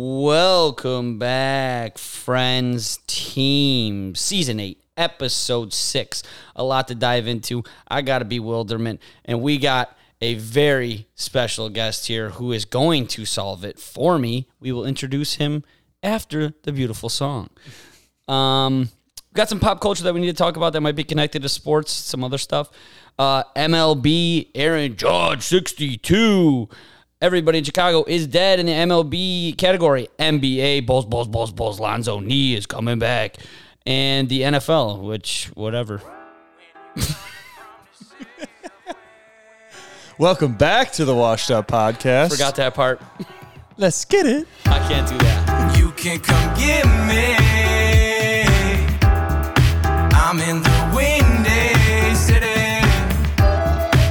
Welcome back, friends, team, season eight, episode six. A lot to dive into. I got a bewilderment, and we got a very special guest here who is going to solve it for me. We will introduce him after the beautiful song. Um, got some pop culture that we need to talk about that might be connected to sports, some other stuff. Uh, MLB, Aaron Judge, 62. Everybody in Chicago is dead in the MLB category. NBA, Bulls, Bulls, Bulls, Bulls, Lonzo Knee is coming back. And the NFL, which, whatever. Welcome back to the Washed Up Podcast. Forgot that part. Let's get it. I can't do that. You can come get me. I'm in the eh, windy city.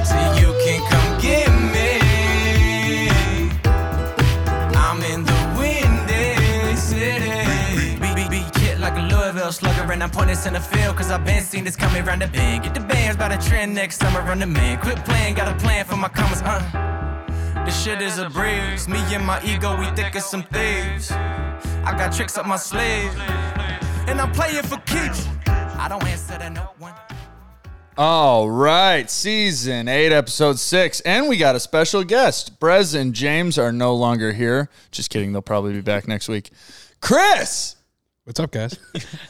So you can come get me. I'm in the windy city. Be, be, be hit like a Louisville slugger, and I'm pointing center field. Cause I've been seen this coming round the bend. Get the bands by the trend next summer, run the man. Quit playing, got a plan for my commas, uh. This shit is a breeze. Me and my ego, we thick as some thieves. I got tricks up my sleeve, and I'm playing for keeps. I don't answer to no one. All right, season eight, episode six, and we got a special guest. Brez and James are no longer here. Just kidding, they'll probably be back next week. Chris, What's up, guys?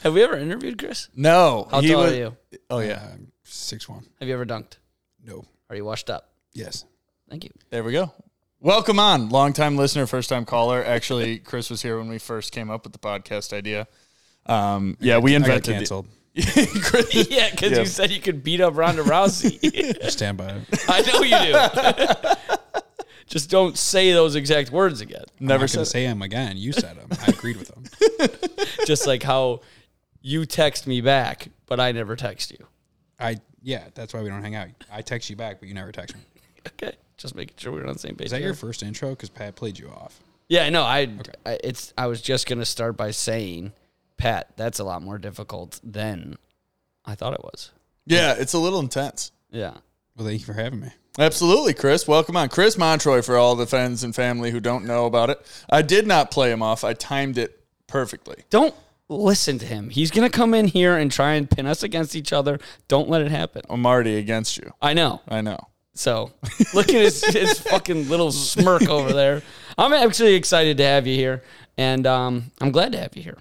Have we ever interviewed Chris? no, How he tall wa- are you? Oh yeah, Uh, Six one. Have you ever dunked? No. Are you washed up? Yes. Thank you. there we go. Welcome on, longtime listener, first time caller. Actually, Chris was here when we first came up with the podcast idea. Um, yeah, we I got invented canceled. The- Chris- Yeah, because Yeah. you said you could beat up Ronda Rousey. I stand by it. I know you do. Just don't say those exact words again. Never never I'm not gonna said. say him again. You said him. I agreed with him. Just like how you text me back, but I never text you. I yeah. That's why we don't hang out. I text you back, but you never text me. Okay, just making sure we're on the same page. Is that here. your first intro? Because Pat played you off. yeah, no, I, I it's I was just gonna start by saying, Pat, that's a lot more difficult than I thought it was. yeah, it's a little intense. Yeah, Well, thank you for having me. Absolutely, Chris. Welcome on. Chris Montroy for all the fans and family who don't know about it. I did not play him off. I timed it perfectly. don't listen to him. He's gonna come in here and try and pin us against each other. Don't let it happen. I'm already against you. I know. I know. So look at his, his fucking little smirk over there. I'm actually excited to have you here, and um, I'm glad to have you here.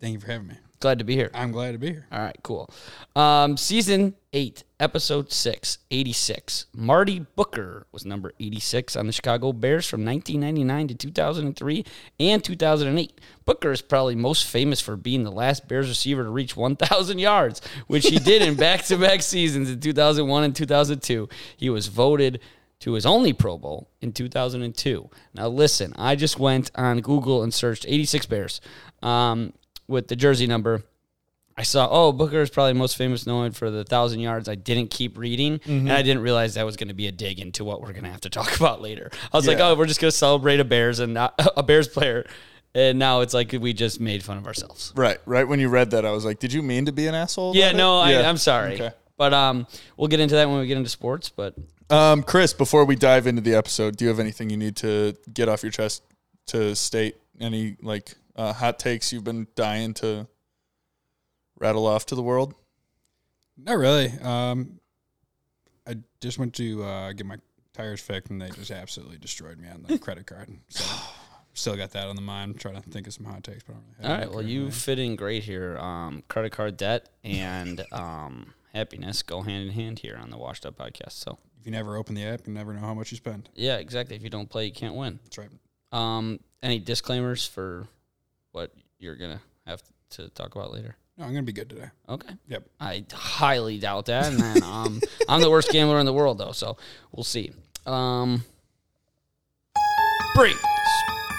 Thank you for having me. Glad to be here. I'm glad to be here. All right, cool. Um, season 8, episode 6, 86. Marty Booker was number 86 on the Chicago Bears from 1999 to 2003 and 2008. Booker is probably most famous for being the last Bears receiver to reach 1,000 yards, which he did in back to back seasons in 2001 and 2002. He was voted to his only Pro Bowl in 2002. Now, listen, I just went on Google and searched 86 Bears um, with the jersey number. I saw, oh, Booker is probably most famous known for the thousand yards. I didn't keep reading, and Mm-hmm. I didn't realize that was going to be a dig into what we're going to have to talk about later. I was like, Yeah. oh, we're just going to celebrate a Bears and not a Bears player, and now it's like we just made fun of ourselves. Right, right. When you read that, I was like, "Did you mean to be an asshole?" Yeah, about no, it? I, I'm sorry, Okay. but um, we'll get into that when we get into sports. But Um, Chris, before we dive into the episode, do you have anything you need to get off your chest to state any like uh, hot takes you've been dying to rattle off to the world? Not really. Um, I just went to uh, get my tires fixed, and they just absolutely destroyed me on the credit card. So, still got that on the mind. I'm trying to think of some hot takes, but I don't really all have any right, well, currently. you fit in great here. Um, credit card debt and um, happiness go hand in hand here on the Washed Up podcast. So If you never open the app, you never know how much you spend. yeah, exactly. If you don't play, you can't win. That's right. Um, any disclaimers for what you're gonna have to talk about later? No, I'm gonna be good today. Okay. Yep. I highly doubt that, and then, um, I'm the worst gambler in the world, though, so we'll see. Um, break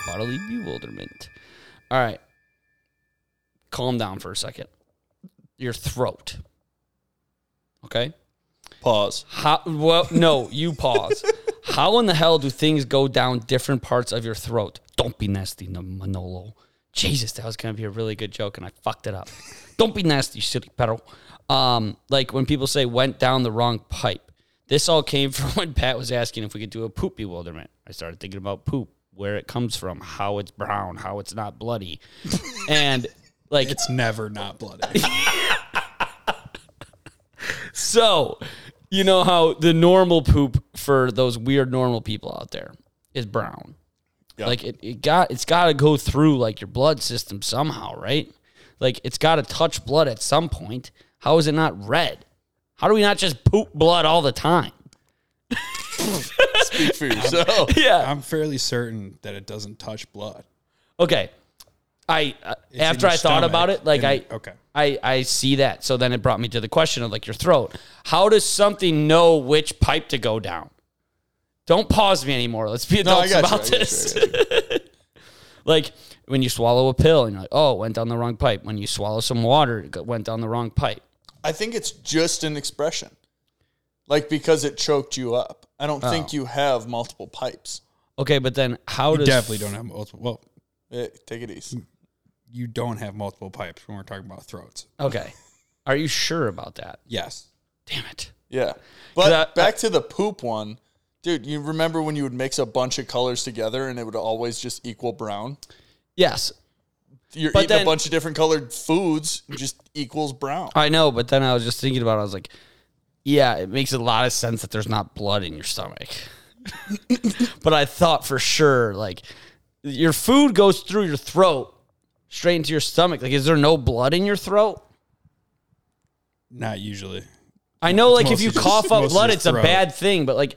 bodily bewilderment. All right, calm down for a second. Your throat. Okay. Pause. How? Well, no. You pause. How in the hell do things go down different parts of your throat? Don't be nasty, no- Manolo. Jesus, that was gonna be a really good joke, and I fucked it up. Don't be nasty, silly pedal. Um, like when people say went down the wrong pipe. This all came from when Pat was asking if we could do a poop bewilderment. I started thinking about poop where it comes from, how it's brown, how it's not bloody, and like It's never not bloody. so. You know how the normal poop for those weird normal people out there is brown. Yeah. Like it, it got it's got to go through like your blood system somehow, right? Like it's got to touch blood at some point. How is it not red? How do we not just poop blood all the time? Speak for yourself. Yeah. I'm fairly certain that it doesn't touch blood. Okay. I uh, It's in after your I thought stomach, about it, like in- I okay. I I see that. So then it brought me to the question of like your throat. How does something know which pipe to go down? Don't pause me anymore. Let's be No, I adults got you, about I got you, I this. got like when you swallow a pill and you're like, oh, it went down the wrong pipe. When you swallow some water, it go- went down the wrong pipe. I think it's just an expression. Like because it choked you up. I don't think you have multiple pipes. Okay, but then how You does definitely don't have multiple. Well, Eh, take it easy. you don't have multiple pipes when we're talking about throats. Okay, are you sure about that? Yes. Damn it. Yeah. But I- back to the poop one. Dude, you remember when you would mix a bunch of colors together and it would always just equal brown? Yes, You're But eating then- a bunch of different colored foods, it just equals brown. I know, but then I was just thinking about it. I was like, yeah, it makes a lot of sense that there's not blood in your stomach. but I thought for sure, like, your food goes through your throat straight into your stomach. Like, is there no blood in your throat? Not usually. I know, like, if mostly you just- cough up mostly blood, your it's a throat. bad thing, but like,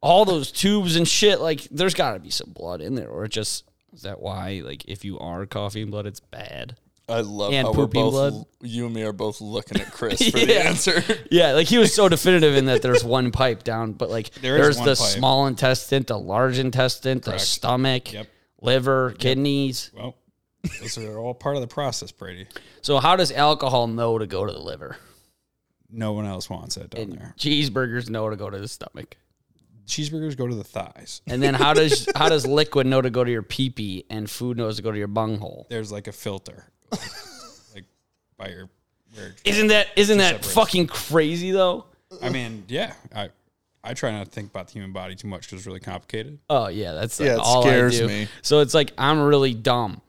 all those tubes and shit, like, there's got to be some blood in there, or it just. Is that why, like, if you are coughing blood, it's bad? I love And how we're pooping both, blood. you and me are both looking at Chris for the Yeah. answer. Yeah, like he was so definitive in that there's one pipe down, but like There is there's one the pipe. small intestine, the large intestine, the stomach, Yep. liver, kidneys. Well, those are all part of the process, Brady. So how does alcohol know to go to the liver? No one else wants that down there. Cheeseburgers know to go to the stomach. Cheeseburgers go to the thighs. And then how does how does liquid know to go to your pee pee and food knows to go to your bunghole? There's like a filter, like by your. Where, Isn't that isn't that separates. fucking crazy though? I mean, yeah. I I try not to think about the human body too much because it's really complicated. Oh yeah, that's Yeah, like it all I scares do. me. So it's like I'm really dumb.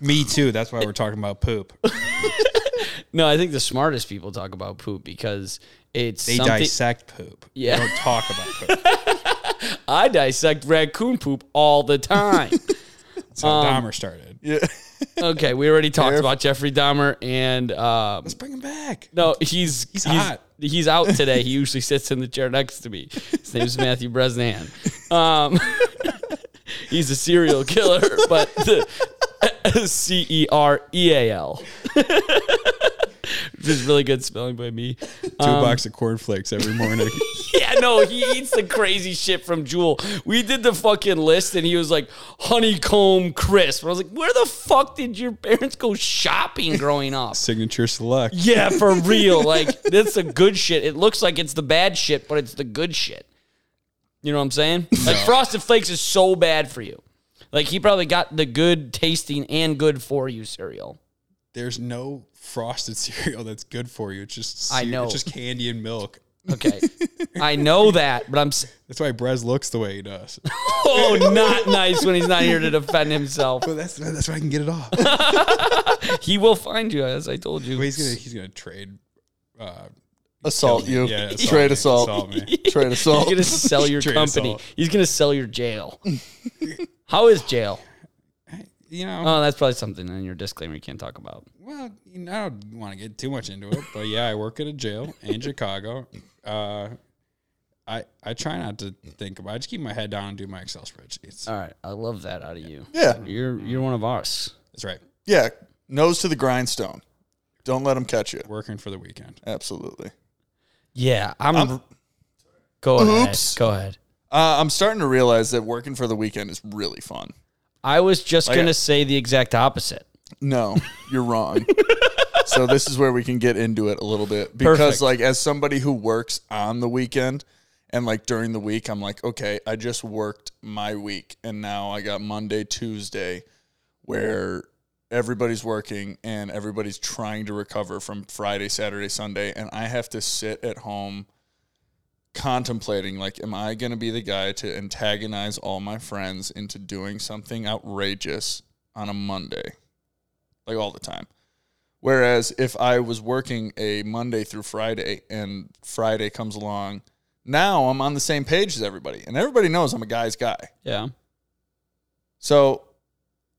Me too. That's why we're talking about poop. No, I think the smartest people talk about poop because it's They something dissect poop. Yeah. They don't talk about poop. I dissect raccoon poop all the time. That's how Um, Dahmer started. yeah. okay, we already talked about Jeffrey Dahmer, and um, Let's bring him back. no, he's he's hot. he's out today. He usually sits in the chair next to me. His name's Matthew Bresnan. Um, he's a serial killer, but the C E R E A L. Just really good spelling by me. Two um, box of cornflakes every morning. Yeah, no, he eats the crazy shit from Jewel. We did the fucking list and he was like, honeycomb crisp. And I was like, where the fuck did your parents go shopping growing up? Signature select. Yeah, for real. Like, that's the good shit. It looks like it's the bad shit, but it's the good shit. You know what I'm saying? Like, Frosted Flakes is so bad for you. Like, he probably got the good tasting and good for you cereal. There's no frosted cereal that's good for you. It's just I cere- know. It's just candy and milk. Okay. I know that, but I'm. s- That's why Brez looks the way he does. Oh, not nice when he's not here to defend himself. But that's that's why I can get it off. He will find you, as I told you. he's gonna he's gonna trade. Uh, Assault you. yeah, assault Trade me, assault. assault me. Trade assault. He's gonna sell your Trade company. assault. He's gonna sell your jail. How is jail? You know, Oh, that's probably something in your disclaimer you can't talk about. well, you know, I don't want to get too much into it, but yeah, I work at a jail in Chicago. Uh, I I try not to think about. I just keep my head down and do my Excel spreadsheets. All right, I love that out of you. yeah. You're you're one of us. That's right. Yeah. Nose to the grindstone. Don't let them catch you. Working for the weekend. Absolutely. Yeah, I'm. go ahead. Oops. Go ahead. Uh, I'm starting to realize that working for the weekend is really fun. I was just Like- gonna say the exact opposite. No, you're wrong. so this is where we can get into it a little bit because Perfect. like as somebody who works on the weekend and like during the week I'm like, okay, I just worked my week and now I got Monday, Tuesday where everybody's working and everybody's trying to recover from Friday, Saturday, Sunday and I have to sit at home contemplating like am i going to be the guy to antagonize all my friends into doing something outrageous on a monday like all the time whereas if i was working a monday through friday and friday comes along now i'm on the same page as everybody and everybody knows i'm a guy's guy Yeah. so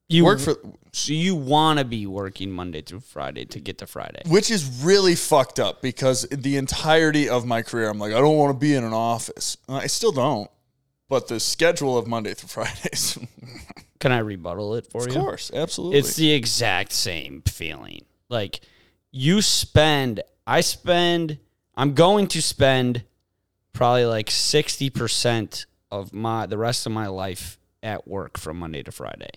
You work for so you want to be working Monday through Friday to get to Friday. which is really fucked up because the entirety of my career i'm like i don't want to be in an office And i still don't but the schedule of monday through fridays Can I rebuttal it for of you? course absolutely It's the exact same feeling. Like you spend, I spend, I'm going to spend probably like 60% of my, the rest of my life at work from Monday to Friday.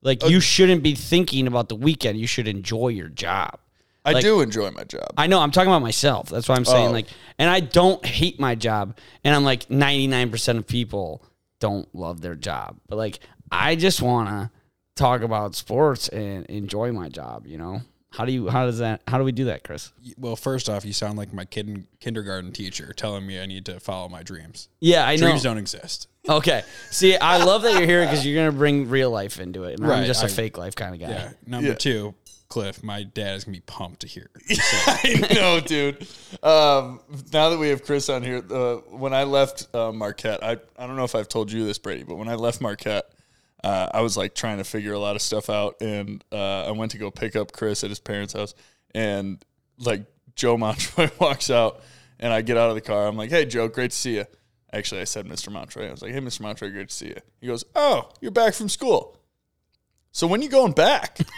Like you shouldn't be thinking about the weekend. You should enjoy your job. i like- do enjoy my job I know I'm talking about myself. That's why I'm saying Oh. like, and I don't hate my job. And I'm like 99% of people don't love their job, but like I just want to talk about sports and enjoy my job. You know, how do you? How does that? How do we do that, Chris? Well, first off, you sound like my kid kindergarten teacher telling me I need to follow my dreams. Yeah, I know. Dreams don't exist. Okay, see, I love that you're here because you're gonna bring real life into it, and I'm Right, just a I- fake life kind of guy. Yeah. Number Yeah. two, Cliff, my dad is gonna be pumped to hear. I know, dude. Um, now that we have Chris on here, uh, when I left uh, Marquette, I, I don't know if I've told you this, Brady, but when I left Marquette, uh, I was like trying to figure a lot of stuff out. And uh, I went to go pick up Chris at his parents' house. And like Joe Montroy walks out, and I get out of the car. I'm like, hey, Joe, great to see you. Actually, I said Mr. Montroy. I was like, hey, Mr. Montroy, great to see you. He goes, oh, you're back from school. So when you going back?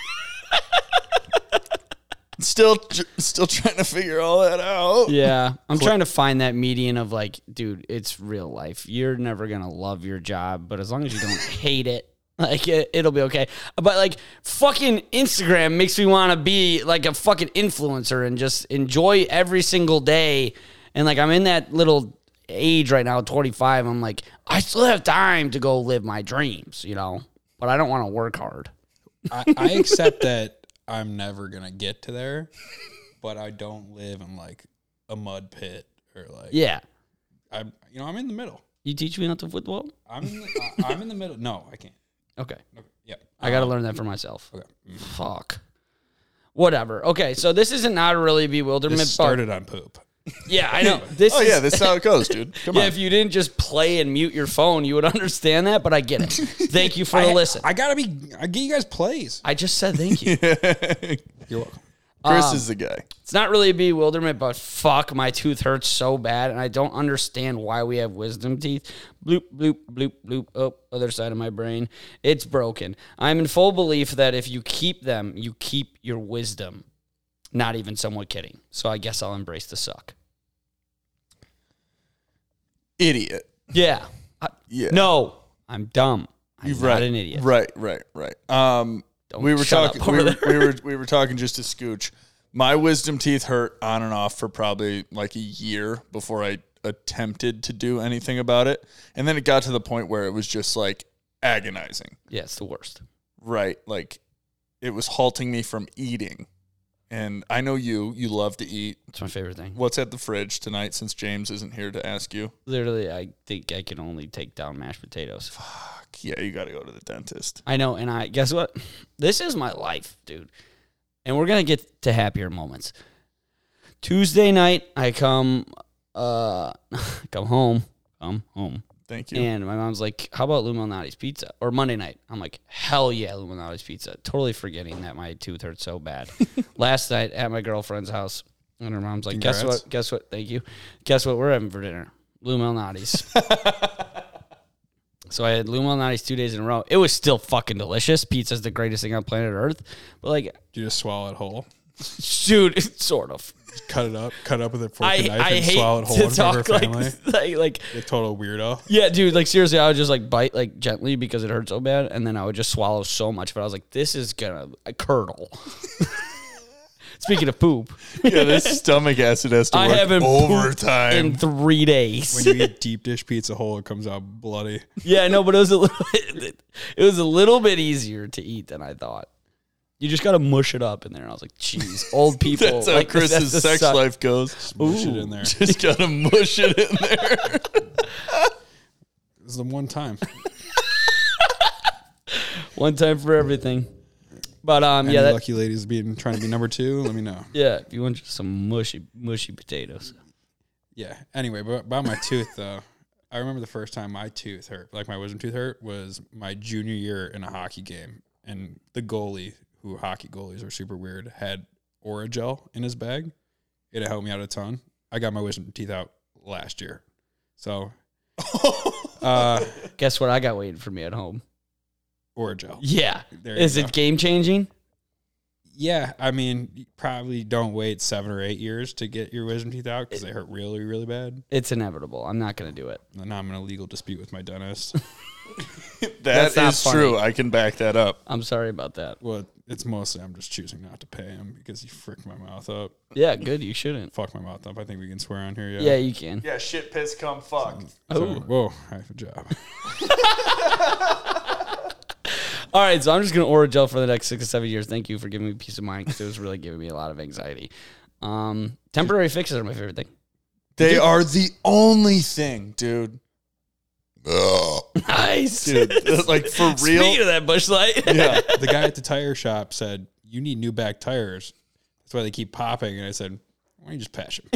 still tr- still trying to figure all that out. Yeah, I'm trying to find that median of like, dude, it's real life. You're never gonna love your job, but as long as you don't hate it, like it, it'll be okay. But like, fucking Instagram makes me want to be like a fucking influencer and just enjoy every single day. And like, I'm in that little age right now, 25. I'm like, I still have time to go live my dreams, you know, but I don't want to work hard. I, I accept that I'm never gonna get to there, but I don't live in like a mud pit or like Yeah, I'm you know I'm in the middle. you teach me not to football. I'm in the, I, I'm in the middle. No, I can't. Okay. Okay. Yeah. I gotta learn that for myself. Okay. Fuck. Whatever. Okay, so this isn't not really bewilderment. This but- started on poop. Yeah, I know. This Oh is, yeah, this is how it goes, dude. Come yeah, on. if you didn't just play and mute your phone, you would understand that. But I get it. Thank you for the listen. I, I gotta be. I get you guys plays. just said thank you. You're welcome. Chris is the guy. It's not really a bewilderment, but fuck, my tooth hurts so bad, and I don't understand why we have wisdom teeth. Bloop, bloop, bloop, bloop. Oh, other side of my brain. It's broken. I'm in full belief that if you keep them, you keep your wisdom. Not even somewhat kidding. So I guess I'll embrace the suck. Idiot. Yeah. I- Yeah. No, I'm dumb. I'm You're not an idiot. Right, right, right. Um, Don't we were shut talking. up We over were, we were we were talking just a scooch. My wisdom teeth hurt on and off for probably like a year before I attempted to do anything about it, and then it got to the point where it was just like agonizing. Yeah, it's the worst. Right, like it was halting me from eating. And I know you. You love to eat. It's my favorite thing. What's at the fridge tonight? Since James isn't here to ask you. Literally, I think I can only take down mashed potatoes. Yeah, you got to go to the dentist. I know, and I guess what? This is my life, dude. And we're gonna get to happier moments. Tuesday night, I come, uh, come home, come home, Thank you. and my mom's like, "How about Luminati's pizza?" Or Monday night, I'm like, "Hell yeah, Luminati's pizza!" Totally forgetting that my tooth hurt so bad. Last night at my girlfriend's house, and her mom's like, "Guess Congrats. what? Guess what? Thank you. Guess what? We're having for dinner, Lou Malnati's." So I had Lou Malnati's two days in a row. It was still fucking delicious. Pizza's the greatest thing on planet Earth. But like, Do you just swallow it whole? dude, sort of. Just cut it up. Cut it up with a fork I and knife I and swallow it hate whole to in front of talk her like, family. like like You're a total weirdo. yeah, dude. Like seriously, I would just like bite like gently because it hurt so bad, and then I would just swallow so much. But I was like, this is gonna curdle. Speaking of poop, Yeah, this stomach acid has to I work haven't pooped overtime. in three days. When you eat deep dish pizza whole, it comes out bloody. yeah, no, but it was a little, it was a little bit easier to eat than I thought. You just gotta mush it up in there. And I was like, "Jeez, old people." That's how like, Chris's the sex suck- life goes. Mush it in there. Just gotta mush it in there. It's the one time. One time for everything. But um, Any yeah, that, lucky ladies being trying to be number two, let me know. yeah. If you want just some mushy, mushy potatoes, Yeah. Anyway, but about my tooth though, I remember the first time my tooth hurt, like my wisdom tooth hurt, was my junior year in a hockey game, and the goalie, who hockey goalies are super weird, had Oragel in his bag. It helped me out a ton. I got my wisdom teeth out last year, so uh, guess what? I got waiting for me at home. Oragel. Yeah, There you is go. it game changing? Yeah, I mean, you probably don't wait seven or eight years to get your wisdom teeth out because they hurt really, really bad. It's inevitable. I'm not gonna do it. And now I'm in a legal dispute with my dentist. That's That's not funny. true. I can back that up. I'm sorry about that. Well, it's mostly I'm just choosing not to pay him because he fricked my mouth up. Yeah, good. You shouldn't. Fuck my mouth up. I think we can swear on here. Yeah, Yeah. you can. Yeah, shit, piss, come, fuck. So, whoa, I have a job. All right, so I'm just gonna order gel for the next six to seven years. Thank you for giving me peace of mind because it was really giving me a lot of anxiety. Um, temporary fixes are my favorite thing. They are the only thing, dude. Nice. Dude, like for Speaking real. of that bush light, Yeah. the guy at the tire shop said, You need new back tires. That's why they keep popping. And I said, Why don't you just patch them?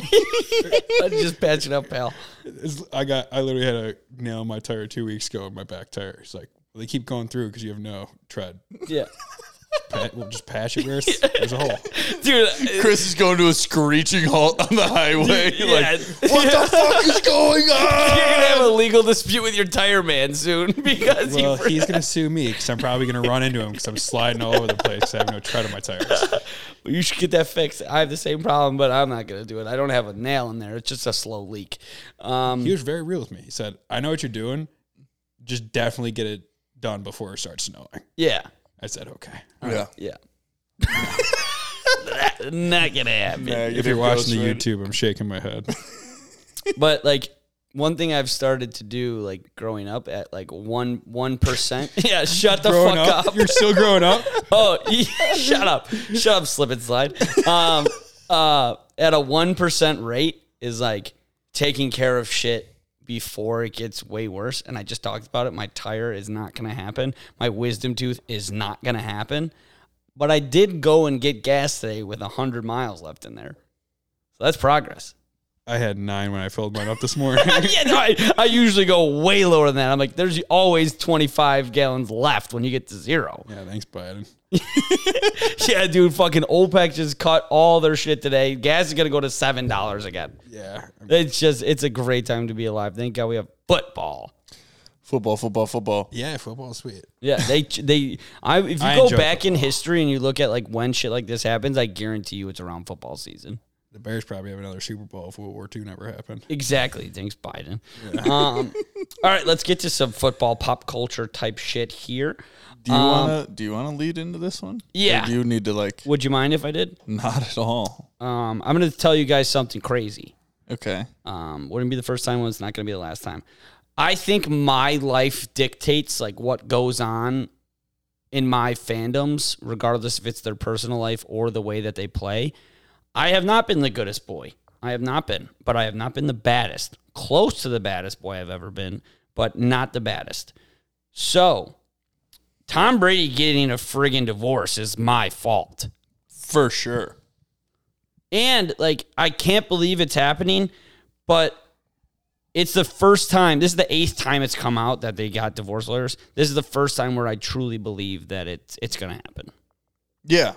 let's just patch it up, pal. It's- I got, I literally had a nail in my tire two weeks ago in my back tire. He's like, well, They keep going through because you have no tread. Yeah, Pat, we'll just patch it where it's, there's a hole. dude. uh, Chris is going to a screeching halt on the highway. Dude, Like, yeah. what the fuck is going You're on? gonna have a legal dispute with your tire man soon because he Well, forgot- he's going to sue me because I'm probably going to run into him because I'm sliding all over the place 'cause I have no tread on my tires. you should get that fixed. I have the same problem, but I'm not gonna do it. I don't have a nail in there. It's just a slow leak. Um, he was very real with me. He said, I know what you're doing. Just definitely get it done before it starts snowing. yeah, I said, okay. Yeah. yeah. not gonna happen. If you're watching the YouTube, I'm shaking my head. but like one thing I've started to do, like growing up at like one one percent. Yeah, shut the growing fuck up, up. You're still growing up. Oh, yeah, shut up, shut up, slip and slide. Um, uh, at a one percent rate is like taking care of shit before it gets way worse. And I just talked about it. My tire is not gonna happen. My wisdom tooth is not gonna happen. But I did go and get gas today with hundred miles left in there. So that's progress. I had nine when I filled mine up this morning. yeah, no, I, I usually go way lower than that. I'm like, there's always 25 gallons left when you get to zero. yeah, thanks, Biden. yeah, dude, fucking OPEC just cut all their shit today. Gas is gonna go to seven dollars again. Yeah. It's just, it's a great time to be alive. Thank God we have football. Football, football, football. Yeah, football's sweet. Yeah, they they. I if you I go enjoy back in history and you look at like when shit like this happens, I guarantee you it's around football season. The Bears probably have another Super Bowl if World War II never happened. Exactly. Thanks, Biden. Um, all right, let's get to some football pop culture type shit here. Do you wanna do you wanna lead into this one? Yeah. Or do you need to like Would you mind if I did? not at all? Um, I'm going to tell you guys something crazy. Okay. Um, wouldn't be the first time, well, it's not going to be the last time. I think my life dictates like what goes on in my fandoms, regardless if it's their personal life or the way that they play. I have not been the goodest boy. I have not been, but I have not been the baddest. Close to the baddest boy I've ever been, but not the baddest. So, Tom Brady getting a friggin' divorce is my fault. For sure. And like, I can't believe it's happening, but it's the first time. This is the eighth time it's come out that they got divorce lawyers. This is the first time where I truly believe that it's it's gonna happen. Yeah.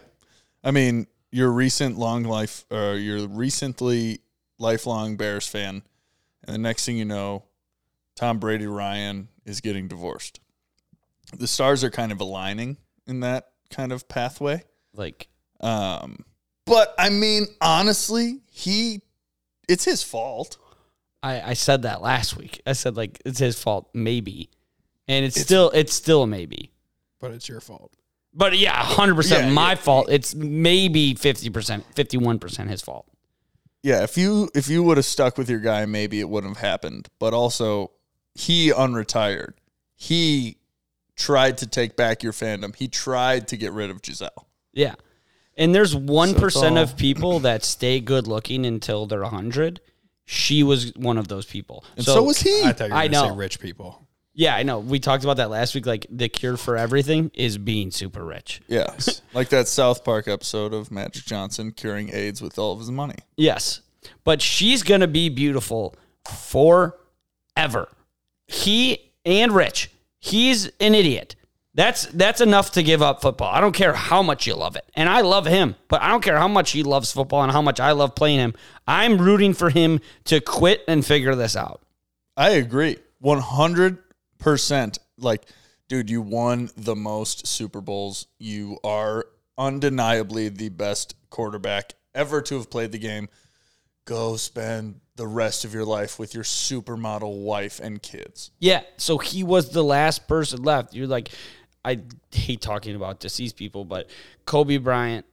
I mean, your recent long life or your recently lifelong Bears fan, and the next thing you know, Tom Brady Ryan is getting divorced. The stars are kind of aligning in that kind of pathway. Like, Um, but I mean, honestly, he it's his fault. I I said that last week. I said like it's his fault, maybe, and it's, still it's still a maybe. But it's your fault. But yeah, hundred percent Yeah, my fault. It's maybe fifty percent, fifty one percent his fault. Yeah, if you if you would have stuck with your guy, maybe it wouldn't have happened. But also, he unretired. He tried to take back your fandom. He tried to get rid of Giselle. Yeah. And there's 1% all- of people that stay good looking until they're 100. She was one of those people. And so, was he. I thought you were I going to say know. rich people. Yeah, I know. We talked about that last week. Like, the cure for everything is being super rich. Yes. like that South Park episode of Magic Johnson curing AIDS with all of his money. Yes. But she's going to be beautiful forever. He and Rich, he's an idiot. That's that's enough to give up football. I don't care how much you love it. And I love him, but I don't care how much he loves football and how much I love playing him. I'm rooting for him to quit and figure this out. I agree. 100%. Like, dude, you won the most Super Bowls. You are undeniably the best quarterback ever to have played the game. Go spend the rest of your life with your supermodel wife and kids. Yeah, so he was the last person left. You're like, I hate talking about deceased people, but Kobe Bryant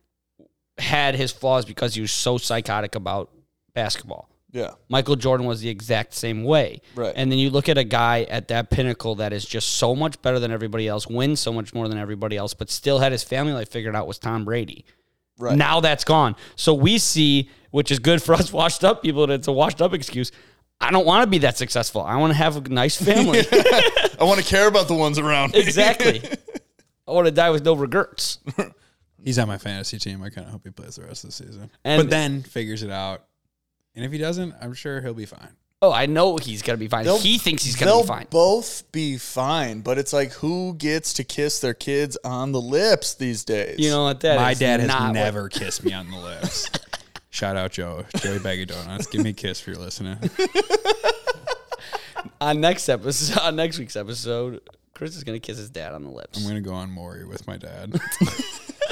had his flaws because he was so psychotic about basketball. Yeah. Michael Jordan was the exact same way. Right. And then you look at a guy at that pinnacle that is just so much better than everybody else, wins so much more than everybody else, but still had his family life figured out was Tom Brady. Right. Now that's gone. So we see, which is good for us washed up people, that it's a washed up excuse. I don't want to be that successful. I want to have a nice family. I want to care about the ones around me. exactly. I want to die with no regrets. He's on my fantasy team. I kind of hope he plays the rest of the season. And- but then figures it out. And if he doesn't, I'm sure he'll be fine. Oh, I know he's going to be fine. They'll- He thinks he's going to They'll be fine. both be fine, but it's like who gets to kiss their kids on the lips these days? You know what? That my is dad has not what- never kissed me on the lips. Shout out Joe, Joey Baggy Donuts. Give me a kiss if you're listening. on next episode, on next week's episode, Chris is gonna kiss his dad on the lips. I'm gonna go on Maury with my dad.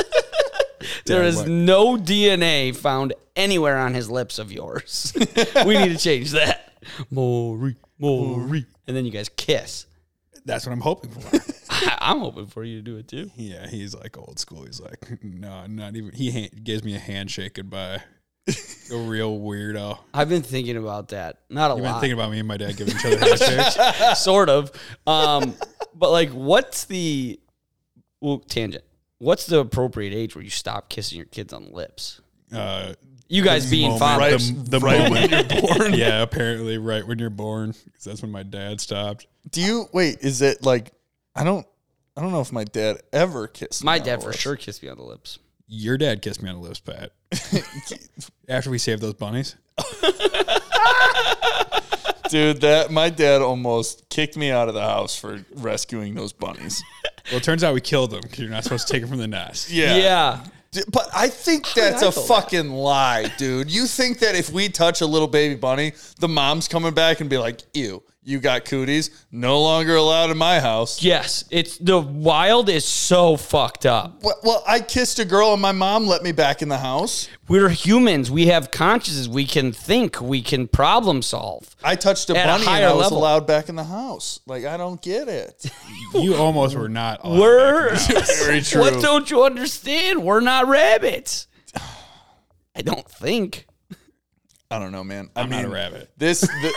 there is what? no DNA found anywhere on his lips of yours. we need to change that. Maury, Maury, and then you guys kiss. That's what I'm hoping for. I, I'm hoping for you to do it too. Yeah, he's like old school. He's like, no, not even. He ha- gives me a handshake goodbye. A real weirdo. I've been thinking about that. Not a You've been lot. thinking about me and my dad giving each other handshakes. sort of. Um, but like, what's the well tangent? What's the appropriate age where you stop kissing your kids on the lips? Uh, You guys being moment, fathers. the, the right moment you're born. yeah, apparently, right when you're born, 'cause that's when my dad stopped. Do you wait? Is it like I don't? I don't know if my dad ever kissed. My me on dad the for lips. sure kissed me on the lips. Your dad kissed me on the lips, Pat. After we saved those bunnies, dude. That my dad almost kicked me out of the house for rescuing those bunnies. well, it turns out we killed them because you're not supposed to take them from the nest. Yeah, yeah. D- But I think that's I know a that? fucking lie, dude. You think that if we touch a little baby bunny, the mom's coming back and be like, "Ew, you got cooties, no longer allowed in my house." Yes, it's the wild is so fucked up. Well, well, I kissed a girl and my mom let me back in the house. We're humans. We have consciences. We can think. We can problem solve. I touched a At a bunny and higher I was level. allowed back in the house. Like I don't get it. You almost were not. allowed We're back in the house. Very true. what don't you understand? We're not rabbits. I don't think. I don't know, man. I I'm mean, not a rabbit. this, th-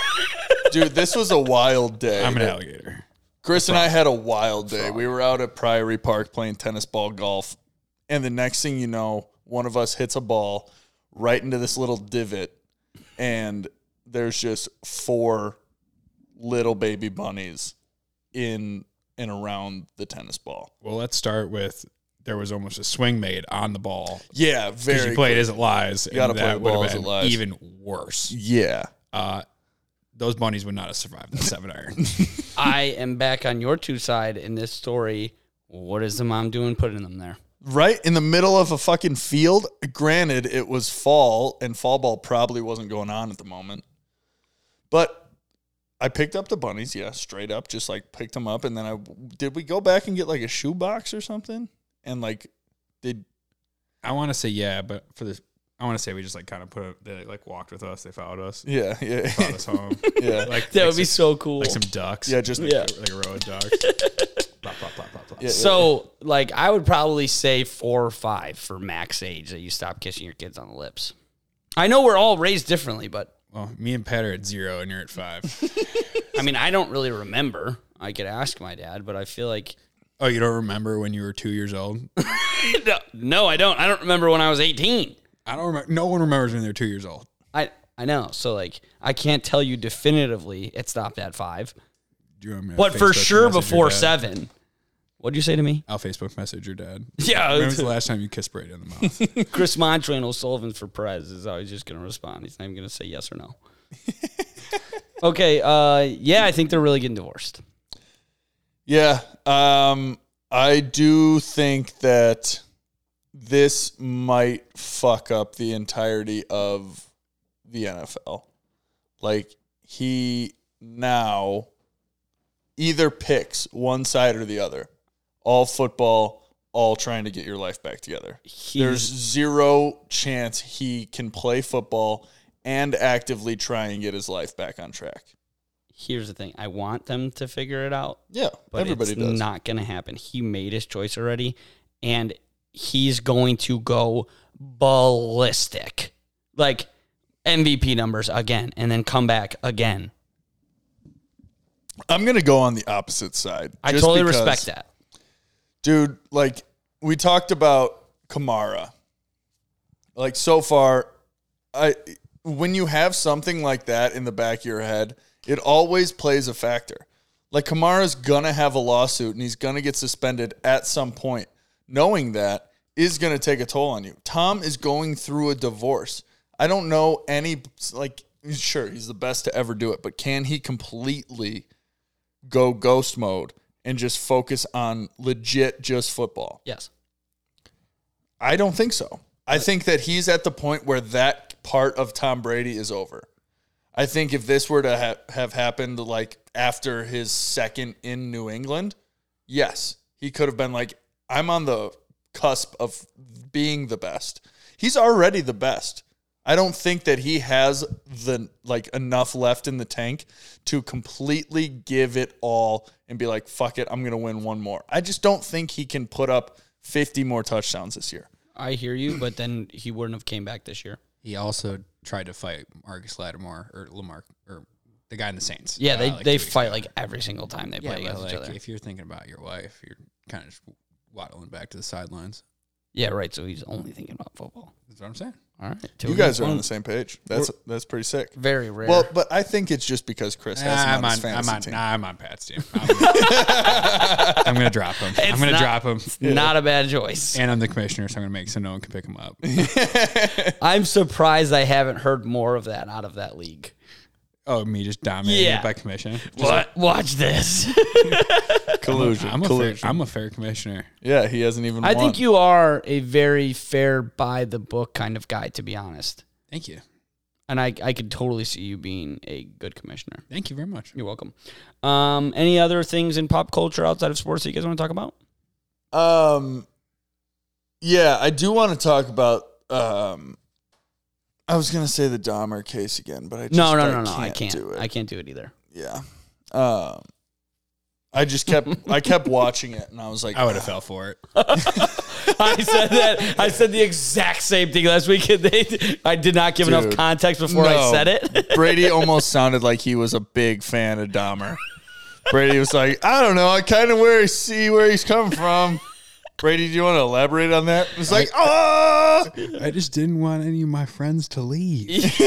dude, this was a wild day. I'm an alligator. Chris and I had a wild day. We were out at Priory Park playing tennis ball golf, and the next thing you know, one of us hits a ball right into this little divot, and there's just four little baby bunnies in and around the tennis ball. Well, let's start with there was almost a swing made on the ball Yeah, because you very. played as it lies. You gotta play that the would ball have as it been lies. even worse. yeah. Uh, those bunnies would not have survived that seven iron. I am back on your two side in this story. What is the mom doing putting them there? right in the middle of a fucking field. Granted, it was fall and fall ball probably wasn't going on at the moment. But I picked up the bunnies, yeah, straight up, just like picked them up. And then I did we go back and get like a shoebox or something? And like, did I want to say yeah, but for this, I want to say we just like kind of put a, they like walked with us. They followed us. yeah, yeah, Brought us home. yeah, Like That like would be some- so cool. like some ducks. yeah, just yeah. like a row of ducks. Plop, plop, plop, plop, plop. Yeah. So, like, I would probably say four or five for max age that you stop kissing your kids on the lips. I know we're all raised differently, but Well, me and Pat are at zero, and you're at five. I mean, I don't really remember. I could ask my dad, but I feel like oh, you don't remember when you were two years old? no, no, I don't. I don't remember when I was 18. I don't remember. No one remembers when they're two years old. I I know. So like I can't tell you definitively it stopped at 5, Do you remember? but for sure before seven. 7. What'd you say to me? I'll Facebook message your dad. When Yeah, was the last time you kissed Brady in the mouth? Chris Montrain O'Sullivan for Perez is how he's just going to respond. He's not even going to say yes or no. okay. Uh, yeah, I think they're really getting divorced. Yeah. Um, I do think that this might fuck up the entirety of the NFL. Like, he now either picks one side or the other. All football, all trying to get your life back together. He's, There's zero chance he can play football and actively try and get his life back on track. here's the thing. I want them to figure it out, Yeah, but everybody it's does. not going to happen. He made his choice already, and he's going to go ballistic, like MVP numbers again, and then come back again. I'm gonna go on the opposite side. I just totally because- respect that. dude. Like we talked about Kamara. Like so far, I when you have something like that in the back of your head, it always plays a factor. Like Kamara's gonna have a lawsuit and he's gonna get suspended at some point. Knowing that is gonna take a toll on you. Tom is going through a divorce. I don't know any like sure he's the best to ever do it, but can he completely go ghost mode and just focus on legit just football? Yes. I don't think so. I think that he's at the point where that part of Tom Brady is over. I think if this were to ha- have happened like after his second in New England, yes, he could have been like, I'm on the cusp of being the best. He's already the best. I don't think that he has the like enough left in the tank to completely give it all and be like, fuck it, I'm gonna win one more. I just don't think he can put up 50 more touchdowns this year. I hear you, but then he wouldn't have came back this year. He also tried to fight Marcus Lattimore or Lamar or the guy in the Saints. Yeah, uh, they, like two they weeks fight ago. like every single time they play Yeah, against but each like, other. if you're thinking about your wife, you're kind of just waddling back to the sidelines. yeah, right. So he's only thinking about football. That's what I'm saying. All right, two You against guys are on one. the same page. That's that's pretty sick. very rare. Well, but I think it's just because Chris has him Nah, on, I'm his on. fantasy I'm on. team. Nah, I'm on Pat's team. I'm gonna, I'm gonna drop him. I'm It's gonna not- drop him. not a bad choice. And I'm the commissioner, so I'm gonna make so no one can pick him up. I'm surprised I haven't heard more of that out of that league. Oh, me just dominated Yeah. by commission. What? Watch this. collusion. I'm a fair, collusion. I'm a fair commissioner. yeah, he hasn't even. I won. think you are a very fair by the book kind of guy, to be honest. Thank you. And I, I could totally see you being a good commissioner. Thank you very much. You're welcome. Um, any other things in pop culture outside of sports that you guys want to talk about? Um, yeah, I do want to talk about. Um, I was gonna say the Dahmer case again, but I just, No, no, I no, no. I can't. do it. I can't do it either. yeah. Um, I just kept I kept watching it, and I was like, Oh, I would have fell for it. I said that. I said the exact same thing last week. and They, I did not give enough Dude, context before I no. said it. Brady almost sounded like he was a big fan of Dahmer. Brady was like, I don't know, I kind of where see where he's coming from. Brady, do you want to elaborate on that? It's like, oh, I just didn't want any of my friends to leave.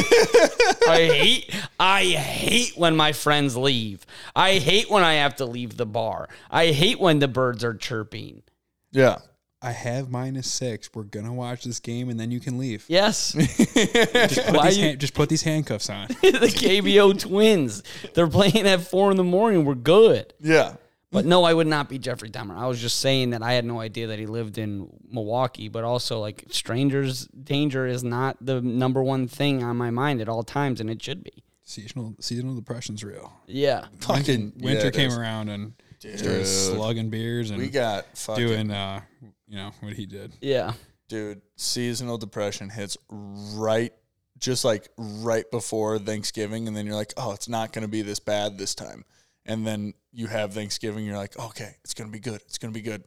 I hate I hate when my friends leave. I hate when I have to leave the bar. I hate when the birds are chirping. yeah. I have minus six. We're gonna watch this game, and then you can leave. Yes. Just, put Why these you- hand- just put these handcuffs on. the KBO twins. They're playing at four in the morning. We're good. Yeah. But no, I would not be Jeffrey Dahmer. I was just saying that I had no idea that he lived in Milwaukee, but also like strangers danger is not the number one thing on my mind at all times and it should be. seasonal seasonal depression's real. Yeah. Fucking Winter yeah, it came is. around and started slugging beers and We got fucking doing, uh, you know, what he did. Yeah. dude. Seasonal depression hits right, just like right before Thanksgiving, and then you're like, oh, it's not going to be this bad this time. And then you have Thanksgiving, you're like, okay, it's going to be good. It's going to be good.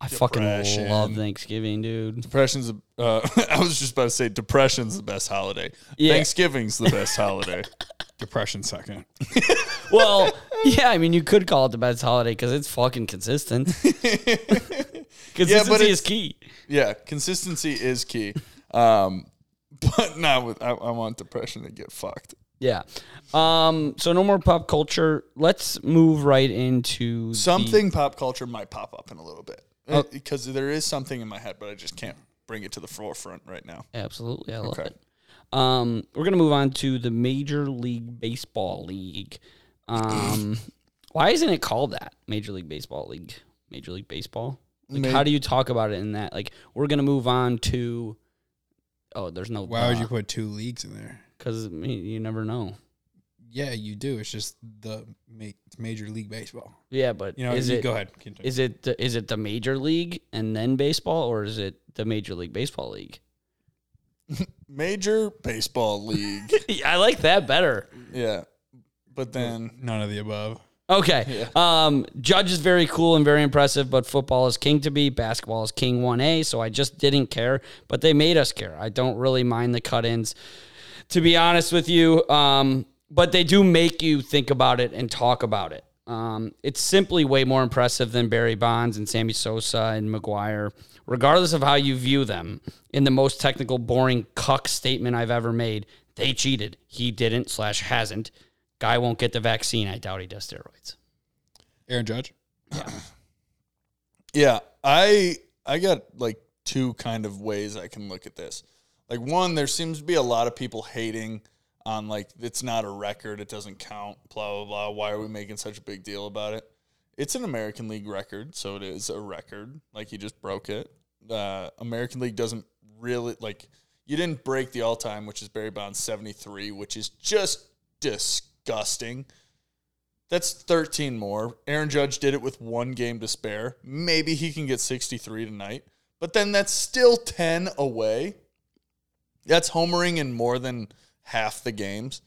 I fucking Depression. love Thanksgiving, dude. Depression's. the- Uh, I was just about to say depression's the best holiday. Yeah. Thanksgiving's the best holiday. Depression second. Well, yeah, I mean, you could call it the best holiday because it's fucking consistent. Consistency it's- is key. Yeah, consistency is key. Um, but not with I, I want depression to get fucked. Yeah. Um. So no more pop culture. Let's move right into the- Something pop culture might pop up in a little bit because there is something in my head, but I just can't bring it to the forefront right now. Absolutely, I love Okay. it. Um, we're gonna move on to the Major League Baseball League. Um, why isn't it called that? Major League Baseball League. Major League Baseball. Like, Ma- how do you talk about it in that? Like, we're gonna move on to. Oh, there's no. Why would you put two leagues in there? Because you never know. Yeah, you do. It's just the ma- it's Major League Baseball. Yeah, but You know, is you- it go ahead. continue. is it the, is it the Major League and then baseball, or is it the Major League Baseball League? Major baseball league. I like that better. yeah, but then None of the above. Okay. Um, Judge is very cool and very impressive, but football is king to be. Basketball is king 1A, so I just didn't care, but they made us care. I don't really mind the cut ins, to be honest with you. Um, but they do make you think about it and talk about it. Um, it's simply way more impressive than Barry Bonds and Sammy Sosa and McGuire, regardless of how you view them. In the most technical, boring cuck statement I've ever made, they cheated. He didn't slash hasn't. Guy won't get the vaccine. I doubt he does steroids. Aaron Judge. Yeah, I I got like two kind of ways I can look at this. Like one, there seems to be a lot of people hating on like it's not a record, it doesn't count, blah blah blah. Why are we making such a big deal about it? It's an American League record, so it is a record. Like you just broke it. Uh, American League doesn't really like you didn't break the all time, which is Barry Bonds seventy three, which is just disgusting. That's 13 more. Aaron Judge did it with one game to spare. Maybe he can get 63 tonight, but then that's still 10 away. That's homering in more than half the games.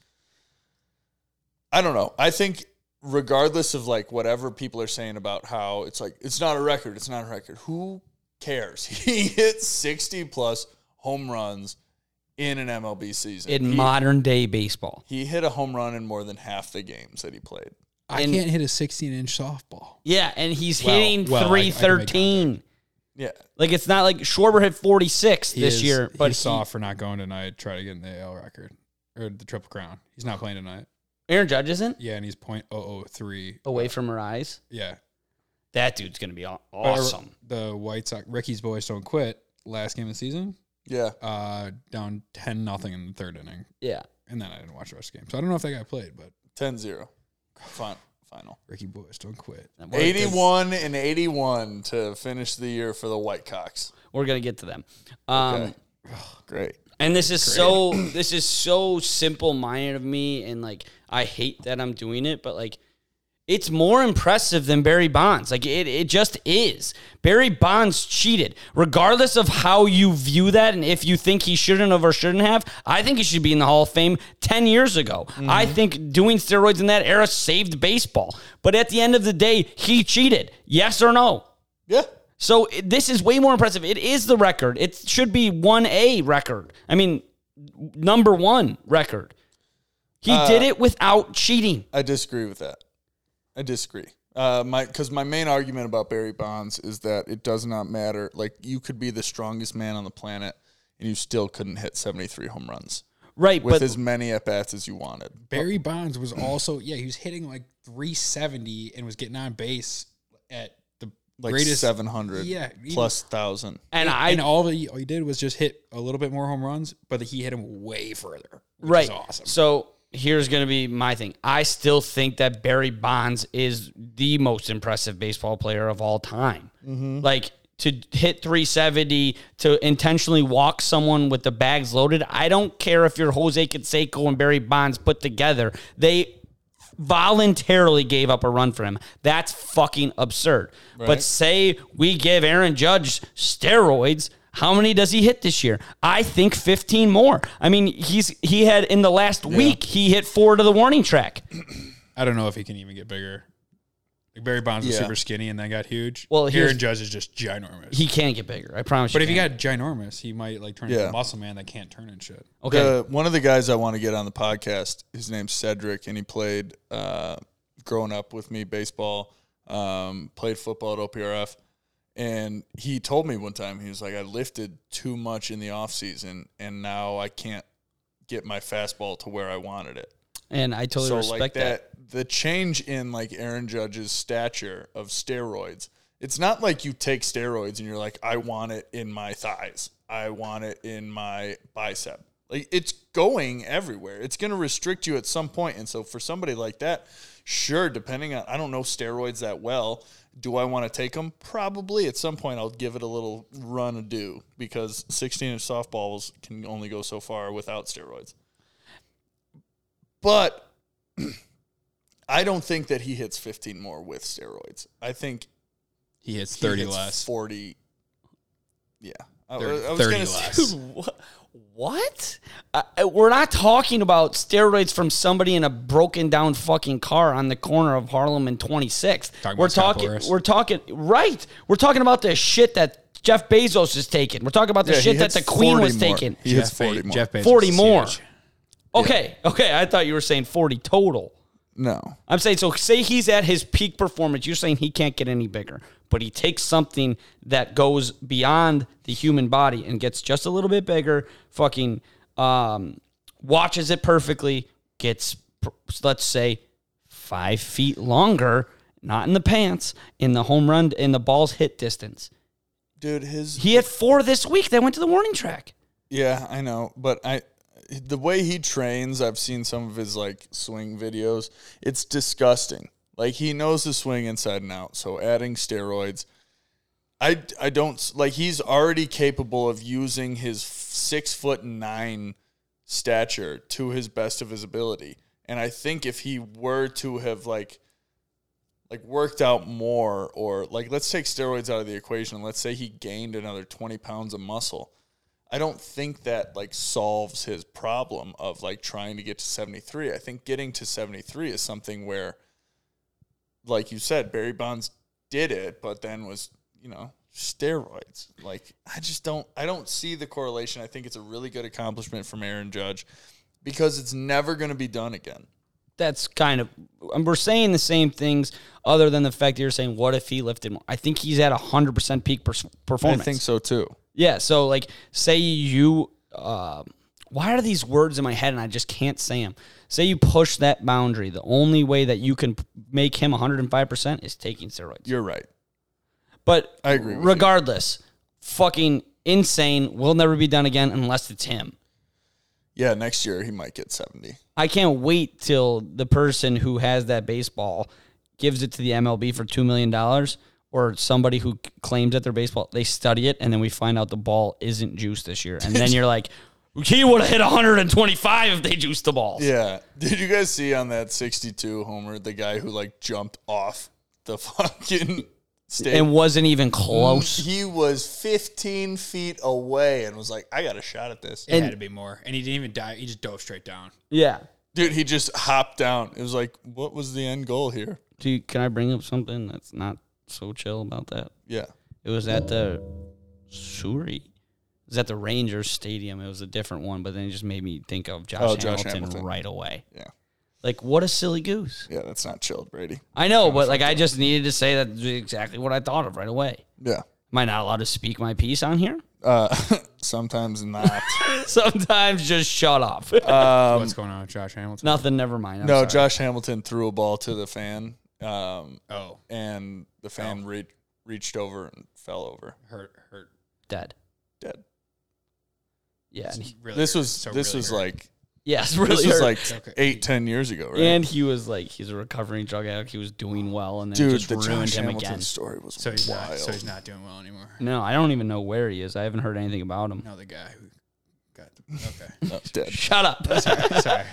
I don't know. I think regardless of like whatever people are saying about how it's like it's not a record, it's not a record. Who cares? He hit 60 plus home runs in an MLB season. In he, modern day baseball, he hit a home run in more than half the games that he played. I And- can't hit a 16 inch softball. yeah, and he's Well, hitting well, I- I can make three thirteen. Yeah. Like it's not like Schwarber hit forty six He this is- year, but he- he's soft for not going tonight. Try to get in the AL record or the Triple Crown. He's not playing tonight. Aaron Judge isn't Yeah, and he's point oh oh three. away from her eyes. Yeah, That dude's gonna be aw- But our- awesome. The White Sox, Ricky's boys don't quit. Last game of the season, Yeah. uh, down ten nothing in the third inning, Yeah, and then I didn't watch the rest of the game, so I don't know if that guy played. But 10 0. Final. final. Ricky boys don't quit. That worked. 81 and 81 to finish the year for the Whitecocks. we're gonna get to them. Um, Okay. Great. And this is so this is so simple minded of me, and like I hate that I'm doing it, but like it's more impressive than Barry Bonds. Like it, it just is. Barry Bonds cheated, regardless of how you view that, and if you think he shouldn't have or shouldn't have. I think he should be in the Hall of Fame ten years ago. Mm-hmm. I think doing steroids in that era saved baseball. But at the end of the day, he cheated. Yes or no? Yeah. So it- this is way more impressive. It is the record. It should be 1A record. I mean, number one record. He Uh, did it without cheating. I disagree with that. I disagree. Uh, my because my main argument about Barry Bonds is that it does not matter. Like you could be the strongest man on the planet, and you still couldn't hit seventy three home runs Right, with but as many at bats as you wanted. Barry Bonds was also yeah, he was hitting like three seventy and was getting on base at the Like greatest seven hundred, Yeah, even- plus thousand. and I and all he, all he did was just hit a little bit more home runs, but he hit him way further. Which right. is awesome. So here's going to be my thing. I still think that Barry Bonds is the most impressive baseball player of all time. Mm-hmm. Like to hit 370, to intentionally walk someone with the bags loaded. I don't care if you're Jose Canseco and Barry Bonds put together. They voluntarily gave up a run for him. That's fucking absurd. But say we give Aaron Judge steroids, how many does he hit this year? I think 15 more. I mean, he's he had in the last week he hit four to the warning track. I don't know if he can even get bigger. Like Barry Bonds was Yeah. super skinny and then got huge. Well, Aaron here's- Judge is just ginormous. He can't get bigger. I promise but you. if he can't. got ginormous, he might like turn into Yeah. a muscle man that can't turn and shit. okay, The, one of the guys I want to get on the podcast, his name's Cedric, and he played uh, growing up with me baseball, um, played football at OPRF, And he told me one time he was like, I lifted too much in the off season, and now I can't get my fastball to where I wanted it. And I totally so respect like that. that, the change in like Aaron Judge's stature of steroids. It's not like you take steroids and you're like, I want it in my thighs. I want it in my bicep. Like it's going everywhere. It's going to restrict you at some point. And so for somebody like that, sure, depending on I don't know steroids that well. Do I want to take them? Probably at some point I'll give it a little run a do because 16 inch softballs can only go so far without steroids. But I don't think that he hits 15 more with steroids. I think He hits he 30 hits less. 40. Yeah. I, 30 I was 30 gonna less. say- Dude, wha- what? I, I- we're not talking about steroids from somebody in a broken down fucking car on the corner of Harlem and 26th. Talking we're about Scott talking. Boras. We're talking. Right. We're talking about the shit that Jeff Bezos is taking. We're talking about the Yeah, he shit that hits the Queen 40 was more. taking. He hits 40 Be- more. Jeff Bezos 40 is more. huge. Okay. Okay. I thought you were saying 40 total. No. I'm saying so. Say he's at his peak performance. You're saying he can't get any bigger, but he takes something that goes beyond the human body and gets just a little bit bigger. Fucking um, watches it perfectly. Gets pr- let's say five feet longer, not in the pants, in the home run, in the ball's hit distance. Dude, his. He had four this week. They went to the warning track. yeah, I know. But I. The way he trains, I've seen some of his like swing videos. It's disgusting. Like he knows the swing inside and out. So adding steroids, I I don't like. He's already capable of using his six foot nine stature to his best of his ability. And I think if he were to have like like worked out more or like let's take steroids out of the equation. Let's say he gained another 20 pounds of muscle. I don't think that like solves his problem of like trying to get to 73. I think getting to 73 is something where like you said Barry Bonds did it but then was, you know, steroids. Like I just don't I don't see the correlation. I think it's a really good accomplishment from Aaron Judge because it's never going to be done again. that's kind of and we're saying the same things other than the fact that you're saying what if he lifted more i think he's at 100% peak pers- performance so too. yeah so like say you um why are these words in my head and i just can't say them say you push that boundary the only way that you can p- make him 105% is taking steroids You're right. but I agree with you. regardless fucking insane will never be done again unless it's him Yeah, next year he might get 70. I can't wait till the person who has that baseball gives it to the MLB for two million dollars, or somebody who claims that their baseball. They study it, and then we find out the ball isn't juiced this year, and then you're like, he would have hit 125 if they juiced the ball. Yeah. Did you guys see on that 62 homer the guy who like jumped off the fucking stage? And wasn't even close. he was 15 feet away and was like, I got a shot at this. It And- had to be more. And he didn't even dive. He just dove straight down. Yeah. Dude, he just hopped down. It was like, what was the end goal here? Dude, can I bring up something that's not so chill about that? Yeah. It was at the Suri. It was at the Rangers Stadium. It was a different one, but then it just made me think of Josh, Oh, Josh Hamilton, Hamilton. right away. Yeah. Like, what a silly goose. Yeah, that's not chilled, Brady. I know, but like, I just needed to say that exactly what I thought of right away. Yeah. Am I not allowed to speak my piece on here? Uh, sometimes not. Sometimes just shut up. Um, What's going on with Josh Hamilton? Nothing, never mind. I'm no, sorry. Josh Hamilton threw a ball to the fan, um, Oh, and the fan re- reached over and fell over hurt, hurt. dead. dead. Yeah. and he- Really This hurt. was So this really was hurt. like yes, really. this was hurt. like Okay. eight ten years ago, right? and he was like, he's a recovering drug addict. He was doing well, and then it Dude, just the ruined Josh him Hamilton again. story was So he's wild. not. So he's not doing well anymore. No, I don't even know where he is. I haven't heard anything about him. No, the guy who got. Okay. Uh, dead. Shut up. sorry, sorry, sorry.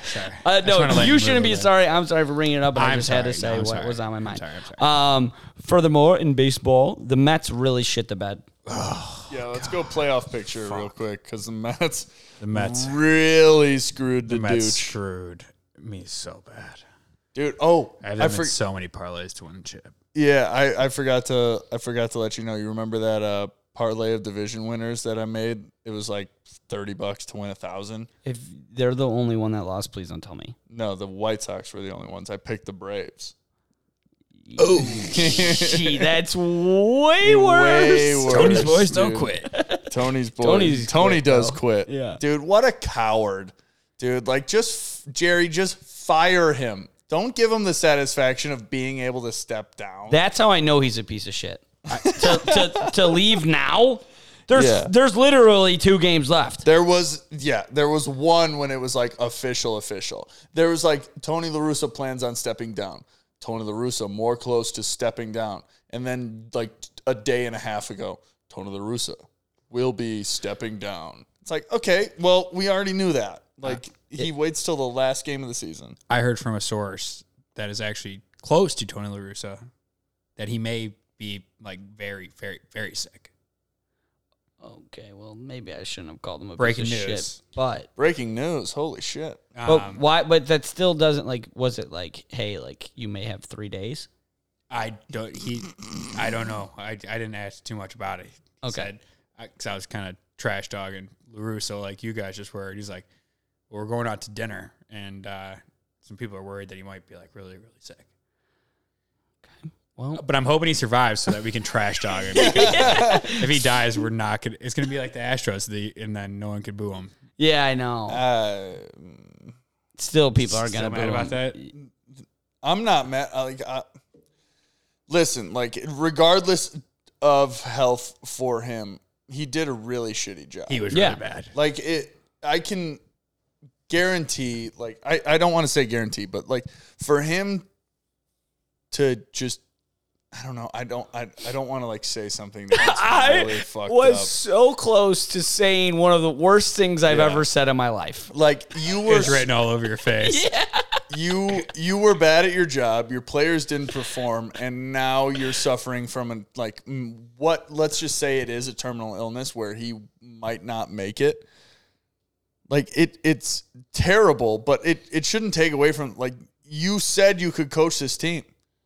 I Uh, just wanna no, let you move shouldn't be away. sorry. I'm sorry for bringing it up, but i I'm just had to sorry. No, say what I'm sorry. was on my I'm mind. sorry, I'm Um, furthermore, in baseball, the Mets really shit the bed. Yeah, let's go playoff picture real quick because the Mets The Mets. really screwed the, The Mets douche. screwed me so bad. Dude, oh, I I, had them in for- so many parlays to win the chip. yeah, I, I forgot to I forgot to let you know. You remember that uh, parlay of division winners that I made? It was like thirty bucks to win a thousand. If they're the only one that lost, please don't tell me. No, the White Sox were the only ones. I picked the Braves. Gee, that's Oh. way Way worse. worse. Tony's boys don't dude. quit. Tony's boy. Tony's Tony quit, does though. quit. Yeah. Dude, what a coward. Dude, like just f- Jerry, just fire him. Don't give him the satisfaction of being able to step down. That's how I know he's a piece of shit. I- to, to, to leave now, there's Yeah. there's literally two games left. there was yeah, there was one when it was like official official. There was like Tony LaRussa plans on stepping down. Tony LaRussa more close to stepping down. And then like a day and a half ago, Tony LaRussa will be stepping down. It's like, okay, well, we already knew that. Uh, Like he waits till the last game of the season. I heard from a source that is actually close to Tony La Russa that he may be like very, very, very sick. Okay, well maybe I shouldn't have called him a Breaking piece of news. shit. But Breaking news. Holy shit. but Um, why? But that still doesn't like. Was it like, hey, like you may have three days? I don't. He, I don't know. I, I didn't ask too much about it. He Okay. said- I, Cause I was kind of trash dogging Larusso, like you guys just were. And He's like, well, we're going out to dinner, and uh, some people are worried that he might be like really, really sick. Well, But I'm hoping he survives so that we can trash dog him. If he dies, we're not gonna. It's gonna be like the Astros, the and then no one could boo him. yeah, I know. Uh, still, people aren't Still gonna mad boo about him. that. I'm not mad. I, Like, I, listen, like, regardless of health for him, he did a really shitty job. He was Yeah. really bad. like it. I can guarantee. Like, I, I don't want to say guarantee, but like for him to just, I don't know. I don't. I, I don't want to like say something that's really fucked up. so close to saying one of the worst things I've Yeah. said in my life. Like you It were was written all over your face. you you were bad at your job. Your players didn't perform, and now you're suffering from a like mm, what? Let's just say it is a terminal illness where he might not make it. Like it, it's terrible, but it it shouldn't take away from like you said you could coach this team.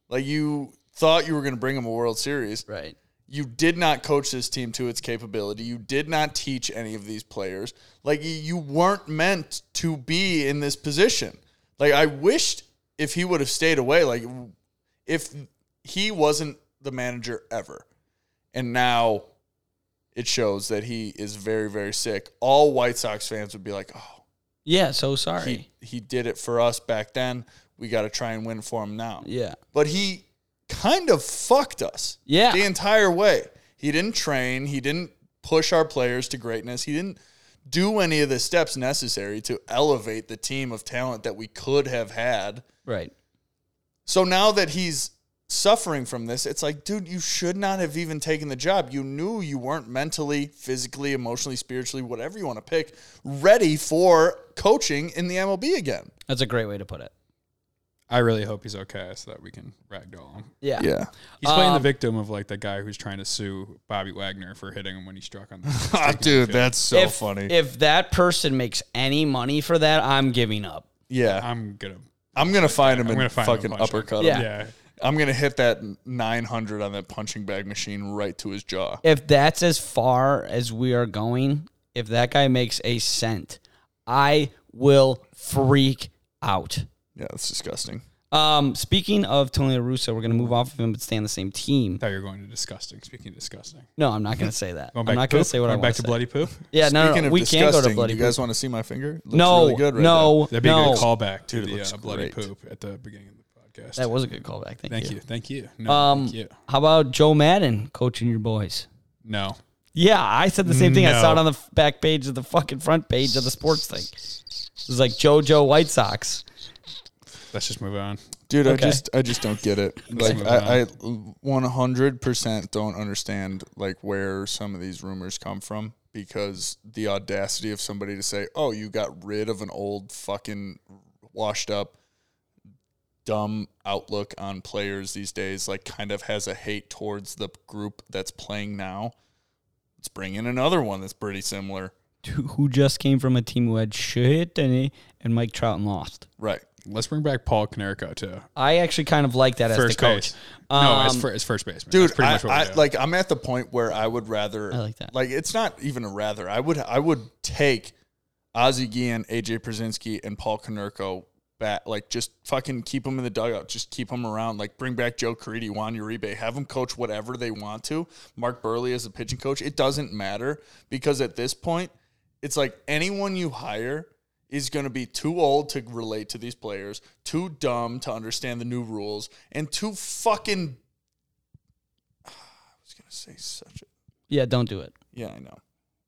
Like you thought you were going to bring him a World Series. Right. You did not coach this team to its capability. You did not teach any of these players. Like y- you weren't meant to be in this position. Like I wished if he would have stayed away, like if he wasn't the manager ever. And now it shows that he is very very sick. All White Sox fans would be like, "Oh, Yeah. So sorry. he, he did it for us back then. We got to try and win for him now." yeah. but he kind of fucked us. Yeah. The entire way. He didn't train, he didn't push our players to greatness. He didn't do any of the steps necessary to elevate the team of talent that we could have had. Right. So now that he's suffering from this, it's like, dude, you should not have even taken the job. You knew you weren't mentally, physically, emotionally, spiritually, whatever you want to pick, ready for coaching in the MLB again. That's a great way to put it. I really hope he's okay so that we can ragdoll him. Yeah. He's playing the Um, victim of like the guy who's trying to sue Bobby Wagner for hitting him when he struck on the. Ah, dude, that's so if, If that person makes any money for that, I'm giving up. yeah. I'm gonna. I'm gonna find him I'm and gonna find him fucking and punch him. uppercut Yeah. him. Yeah. I'm gonna hit that 900 on that punching bag machine right to his jaw. If that's as far as we are going, if that guy makes a cent, I will freak out. Yeah, that's disgusting. Um, speaking of Tony La Russa, we're gonna move off of him but stay on the same team. thought you were going to disgusting. Speaking of disgusting, No, I'm not gonna say that. Mm-hmm. going I'm back not to gonna poop? say what I going want back to to say. bloody poop. Yeah, no, no, Speaking no. of we can go to disgusting, bloody. you guys poop. want to see my finger? It looks no, really good right no, That'd be a no. good callback to Dude, it the looks uh, bloody great. poop at the beginning of the podcast. That was a good callback. Thank, thank you. you. Thank you. No, Um, thank you. how about Joe Madden coaching your boys? No. Yeah, I said the same thing. I saw it No. on the f- back page of the fucking front page of the sports thing. It was like JoJo White Sox. Let's just move on. There. Dude, Okay. I just I just don't get it. like I, I 100% don't understand like where some of these rumors come from because the audacity of somebody to say, "Oh, you got rid of an old fucking washed up dumb outlook on players these days like kind of has a hate towards the group that's playing now. Let's bring in another one that's pretty similar. Who who just came from a team who had shit and he- and Mike Trout and lost. Right. Let's bring back Paul Canerico too. I actually kind of like that as the First coach. base. no, as, Um, fir- as first baseman. Dude, That's pretty I, much what I- we do. like I'm at the point where I would rather I like that. Like it's not even a rather. I would I would take Ozzie Guillen, AJ Przinsky, and Paul Konerko bat. Like just fucking keep them in the dugout. Just keep them around. Like bring back Joe Caridi, Juan Uribe. Have them coach whatever they want to. Mark Burley as a pitching coach. It doesn't matter because at this point, it's like anyone you hire is going to be too old to relate to these players, too dumb to understand the new rules, and too fucking. I was going to say such a. Yeah, don't do it. Yeah, I know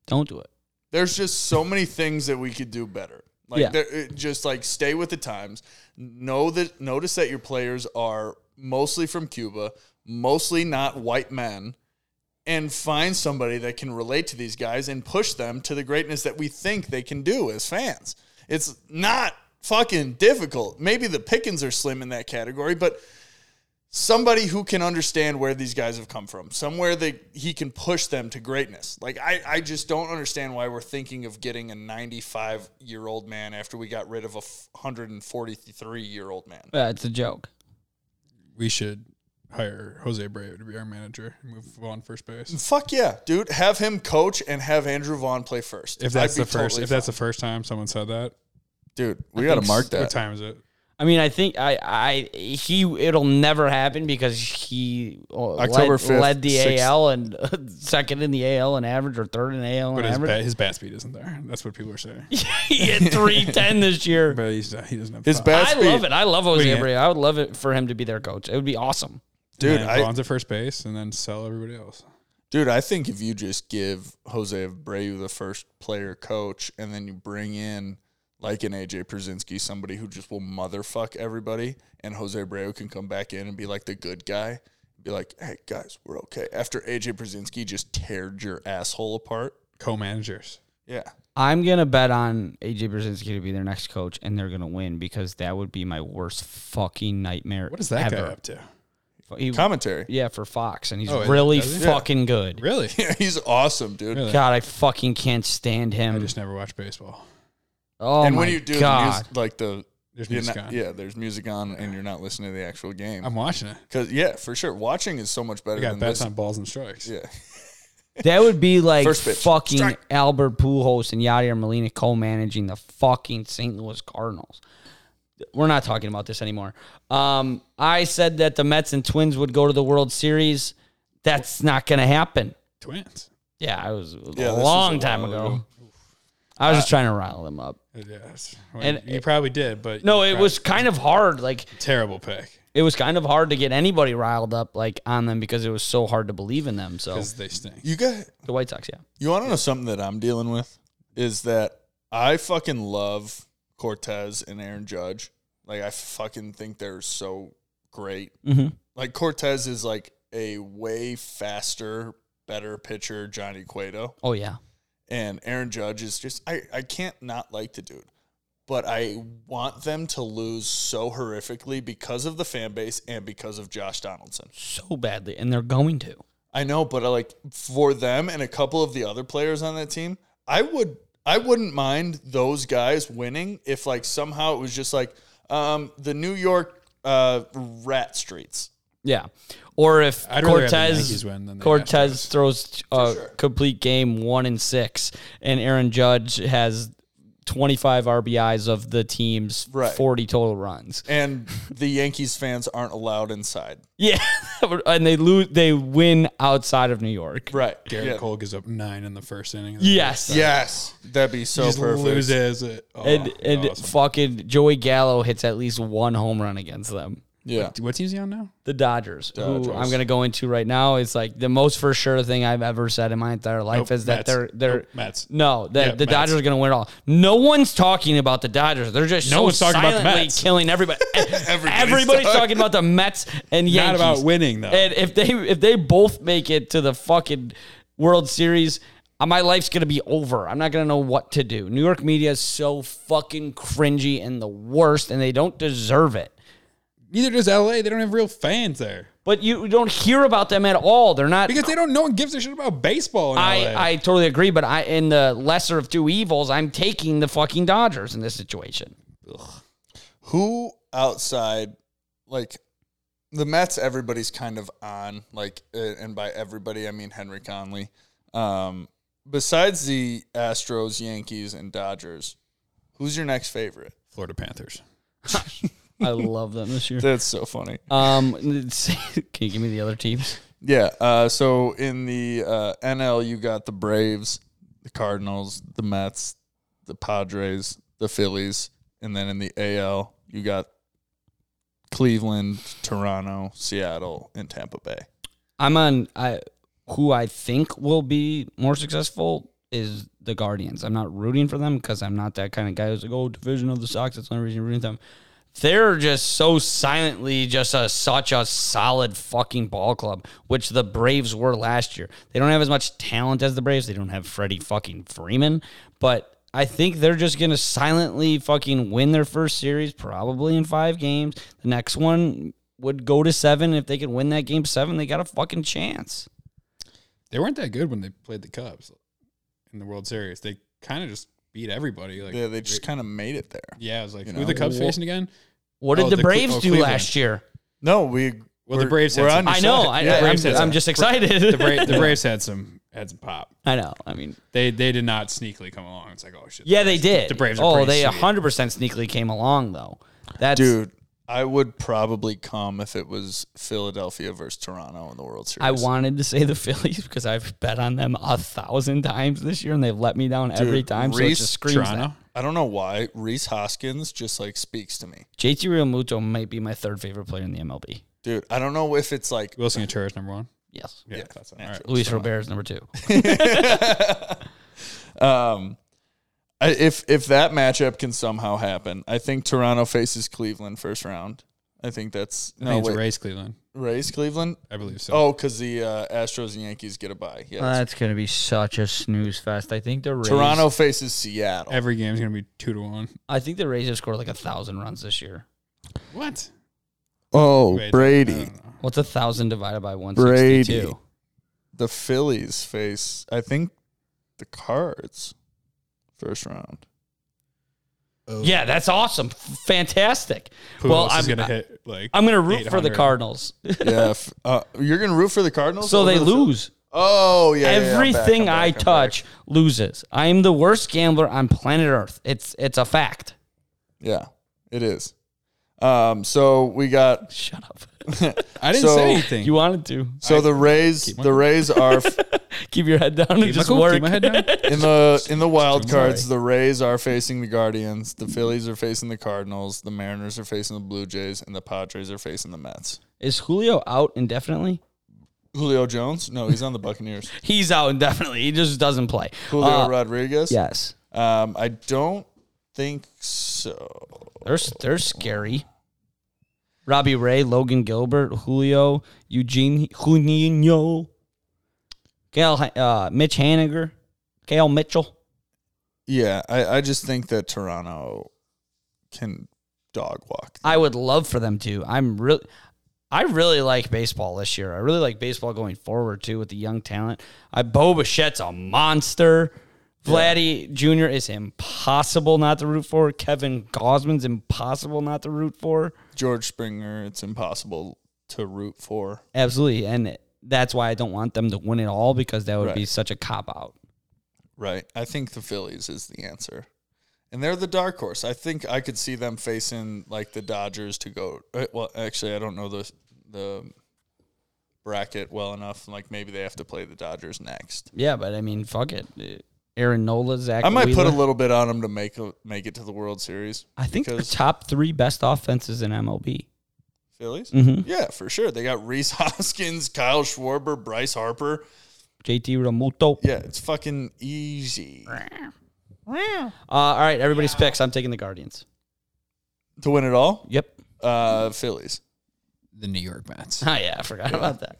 Don't do it. there's just so many things that we could do better. Like Yeah. there, it- just like stay with the times. Know that notice that your players are mostly from Cuba, mostly not white men, and find somebody that can relate to these guys and push them to the greatness that we think they can do as fans. It's not fucking difficult. Maybe the pickings are slim in that category, but somebody who can understand where these guys have come from, somewhere that he can push them to greatness. Like I, I just don't understand why we're thinking of getting a 95 year old man after we got rid of a 143 year old man. Uh, it's a joke. We should hire Jose Abreu to be our manager and move on first base. Fuck yeah, dude! Have him coach and have Andrew Vaughn play first. If that's the first, if that's the first time someone said that, dude, we got to mark what that. time is it? I mean, I think I, I he it'll never happen because he uh, led- October led, 5th, the 6th. AL and second in the AL and average or third in AL But and his bat, average. his bat speed isn't there. That's what people are saying. he hit three ten this year. But he's not, he doesn't have His five. bat I speed, love it. I love Jose Yeah. Abreu. I would love it for him to be their coach. It would be awesome. dude. And I, Vaughn's at first base, and then sell everybody else. dude, I think if you just give Jose Abreu the first player coach, and then you bring in like an AJ Przinsky, somebody who just will motherfuck everybody, and Jose Abreu can come back in and be like the good guy, be like, "Hey guys, we're okay." After AJ Przinsky just teared your asshole apart, Co-managers. yeah, I'm gonna bet on AJ Brzezinski to be their next coach, and they're gonna win because that would be my worst fucking nightmare. What is that ever. guy up to? He- commentary. yeah, for Fox, and he's Oh, really does he? fucking good. Really? Yeah, he's awesome, dude. Really? God, I fucking can't stand him. I just never watched baseball. oh and my when you do the god, music, like the There's you're music not- on. yeah, there's music on, and you're not listening to the actual game. I'm watching it. Because yeah, for sure, watching is so much better I than got bets this. on balls and strikes. Yeah, that would be like First pitch. fucking Strike. Albert Pujols and Yadier Molina co-managing the fucking St. Louis Cardinals. We're not talking about this anymore. Um, I said that the Mets and Twins would go to the World Series. That's not gonna happen. Twins. Yeah, I was it was a Yeah, this was long a time while Uh, ago. I was just trying to rile them up. Yes. And- and you probably did, but No, you it probably- was kind of hard. Like terrible pick it was kind of hard to get anybody riled up like on them because it was so hard to believe in them. So because they stink. you got the White Sox, yeah. You want to know something that I'm dealing with is that I fucking love Cortez and Aaron Judge. Like I fucking think they're so great. Mhm. Like Cortez is like a way faster, better pitcher Johnny Cueto, Oh yeah. and Aaron Judge is just I I can't not like the dude. But I want them to lose so horrifically because of the fan base and because of Josh Donaldson. So badly. And they're going to. I know, but uh, like for them and a couple of the other players on that team, I would I wouldn't mind those guys winning if like somehow it was just like um the New York uh rat streets. Yeah. Or if I'd rather have the Cortez Yankees win than the Cortez throws a sure. complete game one and six and Aaron Judge has twenty five RBIs of the team's Right. forty total runs. And the Yankees fans aren't allowed inside. Yeah. and they lose they win outside of New York. Right. Garrett Yeah. Cole gives up nine in the first inning. of the Yes. Yes. That'd be so Just Oh, perfect. loses it. Oh, and and awesome. fucking Joey Gallo hits at least one home run against them. Yeah. what team's he on now? The Dodgers, who Dodgers. I'm going to go into right now, is like the most for sure thing I've ever said in my entire life Nope, is that Mets. they're they're Nope, Mets. No, that Yeah, the Mets. Dodgers are going to win it all. No one's talking about the Dodgers. They're just No so one's talking about the silently Mets. killing everybody. E-, Everybody's, talking about the Mets and Not Yankees. about winning though. And if they if they both make it to the fucking World Series, uh, my life's gonna be over. I'm not gonna know what to do. New York media is so fucking cringy and the worst, and they don't deserve it. Neither does LA. They don't have real fans there But you don't hear about them at all. They're not. because they don't. No one gives a shit about baseball. In LA. I, I totally agree, but I in the lesser of two evils, I'm taking the fucking Dodgers in this situation. Who outside like the Mets everybody's kind of on like uh, and by everybody I mean Henry Conley. Um besides the Astros, Yankees and Dodgers, who's your next favorite? Florida Panthers. I love them this year. That's so funny. Um, can you give me the other teams? Yeah. Uh, so in the uh, NL, you got the Braves, the Cardinals, the Mets, the Padres, the Phillies, and then in the AL, you got Cleveland, Toronto, Seattle, and Tampa Bay. I'm on. I who I think will be more successful is the Guardians. I'm not rooting for them because I'm not that kind of guy who's like, oh, division of the Sox. That's the only reason you're rooting for them. They're just so silently just a, such a solid fucking ball club, which the Braves were last year. They don't have as much talent as the Braves. They don't have Freddie fucking Freeman, but I think they're just gonna silently fucking win their first series, probably in five games. The next one would go to seven. If they could win that game seven, they got a fucking chance. They weren't that good when they played the Cubs in the World Series. They kind of just beat everybody. Like Yeah, they just kind of made it there. yeah, I was like, you who are know, the Cubs well- facing again? What did Oh, the, the Cle- Braves oh, do Cleveland. last year? No, we. Well, the we're- Braves had We're some- on your I know. side. I, Yeah, I'm, Braves had I'm some- just excited. The, Bra- the Braves had some had some pop. I know. I mean, They they did not sneakily come along. It's like oh shit. yeah, they did. The Braves. Are Oh, pretty they sweet. 100 percent sneakily came along though. That's Dude, I would probably come if it was Philadelphia versus Toronto in the World Series. I wanted to say the Phillies because I've bet on them a thousand times this year, and they've let me down every time. so it Reese just screams Toronto. I don't know why Reese Hoskins just like speaks to me, that. JT Realmuto might be my third favorite player in the MLB. dude. I don't know if it's like Wilson Ventura is number one. Yes, Yeah, that's all right. Luis Robert is number two. um, I- if if that matchup can somehow happen. I think Toronto faces Cleveland first round. I think that's I no think it's wait, Rays Cleveland. Rays Cleveland. I believe so. Oh, because the uh, Astros and Yankees get a bye. Yeah, Uh, that's- That's gonna be such a snooze fest. I think the Rays, Toronto faces Seattle. Every game's gonna be two to one. I think the Rays have scored like a thousand runs this year. What? oh, Wait, uh, I Brady. don't know. What's a thousand divided by one Brady. sixty-two? The Phillies face. I think the Cards first round. Yeah, that's awesome. Fantastic. Who well, else I'm is gonna hit like I'm going to root for the 800? Cardinals. yeah, if, uh, you're gonna root for the Cardinals. so over they the Phil- lose. Oh yeah, yeah, yeah, I'm back, Everything I'm back, I I'm back. touch loses. I am the worst gambler on planet Earth. It's it's a fact. Yeah, it is. Um, so we got Shut up. I didn't So- say anything. You wanted to. so the Rays. The Rays are f- Keep your head down and Keep just my cool, work. keep my head down. in the in the wild sorry. cards. The Rays are facing the Guardians. The Phillies are facing the Cardinals. The Mariners are facing the Blue Jays, and the Padres are facing the Mets. Is Julio out indefinitely? Julio Jones? No, he's on the Buccaneers. He's out indefinitely. He just doesn't play. Julio Uh, Rodriguez. yes. Um, I don't think so. They're, they're scary. Robbie Ray, Logan Gilbert, Julio, Eugene Juninho, Kale, uh, Mitch Haniger, Kale Mitchell. Yeah, I, I just think that Toronto can dog walk. I would love for them to. I'm really, I really like baseball this year. I really like baseball going forward too with the young talent. I Bo Bichette's a monster. Vladdy Jr. is impossible not to root for. Kevin Gosman's impossible not to root for. George Springer, it's impossible to root for. Absolutely, and that's why I don't want them to win it all because that would be Right. such a cop out. Right. I think the Phillies is the answer. And they're the dark horse. I think I could see them facing like the Dodgers to go. uh, Well, actually, I don't know the the bracket well enough. Like maybe they have to play the Dodgers next. Yeah, but I mean, fuck it. Aaron Nola, Zach. I might put a Wheeler. little bit on them to make a, make it to the World Series. I think the because top three best offenses in MLB. Phillies. Yeah, for sure. They got Reese Hoskins, Kyle Schwarber, Bryce Harper. JT Ramuto. Yeah, it's fucking easy Uh, all right, everybody's picks. I'm taking the Guardians. to win it all. Yep. Uh, Phillies. The New York Mets. Oh yeah, I forgot about that.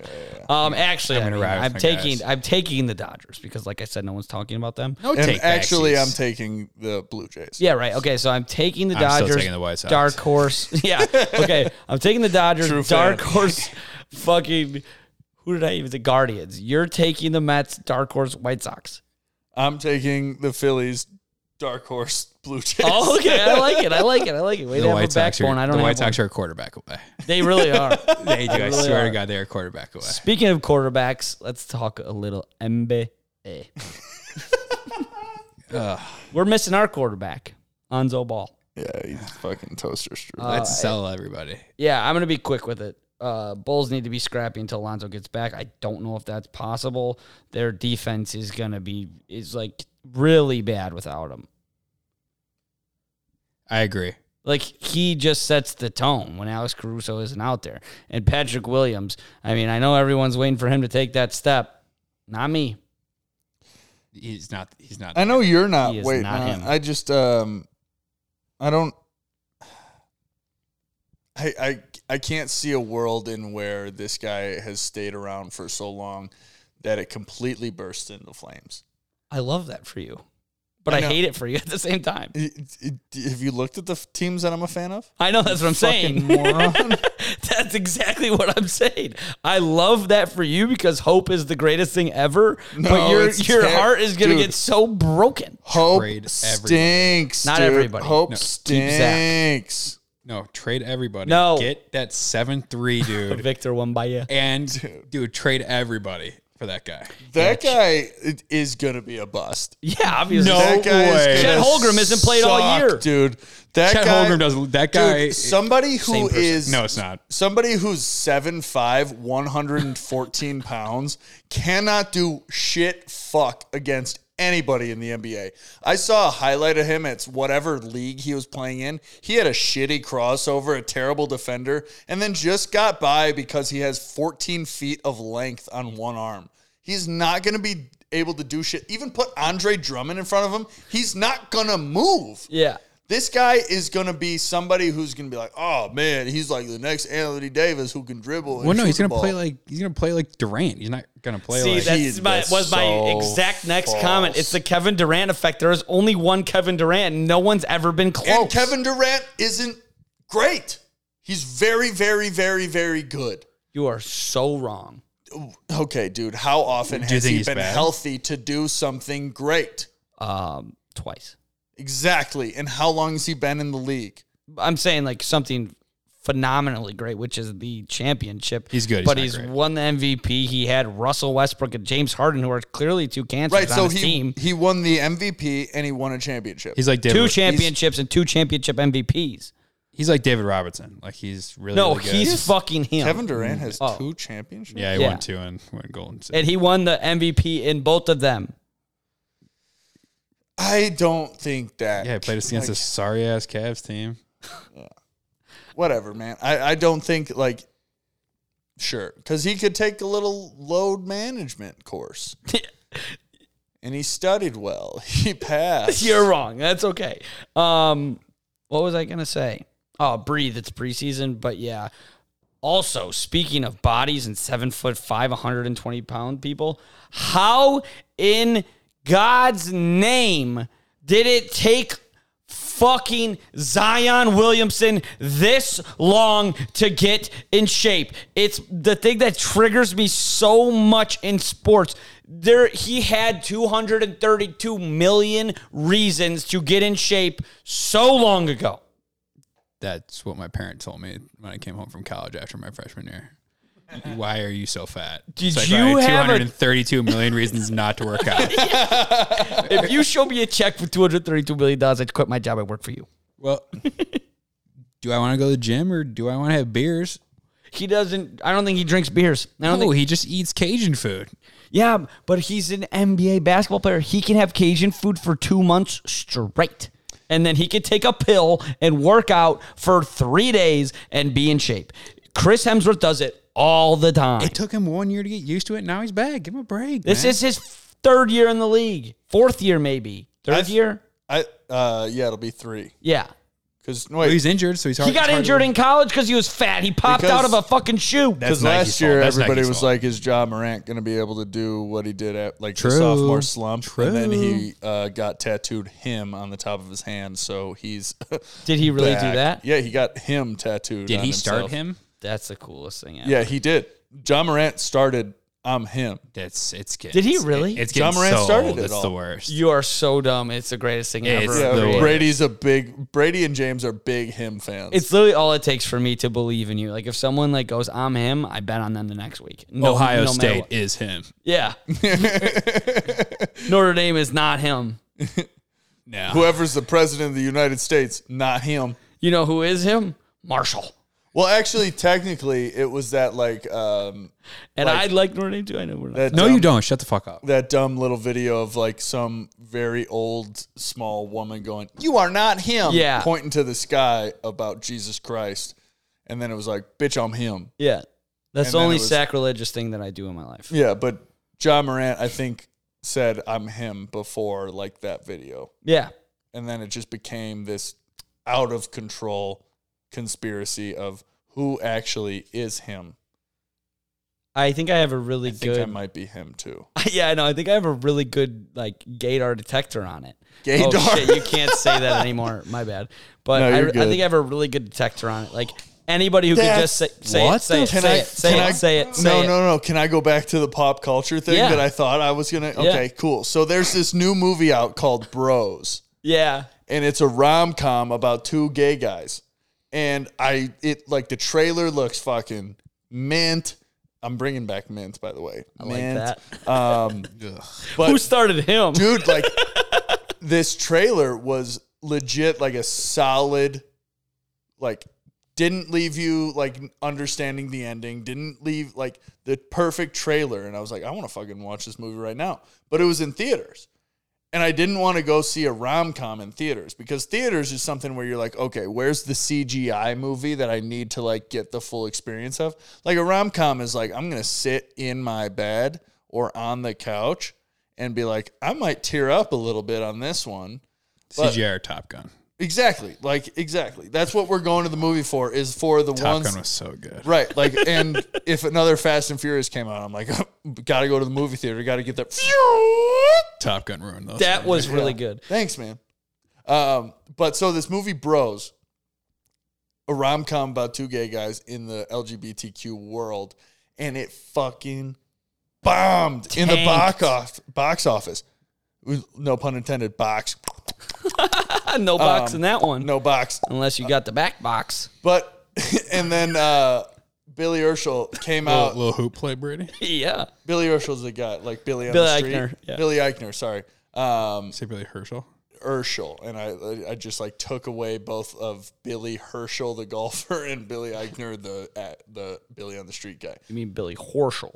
Um, actually, I'm I gonna mean, ride with I'm my taking guys. I'm taking the Dodgers because, like I said, no one's talking about them. No, And take actually, backsies. I'm taking the Blue Jays. Yeah, right. Okay, so I'm taking the I'm still Dodgers. taking the White Sox. Dark horse. Yeah. Okay, I'm taking the Dodgers. True dark fan. horse. Fucking. Who did I even? The Guardians. You're taking the Mets. Dark horse. White Sox. I'm taking the Phillies, dark horse, Blue Jays. Oh, okay. I like it. I like it. I like it. Way to the have White a Sox backbone. are I don't the have White one. Sox are a quarterback away. They really are. They do. I really swear are. to God, they are a quarterback away. Speaking of quarterbacks, let's talk a little NBA. We're missing our quarterback, Anzo Ball. Yeah, he's fucking toaster strudel. Uh, Let's sell everybody. Yeah, I'm going to be quick with it. Uh, Bulls need to be scrappy until Lonzo gets back. I don't know if that's possible. Their defense is going to be is like really bad without him. I agree. Like he just sets the tone when Alex Caruso isn't out there. And Patrick Williams, I mean, I know everyone's waiting for him to take that step. Not me. He's not. He's not. I know you're not He is waiting. not on it. him. I just um, I don't. I I I can't see a world in where this guy has stayed around for so long that it completely bursts into flames. I love that for you. But I I, know. hate it for you at the same time. It- it- have you looked at the f- teams that I'm a fan of? I know that's what I'm saying. Fucking moron. That's exactly what I'm saying. I love that for you because hope is the greatest thing ever. but No, your it's your ter- heart is gonna Dude. get so broken. Hope Trade everybody. stinks. Not dude. everybody. Hope No, keep Zach. stinks. No, trade everybody. No. get that seven three dude, Victor won by you. and dude. trade everybody for that guy. That guy i- is gonna be a bust. Yeah, obviously. No. that guy way. Is Chet gonna Holmgren hasn't played all suck, year. dude. That Chet guy, Holmgren doesn't. That Dude, guy. somebody who same person. is No, it's not. Somebody who's 7'5", 114 pounds cannot do shit fuck against anybody in the NBA. I saw a highlight of him at whatever league he was playing in. He had a shitty crossover, a terrible defender, and then just got by because he has 14 feet of length on one arm. He's not going to be able to do shit. Even put Andre Drummond in front of him, he's not going to move Yeah. this guy is going to be somebody who's going to be like, oh man, he's like the next Anthony Davis who can dribble. And Well, no, shoot he's the gonna play ball. like he's gonna play like Durant. He's not gonna play See, like. that's my, that's was my so exact next false. comment. It's the Kevin Durant effect. There is only one Kevin Durant. and No one's ever been close. And Kevin Durant isn't great. He's very, very, very, very good. you are so wrong. Okay, dude, how often you has think he he's been bad? healthy to do something great? Um, twice. Exactly. And how long has he been in the league? I'm saying like something phenomenally great, which is the championship. He's good. He's but not he's great. won the MVP. He had Russell Westbrook and James Harden, who are clearly two cancers Right, on so his he team. he won the MVP and he won a championship. he's like David. Two championships and two championship MVPs. he's like David Robertson. Like he's really. No, really good. he's fucking him. Kevin Durant has Oh. two championships. Yeah, he Yeah. won two and won Golden State. and he won the MVP in both of them. I don't think that. yeah, he played us against like- this sorry ass Cavs team. whatever, man. I, I don't think like sure because he could take a little load management course, and he studied well. He passed. You're wrong. That's okay. Um, what was I gonna say? Oh, breathe. It's preseason, but yeah. Also, speaking of bodies and seven foot five, 120 pound people, how in God's name did it take fucking Zion Williamson this long to get in shape? It's the thing that triggers me so much in sports. There he had 232 million reasons to get in shape so long ago. That's what my parents told me when I came home from college after my freshman year. Why are you so fat? Did It's like, you I have a- 232 million reasons not to work out? If you show me a check for 232 million dollars, I'd quit my job. I work for you. Well, do I want to go to the gym or do I want to have beers? He doesn't. I don't think he drinks beers. I don't No, think. he just eats Cajun food. Yeah, but he's an NBA basketball player. He can have Cajun food for two months straight, and then he could take a pill and work out for three days and be in shape. Chris Hemsworth does it all the time. It took him one year to get used to it. Now he's back. Give him a break. this man. is his third year in the league, fourth year maybe, 3rd I've- year. I uh yeah, it'll be three Yeah, because Well, wait Oh, he's injured, so he's hard. he got it's hard to- injured in college because he was fat. He popped Because- out of a fucking shoe. because That's Nike's last fault. year That's everybody Nike's was fault. like, is John Morant going to be able to do what he did at like True. the sophomore slump? And then True. he uh, got tattooed him on the top of his hand, so he's Did he really do back. that? Yeah, he got him tattooed. Did on he start himself. him? That's the coolest thing ever. Yeah, he did. John Morant started. I'm him. That's it's. Getting, Did he it's- really? it's John getting Morant so started old. it It's all. the worst. You are so dumb. It's the greatest thing It's ever. the Yeah, worst. Brady's a big Brady and James are big him fans. It's literally all it takes for me to believe in you. Like if someone like goes, "I'm him," I bet on them the next week. No, Ohio no matter State what. is him. yeah. Notre Dame is not him. No. Whoever's the president of the United States, not him. You know who is him? Marshall. Well, actually, technically, it was that like um, And I like Notre Dame too. I know we're not. that No, dumb, you don't. Shut the fuck up. that dumb little video of like some very old small woman going, "You are not him," Yeah. pointing to the sky about Jesus Christ, and then it was like, "Bitch, I'm him." yeah. That's And the then only it was- sacrilegious thing that I do in my life. Yeah, but John Morant, I think, said "I'm him" before like that video, Yeah. and then it just became this out of control conspiracy of who actually is him. I think I have a really I think I good. might be him too. yeah, I know. I think I have a really good like gaydar detector on it. Gaydar. Oh, shit, you can't say that anymore. My bad. But No, I, you're I think good. I have a really good detector on it. Like anybody who can just That's- say say it, What say the it, Can say I it, say can it, I, say it, say no, it. no, no. Can I go back to the pop culture thing Yeah. that I thought I was gonna? Okay, cool. So there's this new movie out called Bros, Yeah. and it's a rom com about two gay guys. And I, it like the trailer looks fucking mint. I'm bringing back mint, by the way. I like mint. that. Um, Who but started him? dude, like this trailer was legit like a solid, like didn't leave you like understanding the ending, didn't leave like the perfect trailer. And I was like, I want to fucking watch this movie right now. But it was in theaters. And I didn't want to go see a rom com in theaters because theaters is something where you're like, okay, where's the CGI movie that I need to like get the full experience of? Like a rom com is like, I'm going to sit in my bed or on the couch and be like, I might tear up a little bit on this one. But- CGI or Top Gun. Exactly. Like, exactly. That's what we're going to the movie for is for the Top ones. Gun was so good. Right. Like, and if another Fast and Furious came out, I'm like, gotta go to the movie theater, gotta get that. Top Gun ruined those. That was really Yeah. good. Thanks, man. Um, but so this movie, Bros, a rom com about two gay guys in the LGBTQ world, and it fucking bombed in the box Tanked. off, box office. Ooh, No pun intended. Box, Um, no box in that one. no box. Unless you got the back box. But and then uh, Billy Urshel came Little, out. little hoop play, Brady. Yeah. Billy Urshel the guy, like Billy on Billy the street. Eichner, yeah. Billy Eichner, sorry. Um, Say Billy Herschel. Urshel, and I I just like took away both of Billy Herschel the golfer and Billy Eichner the at the Billy on the street guy. You mean Billy Horschel?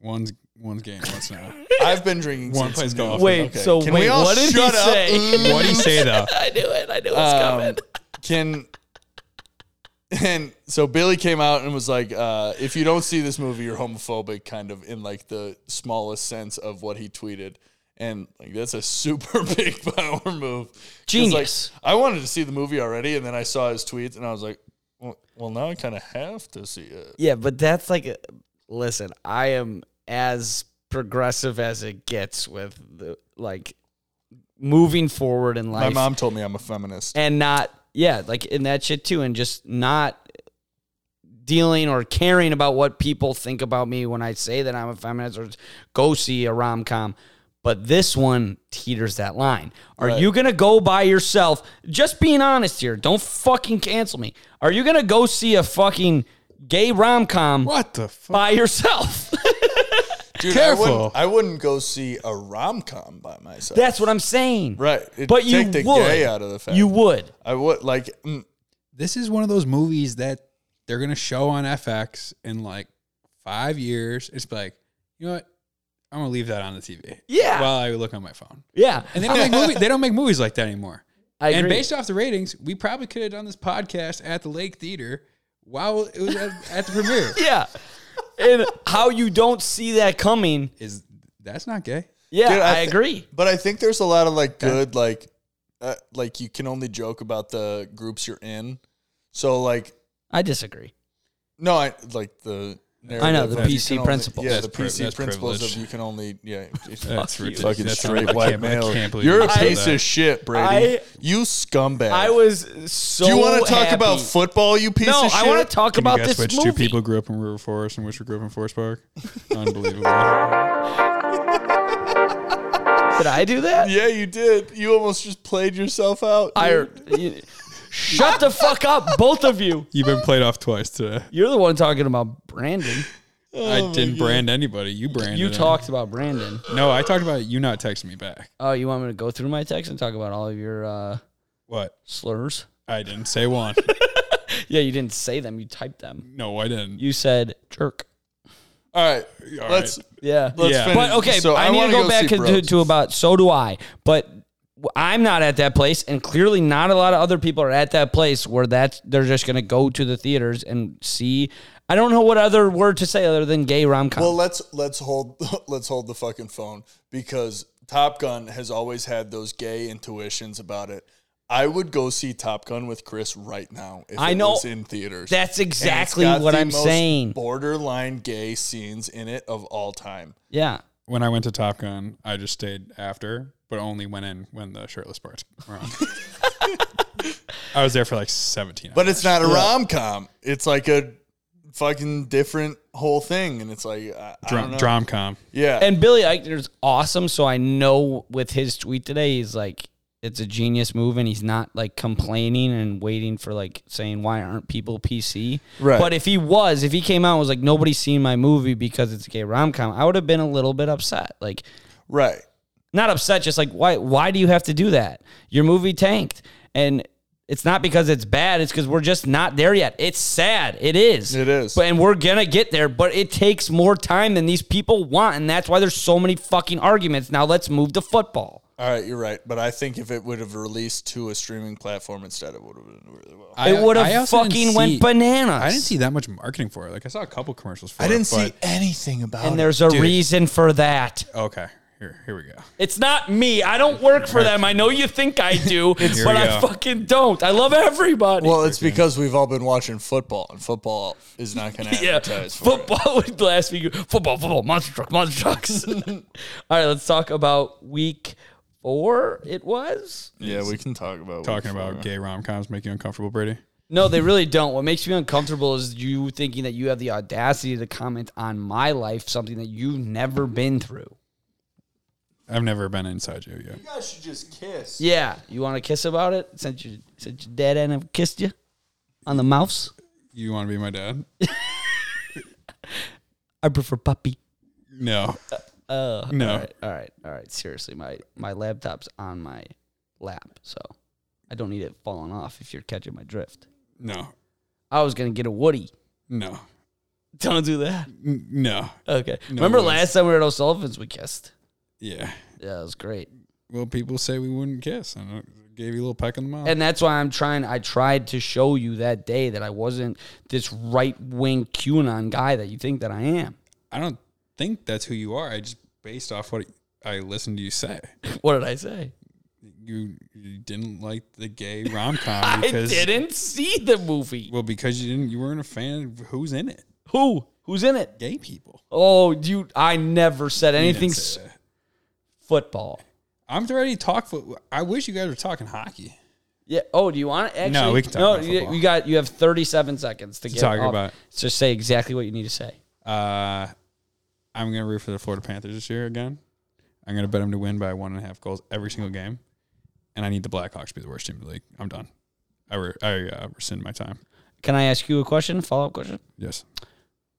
One's one's game. One's not. I've been drinking. One since plays noon. golf. Wait, Okay. so Can we wait, all what did he shut up? Mm. say? what do you say though? I knew it. I knew it was Um, can and so Billy came out and was like, uh, "If you don't see this movie, you're homophobic," kind of in like the smallest sense of what he tweeted. And like that's a super big power move. 'Cause, Genius. Like, I wanted to see the movie already, and then I saw his tweets, and I was like, "Well, well now I kind of have to see it." Yeah, but that's like, a, listen, I am as progressive as it gets with the, like moving forward in My life mom told me I'm a feminist. and not, yeah, like in that shit too, and just not dealing or caring about what people think about me when I say that I'm a feminist or go see a rom com. But this one teeters that line. Are Right. you gonna go by yourself? Just being honest here. Don't fucking cancel me. Are you gonna go see a fucking gay rom com? What the fuck? by yourself. Dude, I Careful. wouldn't, I wouldn't go see a rom com by myself. That's what I'm saying. right. It'd But you take the would. gay out of the fact. You would. I would like. mm, This is one of those movies that they're gonna show on FX in like five years. It's like, you know what? I'm gonna leave that on the TV. Yeah. While I look on my phone. Yeah. And they don't make movie. They don't make movies like that anymore. I agree. And based off the ratings, we probably could have done this podcast at the Lake Theater while it was at, at the premiere. yeah. And how you don't see that coming. Is that's not gay? Yeah, Dude, I, I thi- agree. But I think there's a lot of like good like, uh, like you can only joke about the groups you're in. So like, I disagree. no, I like the. narrative know, the of you PC can only- principles. Yeah, That's the pri- PC that's principles privilege. of you can only yeah. That's you. ridiculous. Fucking That's straight not- I white can't- I male. can't believe You're you a said piece that. of shit, I- Brady. you scumbag. I was so. Do you want to talk happy. about football? You piece No, of shit. I want to talk Can you about guess this which movie. two people grew up in River Forest and which grew up in Forest Park? Unbelievable. Did I do that? Yeah, you did. You almost just played yourself out. I. dude. you- shut the fuck up, both of you. You've been played off twice today. You're the one talking about Brandon. I didn't brand anybody. You branded. Oh You him. talked about Brandon. No, I talked about you not texting me back. Oh, you want me to go through my text and talk about all of your uh, What? slurs? I didn't say one. Yeah, you didn't say them. You typed them. no, I didn't. You said jerk. All right, All let's right. Yeah. let's Yeah. finish. But okay, So I, need to wanna go, back see to, Brooks. to about so do I. But w- I'm not at that place, and clearly not a lot of other people are at that place where that's they're just gonna go to the theaters and see. I don't know what other word to say other than gay rom com. Well, let's let's hold let's hold the fucking phone because Top Gun has always had those gay intuitions about it. I would go see Top Gun with Chris right now if I it know. was in theaters. And that's it's exactly got what the I'm most saying. Borderline gay scenes in it of all time. yeah. When I went to Top Gun, I just stayed after, but only went in when the shirtless parts were on. I was there for like 17 But it's not a rom com. It's like a fucking different whole thing, and it's like I, I don't know. hours. Drom com. Yeah, And Billy Eichner's awesome, so I know with his tweet today, he's like, it's a genius move, and he's not like complaining and waiting for like saying why aren't people PC. Right. But if he was, if he came out and was like nobody's seen my movie because it's a gay rom com, I would have been a little bit upset. Like right. not upset, just like why why do you have to do that? Your movie tanked, and it's not because it's bad. It's because we're just not there yet. It's sad. It is. It is. But and we're gonna get there, but it takes more time than these people want, and that's why there's so many fucking arguments. Now let's move to football. All right, you're right. But I think if it would have released to a streaming platform instead, it would have been really well. I- it would I have also didn't fucking went see- bananas. I didn't see that much marketing for it. Like I saw a couple commercials for it. I didn't but- see anything about And it. there's a Dude. reason for that. Okay, here, here we go. It's not me. I don't work for them. I know you think I do, Here but we I go. fucking don't. I love everybody. Well, it's because we've all been watching football, and football is not going to yeah, advertise for it. football would last week. Football, football, monster truck, monster trucks. All right, let's talk about week four. It was Yeah, we can talk about Talking about gay rom coms make you uncomfortable, Brady. no, they really don't. What makes me uncomfortable is you thinking that you have the audacity to comment on my life, something that you've never been through. I've never been inside you yet. You guys should just kiss. Yeah, you want to kiss about it since you since your dad and have kissed you on the mouse. You want to be my dad? I prefer puppy. No. Oh no. Uh, All right, all right, all right. Seriously, my my laptop's on my lap, so I don't need it falling off. If you're catching my drift, No. I was gonna get a Woody. No. Don't do that. N- No. Okay. Remember worries. last time we were at O'Sullivan's, we kissed. Yeah. Yeah, it was great. Well, people say we wouldn't kiss, and I gave you a little peck in the mouth. And that's why I'm trying. I tried to show you that day that I wasn't this right wing QAnon guy that you think that I am. I don't think that's who you are. I just based off what I listened to you say. What did I say? You, you didn't like the gay rom com because I didn't see the movie. well because you didn't you weren't a fan of who's in it. Who? Who's in it? Gay people. Oh, you! I never said You didn't anything. say s- that. football. I'm ready to talk. Fo- I wish you guys were talking hockey. Yeah. Oh, do you want it? Actually, No, we can talk No, about you, football. you got. You have 37 seconds to, get talk off. about- Just say exactly what you need to say. Uh, I'm gonna root for the Florida Panthers this year again. I'm gonna bet them to win by one and a half goals every single game, and I need the Blackhawks to be the worst team in the league. I'm done. I re- I uh, rescind my time. Can I ask you a question? Follow up question. Yes.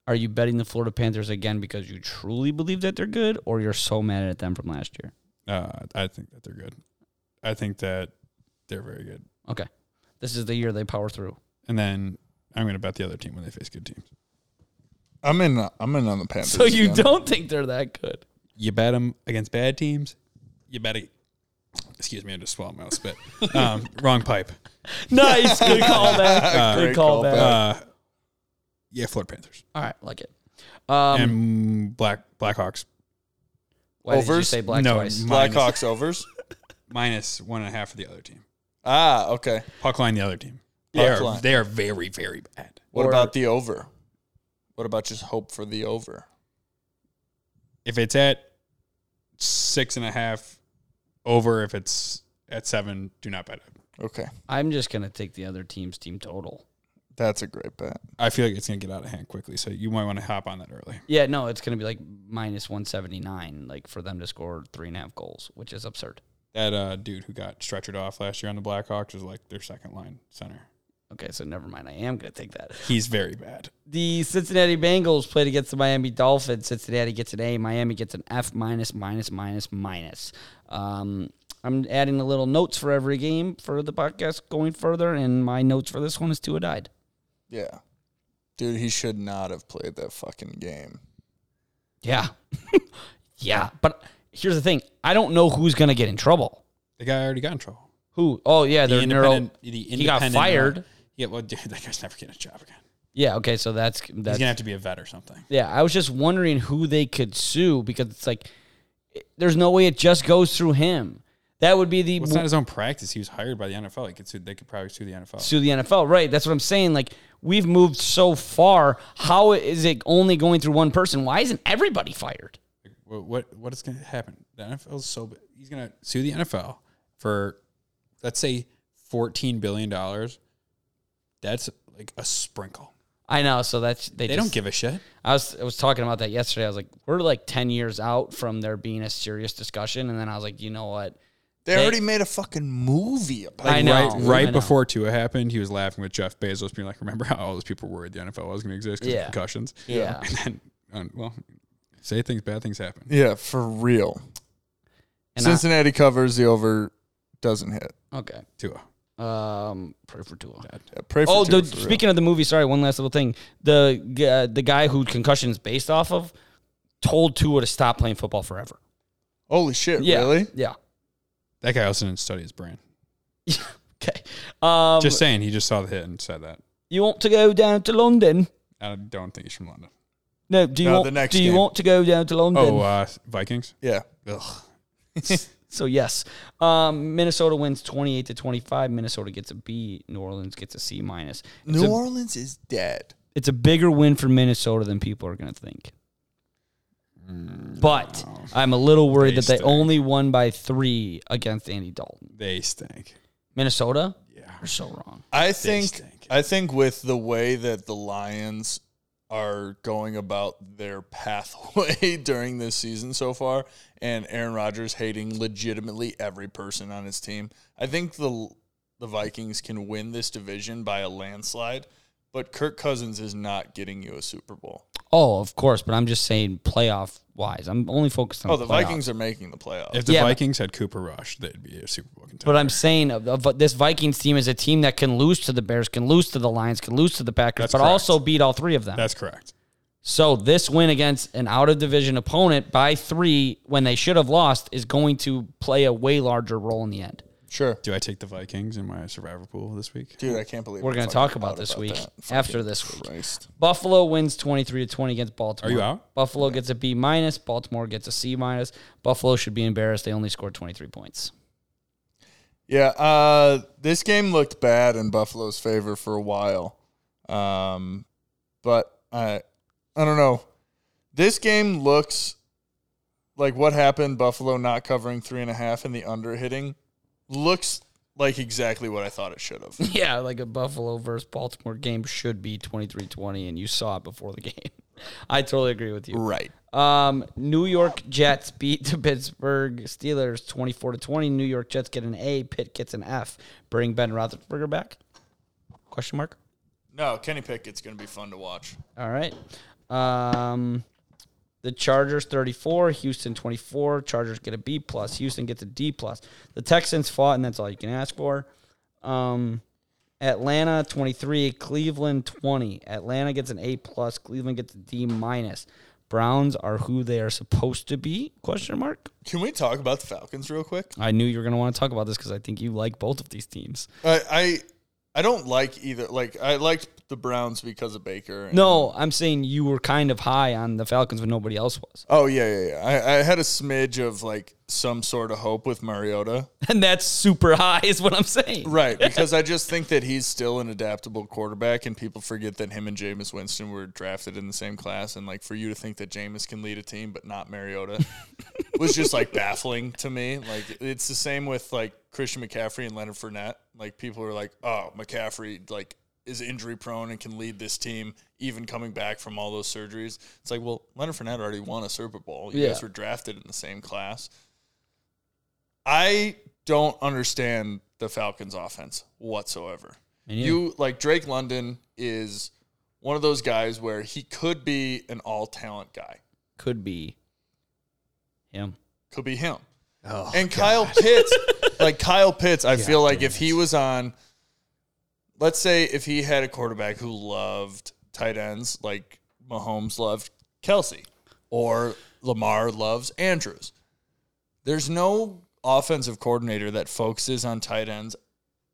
Are you betting the Florida Panthers again because you truly believe that they're good, or you're so mad at them from last year? Uh, I think that they're good. I think that they're very good. Okay, this is the year they power through. And then I'm going to bet the other team when they face good teams. I'm in. I'm in on the Panthers. So you again. don't think they're that good? You bet them against bad teams. You bet it. Excuse me, I just swallowed my own spit. Um, wrong pipe. Nice, good call back. Great Good call callback. back. Uh, yeah, Florida Panthers All right, like it. Um, and Black Blackhawks why did you overs? say black No, twice? Blackhawks overs. minus one and a half for the other team. Ah, okay. Puck line, the other team. They Puck are line. they are very very bad. What Or- about the over? What about just hope for the over? If it's at six and a half, over. If it's at seven, do not bet it. Okay, I'm just gonna take the other team's team total. that's a great bet. I feel like it's going to get out of hand quickly, so you might want to hop on that early. Yeah, no, it's gonna be like minus 179, like for them to score three and a half goals, which is absurd. That uh, dude who got stretchered off last year on the Blackhawks is like their second line center. Okay, so never mind. I am going to take that. He's very bad. The Cincinnati Bengals played against the Miami Dolphins. Cincinnati gets an A. Miami gets an F minus minus minus minus. Um, I'm adding a little notes for every game for the podcast going further, and my notes for this one is two a died. Yeah. Dude, he should not have played that fucking game. Yeah, yeah. But here's the thing: I don't know who's going to get in trouble. The guy already got in trouble. Who? Oh yeah, The they're neural. independent- the he got independent- fired. Yeah, well, dude, that guy's never getting a job again. Yeah. Okay. So that's He's that's gonna have to be a vet or something. Yeah, I was just wondering who they could sue because it's like it- there's no way it just goes through him. That would be the Well, it's not his own practice. He was hired by the NFL. He could sue. They could probably sue the NFL. sue the NFL, right? That's what I'm saying. Like we've moved so far, how is it only going through one person? Why isn't everybody fired? Like, wha- what what is going to happen? The NFL is so big. he's going to sue the NFL for let's say fourteen billion dollars. That's like a sprinkle. I know, so that's they, They just, don't give a shit. I was I was talking about that yesterday. I was like, we're like ten years out from there being a serious discussion, and then I was like, you know what? They, They- already made a fucking movie about I know, Right, I know. right before Tua happened, he was laughing with Jeff Bezos, being like, "Remember how all those people were worried the NFL was going to exist because Yeah. of concussions?" Yeah. And then, um, well, say things, bad things happen. Yeah, for real. And I- Cincinnati covers the over doesn't hit. okay, Tua, um, pray for Tua. Yeah, pray for Oh, Tua the, for real. speaking of the movie, sorry, one last little thing. The g- uh, the guy who concussion is based off of told Tua to stop playing football forever. Holy shit, Yeah, really? Yeah. that guy also didn't study his brain. Okay. Um, Just saying, he just saw the hit and said that. you want to go down to London? I don't think he's from London. No. Do you No, want? the next do you game. want to go down to London? Oh, uh, Vikings. Yeah. Ugh. So yes, um, Minnesota wins twenty eight to twenty five. Minnesota gets a B. New Orleans gets a C minus. It's, New a- Orleans is dead. it's a bigger win for Minnesota than people are going to think. But I'm a little worried They that they stink. only won by three against Andy Dalton. They stink. Minnesota? Yeah. You're so wrong. I think stink. I think with the way that the Lions are going about their pathway during this season so far and Aaron Rodgers hating legitimately every person on his team, I think the the Vikings can win this division by a landslide, but Kirk Cousins is not getting you a Super Bowl. Oh, of course, but I'm just saying playoff wise. I'm only focused on Oh, the playoffs. Vikings are making the playoffs. If the Yeah, but- Vikings had Cooper Rush, they'd be a Super Bowl contender. But I'm saying of, of this Vikings team is a team that can lose to the Bears, can lose to the Lions, can lose to the Packers, That's but correct. also beat all three of them. That's correct. so this win against an out of division opponent by three when they should have lost is going to play a way larger role in the end. sure. Do I take the Vikings in my survivor pool this week? Dude, I can't believe We're I going to fucking talk about thought this week that. after this week. Christ. Buffalo wins 23 to 20 against Baltimore. Are you out? Buffalo gets a B minus. Baltimore gets a C minus. Buffalo should be embarrassed. They only scored 23 points. Yeah, uh, this game looked bad in Buffalo's favor for a while, um, but I, I don't know. This game looks like what happened. Buffalo not covering three and a half and the under hitting looks like exactly what I thought it should have. Yeah, like a Buffalo versus Baltimore game should be 23 20, and you saw it before the game. I totally agree with you. right. Um, New York Jets beat the Pittsburgh Steelers 24 to 20. New York Jets get an A. Pitt gets an F. Bring Ben Roethlisberger back? Question mark. No, Kenny Pickett's going to be fun to watch. All right. Um, the Chargers 34, Houston 24. Chargers get a B plus. Houston gets a D plus. The Texans fought, and that's all you can ask for. Um, Atlanta 23, Cleveland 20. Atlanta gets an A plus. Cleveland gets a D minus. Browns are who they are supposed to be? Question mark. Can we talk about the Falcons real quick? I knew you were going to want to talk about this because I think you like both of these teams. I, I, I don't like either. Like I liked the Browns because of Baker. and- No, I'm saying you were kind of high on the Falcons when nobody else was, Oh yeah, yeah, yeah. I, I had a smidge of like some sort of hope with Mariota, and that's super high, is what I'm saying. right? Because I just think that he's still an adaptable quarterback, and people forget that him and Jameis Winston were drafted in the same class. And like for you to think that Jameis can lead a team but not Mariota was just like baffling to me. Like it's the same with like Christian McCaffrey and Leonard Fournette. Like people are like, oh, McCaffrey like is injury prone and can lead this team even coming back from all those surgeries. It's like, well, Leonard Fournette already won a Super Bowl. You Yeah. guys were drafted in the same class. I don't understand the Falcons offense whatsoever. You like Drake London is one of those guys where he could be an all talent guy. could be him. Could be him. and Kyle Pitts, like Kyle Pitts, I feel like if he was on, let's say if he had a quarterback who loved tight ends, like Mahomes loved Kelsey or Lamar loves Andrews, there's no offensive coordinator that focuses on tight ends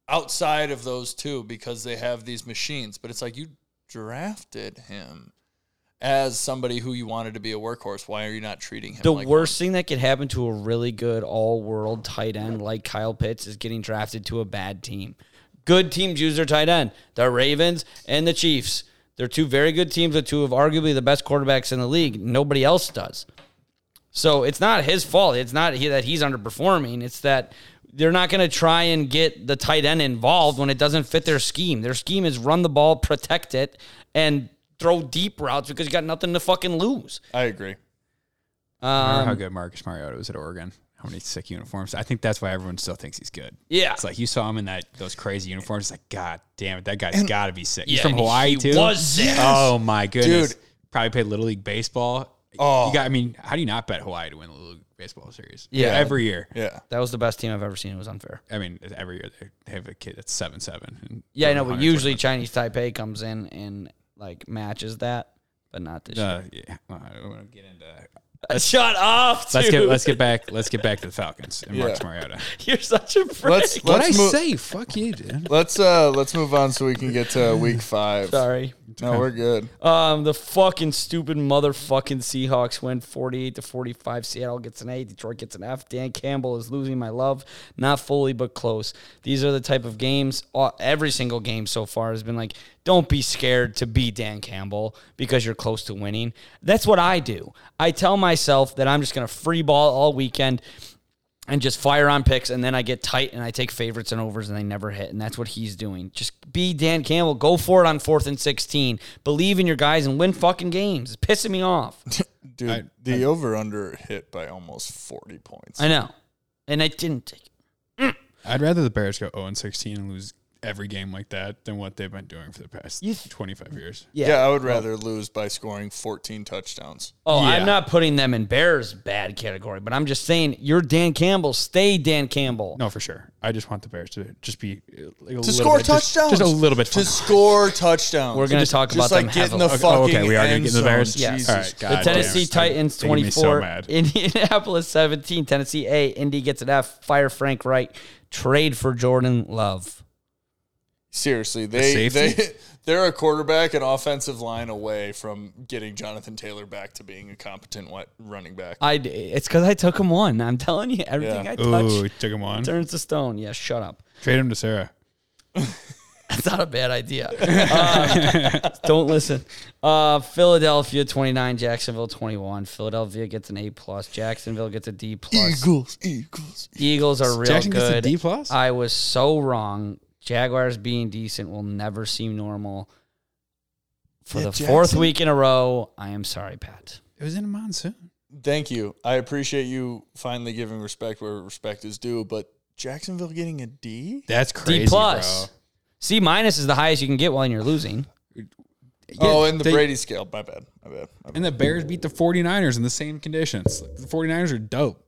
outside of those two because they have these machines. But it's like you drafted him as somebody who you wanted to be a workhorse. Why are you not treating him The like worst thing that could happen to a really good all world tight end like Kyle Pitts is getting drafted to a bad team. Good teams use their tight end. The Ravens and the Chiefs. They're two very good teams with two of arguably the best quarterbacks in the league. Nobody else does. So it's not his fault. It's not he, that he's underperforming. It's that they're not going to try and get the tight end involved when it doesn't fit their scheme. Their scheme is run the ball, protect it, and throw deep routes because you got nothing to fucking lose. I agree. Remember Um, how good Marcus Mariota was at Oregon? How many sick uniforms? I think that's why everyone still thinks he's good. Yeah. It's like you saw him in that those crazy uniforms. It's like, God damn it, that guy's got to be sick. he's yeah, from and Hawaii he too. was sick. Oh my goodness, Dude. probably played little league baseball. Oh. you got. I mean, how do you not bet Hawaii to win the little league baseball series? Yeah. every year. Yeah. That was the best team I've ever seen. It was unfair. I mean, every year they- they have a kid that's seven seven. Yeah, I know, but usually Chinese Taipei comes in and like matches that, but not this Uh, yeah, well, I don't want to get into that. year. Shut up, dude. Let's get let's get back let's get back to the Falcons and Marcus Yeah. Mariota. You're such a prick. Let's What I let's move. say? Fuck you, dude. Let's uh let's move on so we can get to week five. Sorry. No, we're good. Uh, Um, the fucking stupid motherfucking Seahawks win 48 to 45. Seattle gets an A. Detroit gets an F. Dan Campbell is losing my love. Not fully, but close. These are the type of games, uh, every single game so far has been like, don't be scared to be Dan Campbell because you're close to winning. That's what I do. I tell myself that I'm just going to free ball all weekend and just fire on picks and then I get tight and I take favorites and overs and they never hit and that's what he's doing. Just be Dan Campbell, go for it on 4th and 16. Believe in your guys and win fucking games. It's pissing me off. Dude, the over under hit by almost forty points. I know. And I didn't take it. I'd rather the Bears go 0 16 and lose every game like that than what they've been doing for the past 25 years. yeah. I Oh. would rather lose by scoring fourteen touchdowns. Oh, Yeah. I'm not putting them in Bears bad category, but I'm just saying you're Dan Campbell, stay Dan Campbell. No, for sure. I just want the Bears to just be uh, like a To score touchdowns. just, just a little bit. To fun. score touchdowns. We're going to Just- talk just about like them get in the heavily. fucking Oh, okay, we are gonna end get into the Bears? zone. Yes. Jesus All right, Christ. God the damn it. Tennessee I'm Titans making me so 24, mad. Indianapolis 17, Tennessee A, Indy gets an F, fire Frank Wright, trade for Jordan Love. Seriously, they safety? they they're a quarterback and offensive line away from getting Jonathan Taylor back to being a competent wi- running back. I d- it's because I took him one. I'm telling you, everything Yeah. I touch Ooh, took him on. turns to stone. Yeah, shut up. Trade him to Sarah. That's not a bad idea. Uh, don't listen. Uh, Philadelphia 29, Jacksonville 21. Philadelphia gets an A plus. Jacksonville gets a D plus. Eagles, Eagles. Eagles are real Jackson gets a good. D plus? I was so wrong. Jaguars being decent will never seem normal. For Yeah, the fourth Jackson- week in a row, I am sorry, Pat. It was in a monsoon. Thank you. I appreciate you finally giving respect where respect is due, but Jacksonville getting a D? That's crazy. D plus. C minus is the highest you can get while you're losing. oh, and the they- Brady scale. My bad. My bad. My bad. And the Bears beat the 49ers in the same conditions. Like, The 49ers are dope.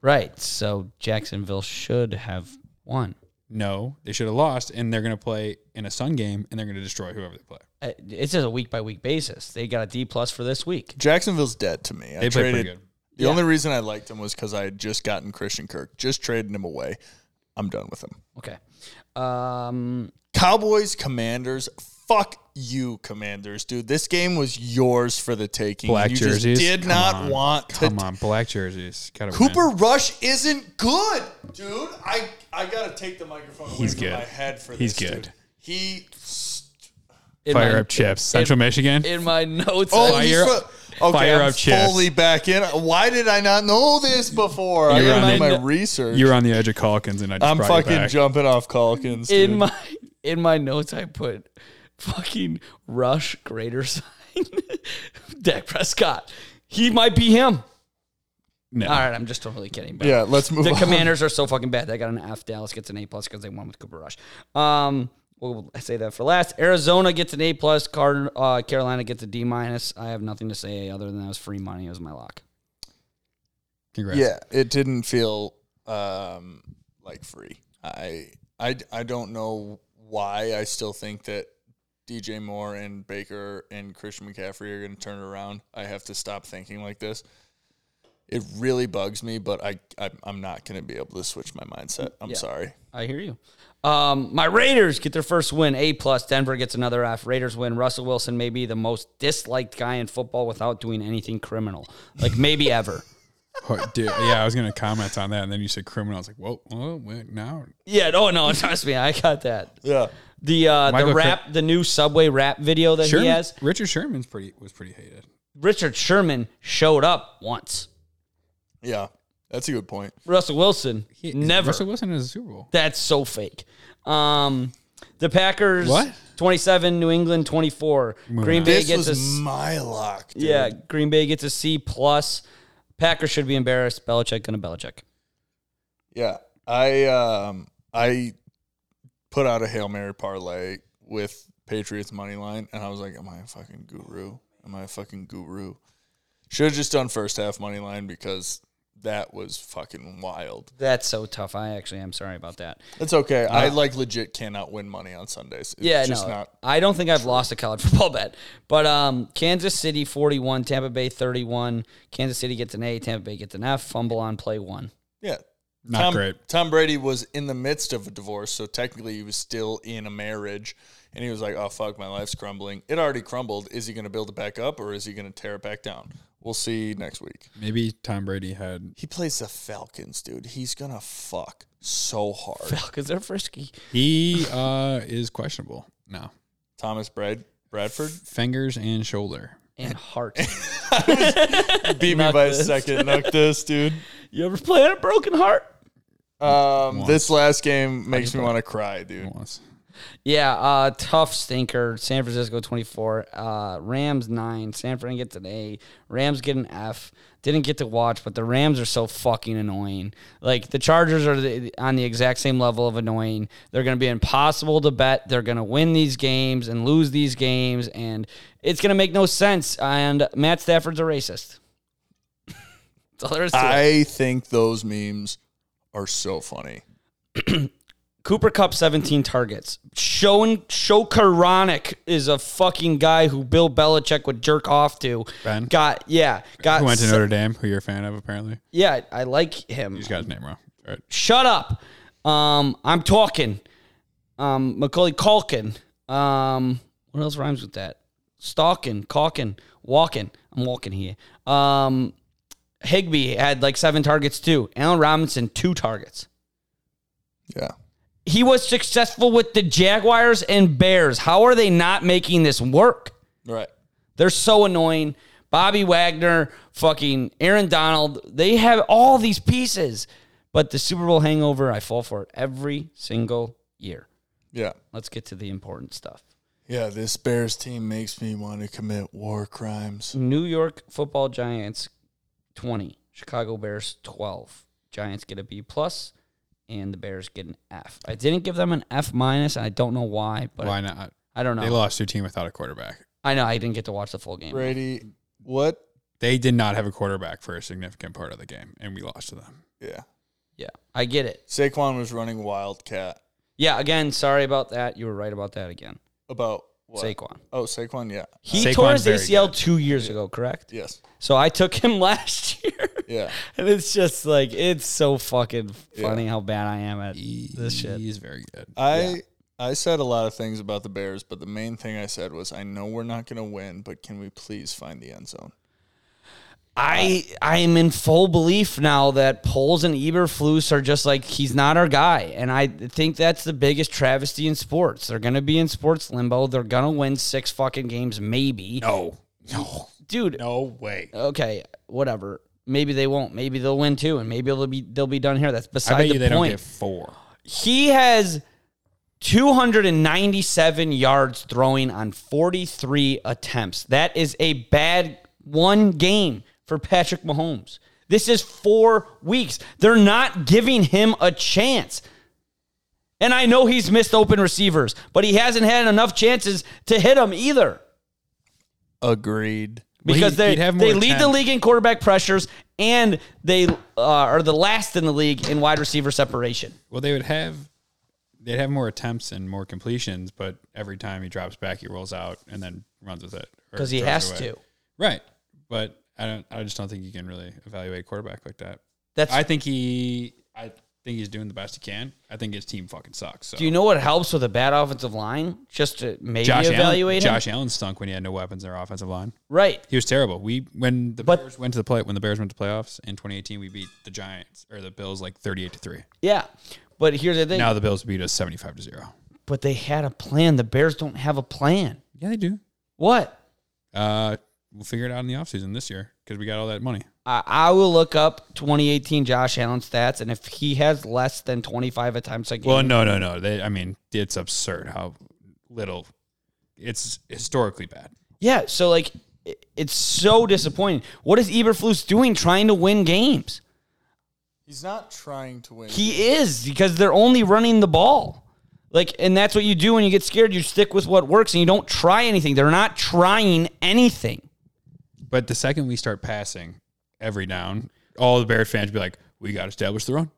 Right. So Jacksonville should have won. No, they should have lost, and they're going to play in a sun game, and they're going to destroy whoever they play. Uh, It's just a week by week basis. They got a D plus for this week. Jacksonville's dead to me. I They played traded. pretty good. The only reason I liked him was because I had just gotten Christian Kirk, just trading him away. I'm done with him. Okay. Um, Cowboys, Commanders, fuck you, Commanders, dude. This game was yours for the taking. Black you jerseys. Just did Come not on. want to. Come on, black jerseys. Gotta win. Cooper Rush isn't good, dude. I I gotta take the microphone away He's from good. my head for He's this. dude. good. He. in Fire my, up chips. Central Michigan. In my notes, Oh, I- he's Fire- fu- okay, fire I'm up chips. fully back in. Why did I not know this before? I You're gotta on do my it. research. You're on the edge of Calkins, and I just I'm brought you fucking back. jumping off Calkins. dude. in my in my notes, I put fucking Rush greater sign. Dak Prescott. He might be him. No. All right, I'm just totally kidding. But yeah, let's move the on. Commanders are so fucking bad. They got an F. Dallas gets an A plus because they won with Cooper Rush. Um, We'll say that for last. Arizona gets an A plus. Card, uh, Carolina gets a D minus. I have nothing to say other than that was free money. It was my lock. Congrats. Yeah, it didn't feel um, like free. I, I I don't know why. I still think that DJ Moore and Baker and Christian McCaffrey are going to turn it around. I have to stop thinking like this. It really bugs me, but I, I I'm not going to be able to switch my mindset. I'm sorry. I hear you. Um, my Raiders get their first win, A plus. Denver gets another F. Raiders win. Russell Wilson may be the most disliked guy in football without doing anything criminal, like maybe ever. Oh, dude, yeah, I was gonna comment on that, and then you said criminal. I was like, whoa, whoa, wait, now Yeah, no, no, trust me, I got that. Yeah. The uh, the Michael Cra- rap, the new Subway rap video that he has. Richard Sherman's pretty was pretty hated. Richard Sherman showed up once. Yeah. That's a good point. Russell Wilson He, never. Russell Wilson is a Super Bowl. That's so fake. Um, the Packers What? 27, New England 24. Green on. Bay This gets was a s- my lock. Dude. yeah, Green Bay gets a C plus. Packers should be embarrassed. Belichick gonna Belichick. Yeah. I um I put out a Hail Mary parlay with Patriots money line and I was like, Am I a fucking guru? Am I a fucking guru? Should have just done first half money line because that was fucking wild. That's so tough. I actually am sorry about that. It's okay. I like legit cannot win money on Sundays. It's Yeah, just no, not I don't think I've lost a college football bet. But um, Kansas City 41, Tampa Bay 31. Kansas City gets an A, Tampa Bay gets an F. Fumble on play one. yeah. Not Tom, great. Tom Brady was in the midst of a divorce, so technically he was still in a marriage, and he was like, "Oh fuck, my life's crumbling. It already crumbled. Is he going to build it back up, or is he going to tear it back down? We'll see next week." Maybe Tom Brady had He plays the Falcons, dude. He's gonna fuck so hard. Because they're frisky. he uh is questionable now. Thomas Brad Bradford Fingers and shoulder. And heart. beat me Knock by a this. second. Knock this, dude. you ever play on a broken heart? Um, this last game makes me want to cry, dude. Once. Yeah, uh, tough stinker. San Francisco 24, uh, Rams 9. San Fran gets an A. Rams get an F. Didn't get to watch, but the Rams are so fucking annoying. Like, the Chargers are the, on the exact same level of annoying. They're going to be impossible to bet. They're going to win these games and lose these games, and it's going to make no sense. And Matt Stafford's a racist. That's all there is to it. I think those memes are so funny. Cooper Cup 17 targets. Shown Shokaronic is a fucking guy who Bill Belichick would jerk off to. Ben? Got yeah. Got Who went to se- Notre Dame, who you're a fan of apparently. yeah, I like him. You just got his name wrong. All right. Shut up. Um I'm talking. Um Macaulay Culkin. Um what else rhymes with that? Stalking, caulking, walking. I'm walking here. Um Higby had like seven targets too. Allen Robinson, two targets. Yeah. he was successful with the Jaguars and Bears. How are they not making this work? Right. They're so annoying. Bobby Wagner, fucking Aaron Donald, they have all these pieces. But the Super Bowl hangover, I fall for it every single year. Yeah. Let's get to the important stuff. Yeah, this Bears team makes me want to commit war crimes. New York Football Giants 20, Chicago Bears 12. Giants get a B plus and the Bears get an F. I didn't give them an F minus and I don't know why, but Why not? I don't know. They lost their team without a quarterback. I know I didn't get to watch the full game. Brady, what? They did not have a quarterback for a significant part of the game, and we lost to them. Yeah. Yeah, I get it. Saquon was running wildcat Yeah, again, sorry about that. You were right about that again. about what? Saquon. Oh, Saquon, yeah. He Saquon's tore his very ACL two years ago, correct? Yes. So I took him last year, Yeah. and it's just like it's so fucking funny how bad I am at this shit. He's very good. I I said a lot of things about the Bears, but the main thing I said was I know we're not going to win, but can we please find the end zone? I I am in full belief now that Poles and Eberflus are just like he's not our guy, and I think that's the biggest travesty in sports. They're gonna be in sports limbo. They're gonna win six fucking games, maybe. No, no, Dude, Oh. no way. okay, whatever. Maybe they won't. Maybe they'll win too, and maybe they'll be they'll be done here. That's I beside bet the you they don't point. get four. he has 297 yards throwing on 43 attempts. That is a bad one game for Patrick Mahomes. This is four weeks. They're not giving him a chance. And I know he's missed open receivers, but he hasn't had enough chances to hit them either Agreed. because he'd- he'd they have more they lead the attempt. league in quarterback pressures and they uh, are the last in the league in wide receiver separation. Well, they would have they'd have more attempts and more completions, but every time he drops back, he rolls out and then runs with it or Because he throws it has away. to. Right, but I don't. I just don't think you can really evaluate a quarterback like that. That's I think he. I think he's doing the best he can. I think his team fucking sucks. So. do you know what helps with a bad offensive line? Just to maybe Josh Allen, evaluate him? Josh Allen stunk when he had no weapons in their offensive line. Right. He was terrible. We when the But- Bears went to the play when the Bears went to playoffs in 2018, we beat the Giants or the Bills like 38 to three. Yeah. But here's the thing. Now the Bills beat us 75 to zero. But they had a plan. The Bears don't have a plan. Yeah, they do. What? Uh, we'll figure it out in the offseason this year because we got all that money. I, I will look up 2018 Josh Allen stats, and if he has less than 25 attempts a game, Well, no, no, no. They, I mean, it's absurd how little. It's historically bad. yeah. So like, i- it's so disappointing. What is Eberflus doing trying to win games? He's not trying to win. He is because they're only running the ball. Like, and that's what you do when you get scared. You stick with what works, and you don't try anything. They're not trying anything. But the second we start passing every down, all the Bears fans be like, "We got to establish the run."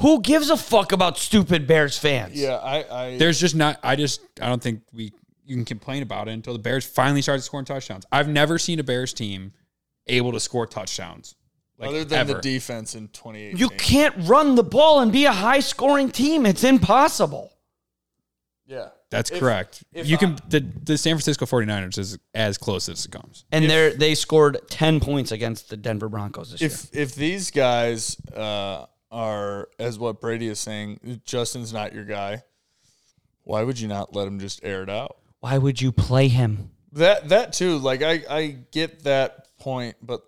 Who gives a fuck about stupid Bears fans? yeah, I, I There's just not. I just. I don't think we. You can complain about it until the Bears finally started scoring touchdowns. I've never seen a Bears team able to score touchdowns. Like other than ever. the defense in 2018. You can't run the ball and be a high scoring team. It's impossible. yeah. That's If- correct. if you I- can. The, the San Francisco 49ers is as close as it comes. And they they scored 10 points against the Denver Broncos this year. if if these guys uh, are as what Brady is saying, Justin's not your guy. Why would you not let him just air it out? Why would you play him? That that too. Like I I get that point, but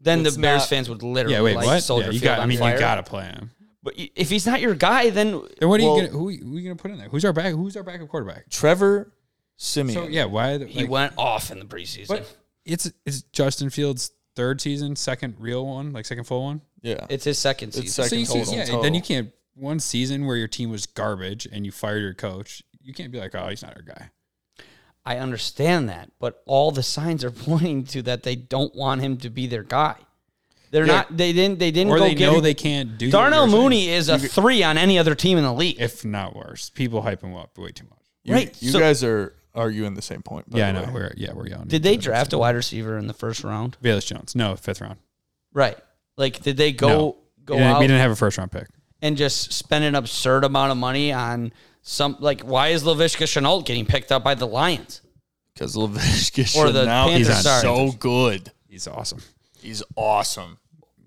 Then It's the Bears not- fans would literally Yeah, wait, light what? Soldier Yeah, you Field got, on I mean, fire. you gotta play him. But y- if he's not your guy, then Then what are Well- you gonna? Who, who are you gonna put in there? Who's our back? Who's our backup quarterback? Trevor Simeon. So yeah, why? The, he like, went off in the preseason. but it's it's Justin Fields' third season, second real one, like second full one. yeah. It's his second season. second. So you, total. yeah, Total. then you can't one season where your team was garbage and you fired your coach. You can't be like, oh, he's not our guy. I understand that, but all the signs are pointing to that they don't want him to be their guy. They're Yeah. not. They didn't. They didn't Or go they get. know him. they can't do. what Darnell you're saying. Mooney is a three on any other team in the league. if not worse. People hype him up way too much. You, right, You so- guys are arguing the same point. by yeah, I the know. way. We're yeah, we're yelling. Did they draft a wide receiver in the first round? Valus Jones? No, fifth round. Right. Like, did they go No. go we, didn't, out we didn't have a first round pick. and just spend an absurd amount of money on some? Like, why is Lavishka Chenault getting picked up by the Lions? Because Lavish Or the now he's Panthers, sorry. so good. He's awesome. He's awesome.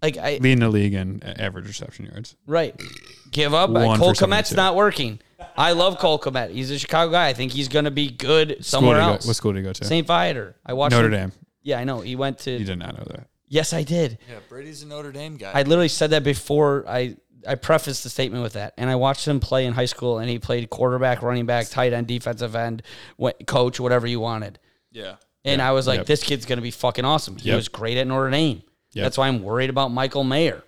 Like, I Leading the league in uh, average reception yards. right. Give up. One Cole for 72. Komet's not working. I love Cole Komet. He's a Chicago guy. I think he's going to be good School somewhere did he go- else. What school did he go to? St. Viator. I watched Notre him- Dame. Yeah, I know. He went to. You did not know that. Yes, I did. Yeah, Brady's a Notre Dame guy. I literally said that before I I prefaced the statement with that. And I watched him play in high school, and he played quarterback, running back, tight end, defensive end, wh- coach, whatever you wanted. yeah. And I was like, Yep. this kid's going to be fucking awesome. He Yep. was great at Notre Dame. Yep. That's why I'm worried about Michael Mayer.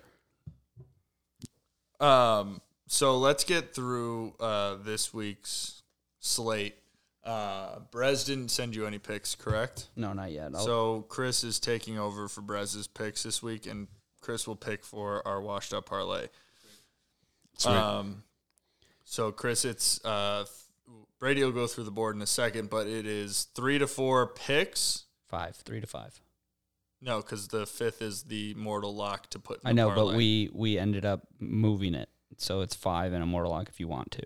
Um, so let's get through uh, this week's slate. Uh, Brez didn't send you any picks, correct? No, not yet. I'll- So Chris is taking over for Brez's picks this week, and Chris will pick for our washed up parlay. Sweet. Um, so Chris, it's uh, Brady will go through the board in a second, but it is three to four picks. five, three to five. No, because the fifth is the mortal lock to put. In I the know, but parlay. we we ended up moving it. So it's five and a mortal lock if you want to.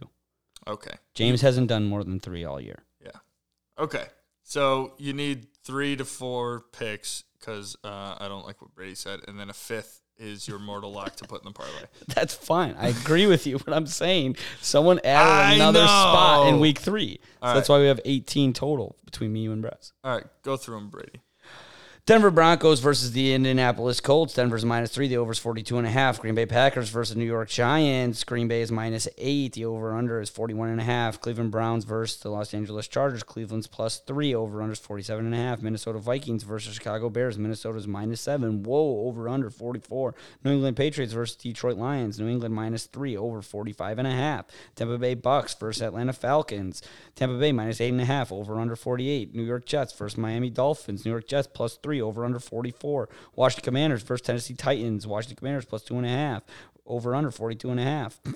okay, James hasn't done more than three all year. yeah, okay. So you need three to four picks because uh, I don't like what Brady said, and then a fifth is your mortal lock to put in the parlay. That's fine. I agree with you. But I'm saying someone added I another know. spot in week three. So All that's why we have 18 total between me, you, and Brett. All right, go through them, Brady. Denver Broncos versus the Indianapolis Colts. Denver's minus three. The over's 42 and a half. Green Bay Packers versus New York Giants. Green Bay is minus eight. The over under is 41 and a half. Cleveland Browns versus the Los Angeles Chargers. Cleveland's plus three. Over under is 47 and a half. Minnesota Vikings versus Chicago Bears. Minnesota's minus seven. Whoa, over under 44. New England Patriots versus Detroit Lions. New England minus three. Over 45 and a half. Tampa Bay Bucks versus Atlanta Falcons. Tampa Bay minus eight and a half. Over under 48. New York Jets versus Miami Dolphins. New York Jets plus three. Over under 44. Washington Commanders versus Tennessee Titans. Washington Commanders plus two and a half. Over under 42 and a half.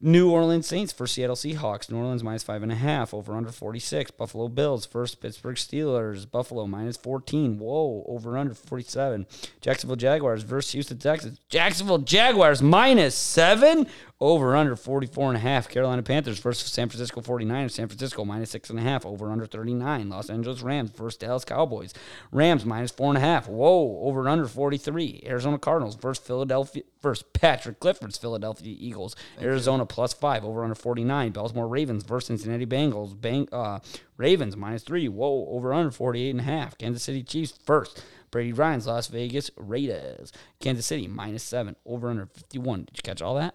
New Orleans Saints for Seattle Seahawks. New Orleans minus five and a half. Over under 46. Buffalo Bills first Pittsburgh Steelers. Buffalo minus 14. Whoa. Over under 47. Jacksonville Jaguars versus Houston Texans. Jacksonville Jaguars minus seven. Over under 44 and a half. Carolina Panthers versus San Francisco 49ers. San Francisco minus six and a half. Over under 39. Los Angeles Rams versus Dallas Cowboys. Rams minus four and a half. Whoa. Over under 43. Arizona Cardinals versus Philadelphia versus Patrick Clifford's Philadelphia Eagles. Arizona plus five over under 49. Baltimore Ravens versus Cincinnati Bengals. Bang, uh, Ravens minus three. Whoa, over under 48 and a half. Kansas City Chiefs first. Brady Ryan's Las Vegas Raiders. Kansas City minus seven over under 51. Did you catch all that?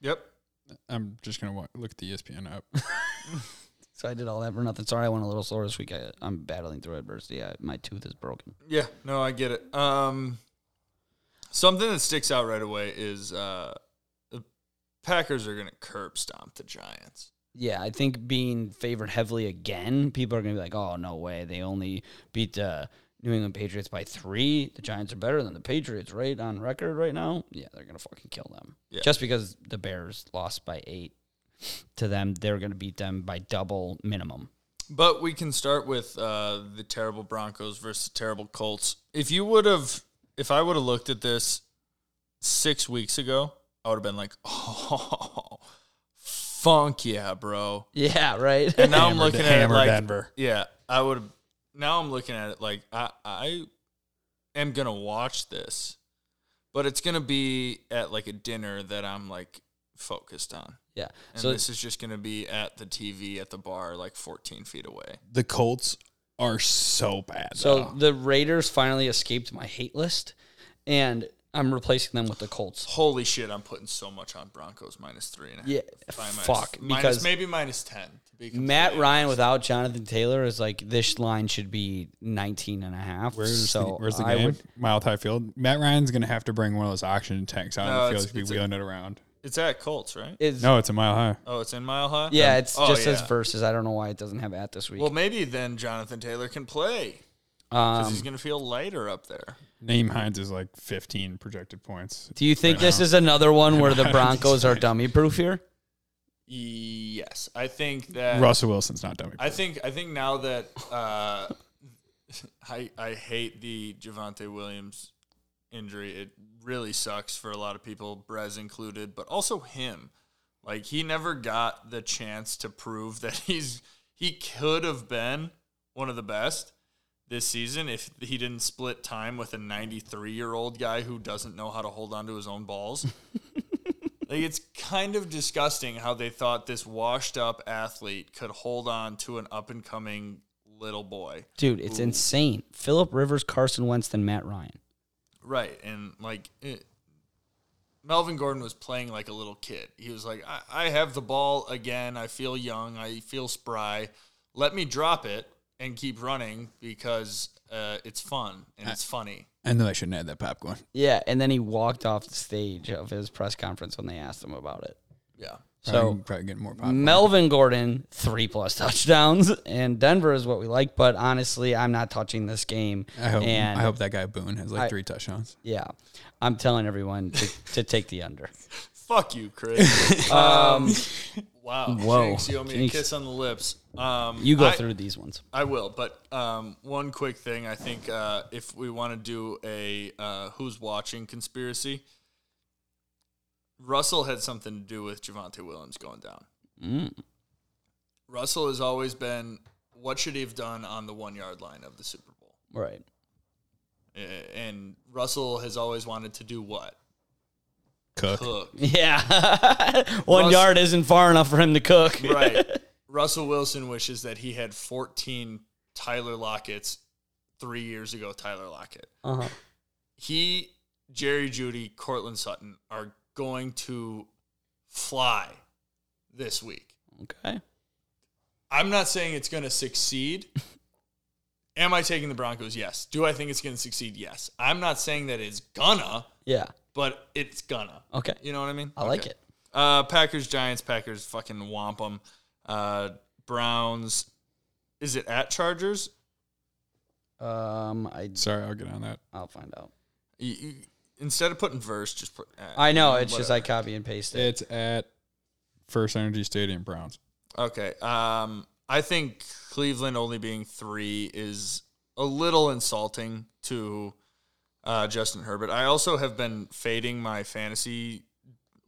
Yep. I'm just gonna wa look at the E ESPN app. So I did all that for nothing. Sorry, I went a little slower this week. I, I'm battling through adversity. I, my tooth is broken. Yeah, no, I get it. Um, something that sticks out right away is uh, the Packers are going to curb stomp the Giants. Yeah, I think being favored heavily again, people are going to be like, oh, no way. They only beat the New England Patriots by three. The Giants are better than the Patriots, right? On record right now. Yeah, they're going to fucking kill them. Yeah. Just because the Bears lost by eight to them, they're going to beat them by double minimum. But we can start with uh, the terrible Broncos versus the terrible Colts. If you would have, if I would have looked at this six weeks ago, I would have been like, oh, funk yeah, bro. Yeah, right? And now I'm looking at it hammer like Denver. Yeah, I would. Now I'm looking at it like I I am gonna watch this, but it's gonna be at like a dinner that I'm like focused on, yeah. and So this is just gonna be at the TV at the bar, like 14 feet away. The Colts are so bad. So uh, though. the Raiders finally escaped my hate list, and I'm replacing them with the Colts. Holy shit! I'm putting so much on Broncos minus three and a half. Yeah, Five minus- fuck. minus- because maybe minus ten. To be completely Matt honest. Ryan without Jonathan Taylor is like this line should be 19 and a half. Where's so the, where's the I game? would- Mile High Field. Matt Ryan's gonna have to bring one of those oxygen tanks out No, of the it's- field to be it's a- wheeling it around. It's at Colts, right? it's, No, it's a mile high. Oh, it's in Mile High. yeah, it's Oh, just as yeah. verses. I don't know why it doesn't have at this week. Well, maybe then Jonathan Taylor can play. 'cause um, he's gonna feel lighter up there. Naeem Hines is like 15 projected points. do you think right this now. is another one where the Right. Broncos are dummy proof here? Yes, I think that Russell Wilson's not dummy? I think I think now that uh, I I hate the Javante Williams injury. It really sucks for a lot of people, Brez included, but also him. Like he never got the chance to prove that he's he could have been one of the best this season if he didn't split time with a 93 year old guy who doesn't know how to hold onto his own balls. Like it's kind of disgusting how they thought this washed up athlete could hold on to an up and coming little boy. Dude, it's insane. Philip Rivers, Carson Wentz, and Matt Ryan. Right. And like it, Melvin Gordon was playing like a little kid. He was like, I, I have the ball again. I feel young. I feel spry. Let me drop it and keep running because uh, it's fun and it's funny. I know I shouldn't add that popcorn. Yeah, and then he walked off the stage of his press conference when they asked him about it. Yeah. So probably, probably getting more popcorn. Melvin Gordon, three plus touchdowns, and Denver is what we like. But honestly, I'm not touching this game. I hope And I hope that guy Boone has like I- three touchdowns. yeah, I'm telling everyone to, to take the under. Fuck you, Chris. um, wow. Whoa. Jinx, you owe me Jinx. a kiss on the lips. Um, You go I- through these ones. I will, but um, one quick thing. I think uh, if we want to do a uh, who's watching conspiracy, Russell had something to do with Javante Williams going down. Russell has always been what should he have done on the one yard line of the Super Bowl? Right. Uh, And Russell has always wanted to do what? Cook. Cook. Yeah. One Russ- yard isn't far enough for him to cook. right. Russell Wilson wishes that he had 14 Tyler Lockett's three years ago, Tyler Lockett. Uh huh. He, Jerry Judy, Cortland Sutton are going to fly this week. Okay. I'm not saying it's going to succeed. Am I taking the Broncos? Yes. Do I think it's going to succeed? Yes. I'm not saying that it's gonna, Yeah. but it's gonna. Okay. You know what I mean? I like Okay. it. Uh, Packers, Giants, Packers, fucking womp 'em. Uh, Browns, is it at Chargers? Um, I Sorry, I'll get on that. I'll find out. You, you- instead of putting verse, just put. uh, At. I know it's just I Whatever. copy and paste it. It's at First Energy Stadium, Browns. Okay. Um, I think Cleveland only being three is a little insulting to uh, Justin Herbert. I also have been fading my fantasy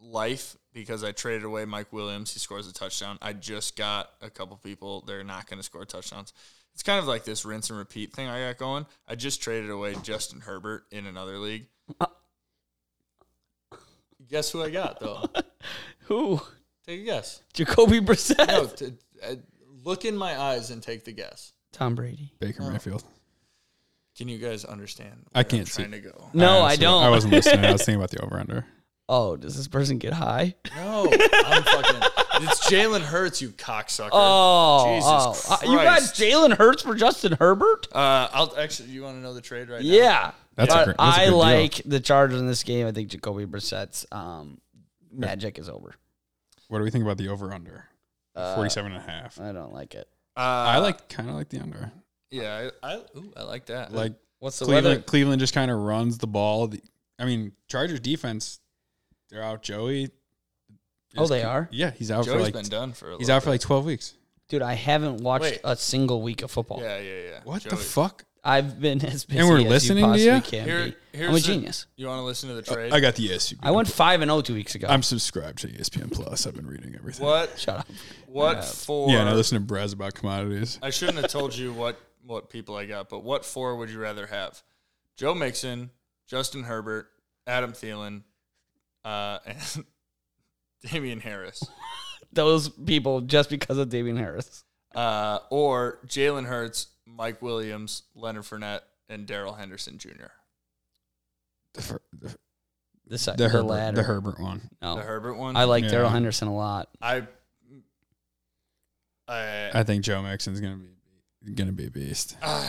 life because I traded away Mike Williams. He scores a touchdown. I just got a couple people. They're not going to score touchdowns. It's kind of like this rinse and repeat thing I got going. I just traded away Justin Herbert in another league. Guess who I got though? Who? Take a guess. Jacoby Brissett. No, t- uh, look in my eyes and take the guess. Tom Brady. Baker Mayfield. Can you guys understand? I where can't I'm see. trying to go. No, I honestly, don't. I wasn't listening. I was thinking about the over under. Oh, does this person get high? No, I'm fucking. It's Jalen Hurts, you cocksucker. Oh, Jesus oh. Uh, you got Christ. Jalen Hurts for Justin Herbert? Uh, I'll actually. You want to know the trade right now? Yeah, That's a But gr- that's a I good deal. like the Chargers in this game. I think Jacoby Brissett's um, magic is over. What do we think about the over under? Uh, 47 and a half. I don't like it. Uh, I like kind of like the under. Yeah, I. I, ooh, I like that. Like What's the Cleveland, weather? Cleveland just kind of runs the ball. The, I mean, Chargers defense, they're out Joey. Oh, they are? Yeah, he's out Joey's for like been done for. A he's little out for like 12 weeks. Dude, I haven't watched Wait. a single week of football. bit. Yeah, yeah, yeah. What the Joey. fuck? I've been as busy we're as listening you to possibly you? can Here, be. here's I'm a the- genius. You want to listen to the trade? Oh, I got the ESPN. I went 5 and 0 two weeks ago. I'm subscribed to E ESPN Plus. I've been reading everything. what? Shut up. What for? Yeah, and I listen to Braz about commodities. I shouldn't have told you what what people I got, but what four would you rather have? Joe Mixon, Justin Herbert, Adam Thielen, uh, and Damian Harris, Those people just because of Damian Harris. uh, or Jalen Hurts, Mike Williams, Leonard Fournette, and Daryl Henderson Jr. The, fir- the, The, sec- the, the Herbert, latter. the Herbert one. No. The Herbert one. I like Yeah. Daryl Henderson a lot. I. I, I think Joe Mixon's gonna be gonna be a beast. I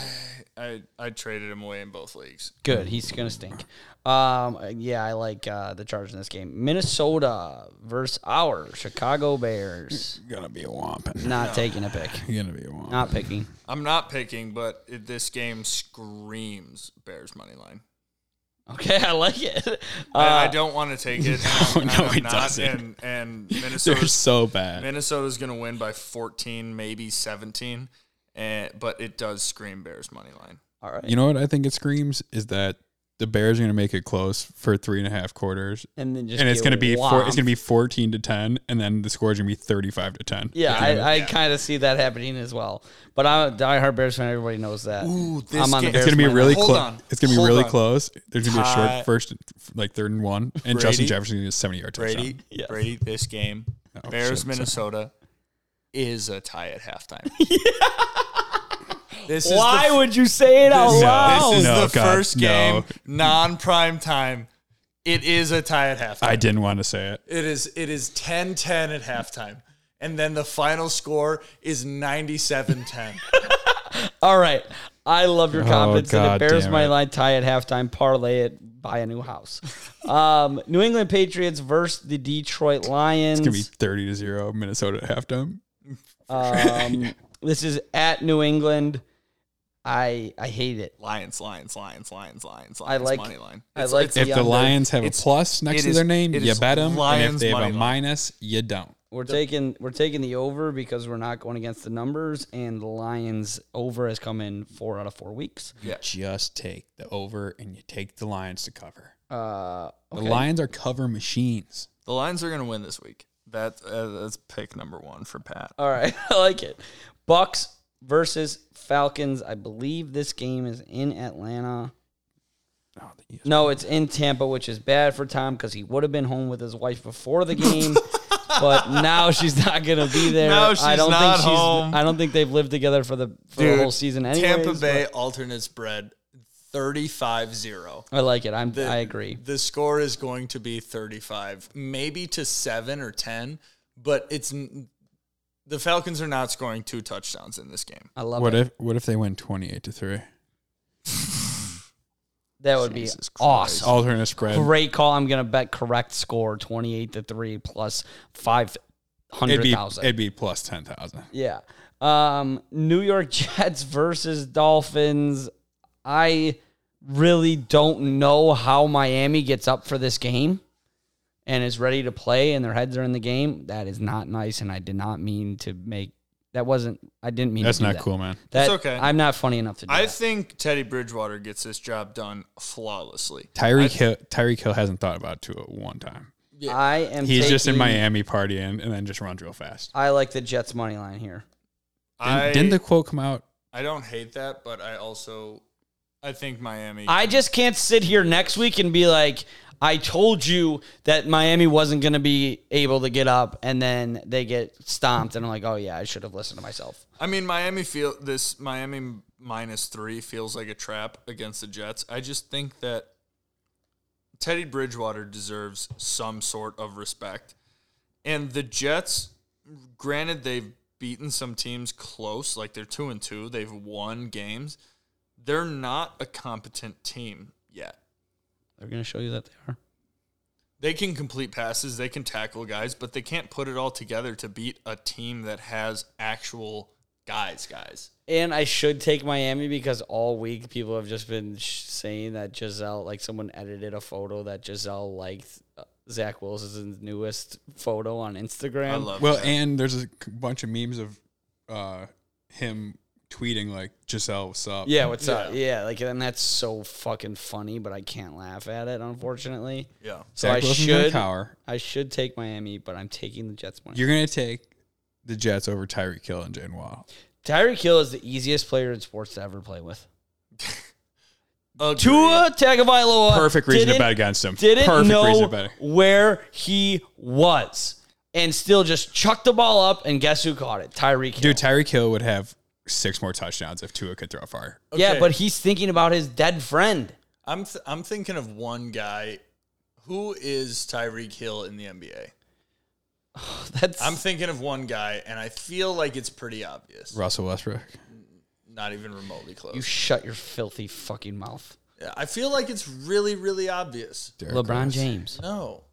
I I traded him away in both leagues. Good. He's gonna stink. Um, yeah, I like uh, the Chargers in this game. Minnesota versus our Chicago Bears. Gonna be a whomping. Not taking a pick. Gonna be a whomping. Not picking. I'm not picking, but it, this game screams Bears money line. Okay, I like it. Uh, I, I don't want to take it. No, and no, I'm it not, doesn't. And, and They're Minnesota's, so bad. Minnesota's going to win by 14, maybe 17. And, but it does scream Bears money line. all right. You know what I think it screams is that the Bears are gonna make it close for three and a half quarters, and then just and it's get gonna be four, it's whopped. gonna be fourteen to ten, and then the score is gonna be thirty-five to ten. Yeah, I, I kind of see that happening as well. But I'm a diehard Bears fan. Everybody knows that. Ooh, this I'm on the game- Bears. It's gonna be money line. really Hold close. on. It's gonna be Hold really on. close. There's gonna be a Ty- short first, and like third and one, and Brady? Justin Jefferson gonna get a seventy-yard Brady, touchdown. Yes. Brady, this game, Oh, shit, Bears, sorry. Minnesota is a tie at halftime. This is Why the, would you say it out this, loud? this is No, the God, first game, no. non prime time. It is a tie at halftime. I didn't want to say it. It is it is 10-10 at halftime. And then the final score is 97-10. All right. I love your Oh, confidence in the God Bears damn money it. line tie at halftime, parlay it, buy a new house. um, New England Patriots versus the Detroit Lions. It's gonna be thirty to zero Minnesota at halftime. um, this is at New England. I I hate it. Lions, Lions, Lions, Lions, Lions, Lions I like money line. I like If the the under. Lions have a It's- plus it next to is- their name, it you is bet them. and Lions if they have a money line. minus, you don't. We're taking we're taking the over because we're not going against the numbers, and the Lions over has come in four out of four weeks. Just take the over and you take the Lions to cover. Uh, The Lions are cover machines. The Lions are going to win this week. That uh, that's pick number 1 for Pat. all right, I like it. Bucks versus Falcons. I believe this game is in Atlanta. Oh, No, it's in Tampa, which is bad for Tom because he would have been home with his wife before the game. but now she's not gonna be there. Now she's I don't not think home. I don't think they've lived together for the for the Dude, whole season. Anyways, Tampa Bay alternates bread 35 0. but I like it. I'm The- I agree. The score is going to be 35, maybe to 7 or 10, but it's n- The Falcons are not scoring two touchdowns in this game. I love What it. if what if they win twenty eight to three? that would be awesome. Oh, Alternate spread. Great call. I'm gonna bet correct score twenty eight to three plus five It'd hundred be thousand. it'd be plus ten thousand. Yeah. Um, New York Jets versus Dolphins. I really don't know how Miami gets up for this game and is ready to play and their heads are in the game. That is not nice and I did not mean to make that wasn't I didn't mean That's to do not that. cool, man. That's It's okay. I'm not funny enough to do I that. think Teddy Bridgewater gets this job done flawlessly. Tyreek Hill, Tyreek Hill hasn't thought about Tua one time. I am He's just in taking- Miami partying and then just runs real fast. I like the Jets money line here. Didn't, I, didn't the quote come out? I don't hate that, but I also I think Miami. I just can't sit here next week and be like, I told you that Miami wasn't going to be able to get up, and then they get stomped, and I'm like, oh yeah, I should have listened to myself. I mean, Miami feel this Miami minus three feels like a trap against the Jets. I just think that Teddy Bridgewater deserves some sort of respect, and the Jets. Granted, they've beaten some teams close, like they're two and two. They've won games. They're not a competent team yet. They're going to show you that they are. they can complete passes, they can tackle guys, but they can't put it all together to beat a team that has actual guys, guys. And I should take Miami because all week people have just been sh- saying that Giselle, like someone edited a photo that Giselle liked uh, Zach Wilson's newest photo on Instagram. I love Well, that. and there's a c- bunch of memes of uh, him tweeting like Giselle, what's up? yeah, what's up? Yeah, like and that's so fucking funny, but I can't laugh at it unfortunately. yeah. So Zach I Wilson's gonna should cower. I should take Miami, but I'm taking the Jets money. You're gonna take the Jets over Tyreek Hill and Jane Wall. Tyreek Hill is the easiest player in sports to ever play with. Agreed. Tua Tagovailoa. Perfect reason didn't, to bet against him. Didn't Perfect know reason to bet. where he was, and still just chucked the ball up. And guess who caught it? Tyreek Hill. Dude, Tyreek Hill would have six more touchdowns if Tua could throw far. Yeah, okay. but he's thinking about his dead friend. I'm th- I'm thinking of one guy who is Tyreek Hill in the NBA. That's I'm thinking of one guy and I feel like it's pretty obvious. Russell Westbrook. Not even remotely you. close. Shut your filthy fucking mouth, Yeah, I feel like it's really really obvious. Derrick LeBron Rose. James. No.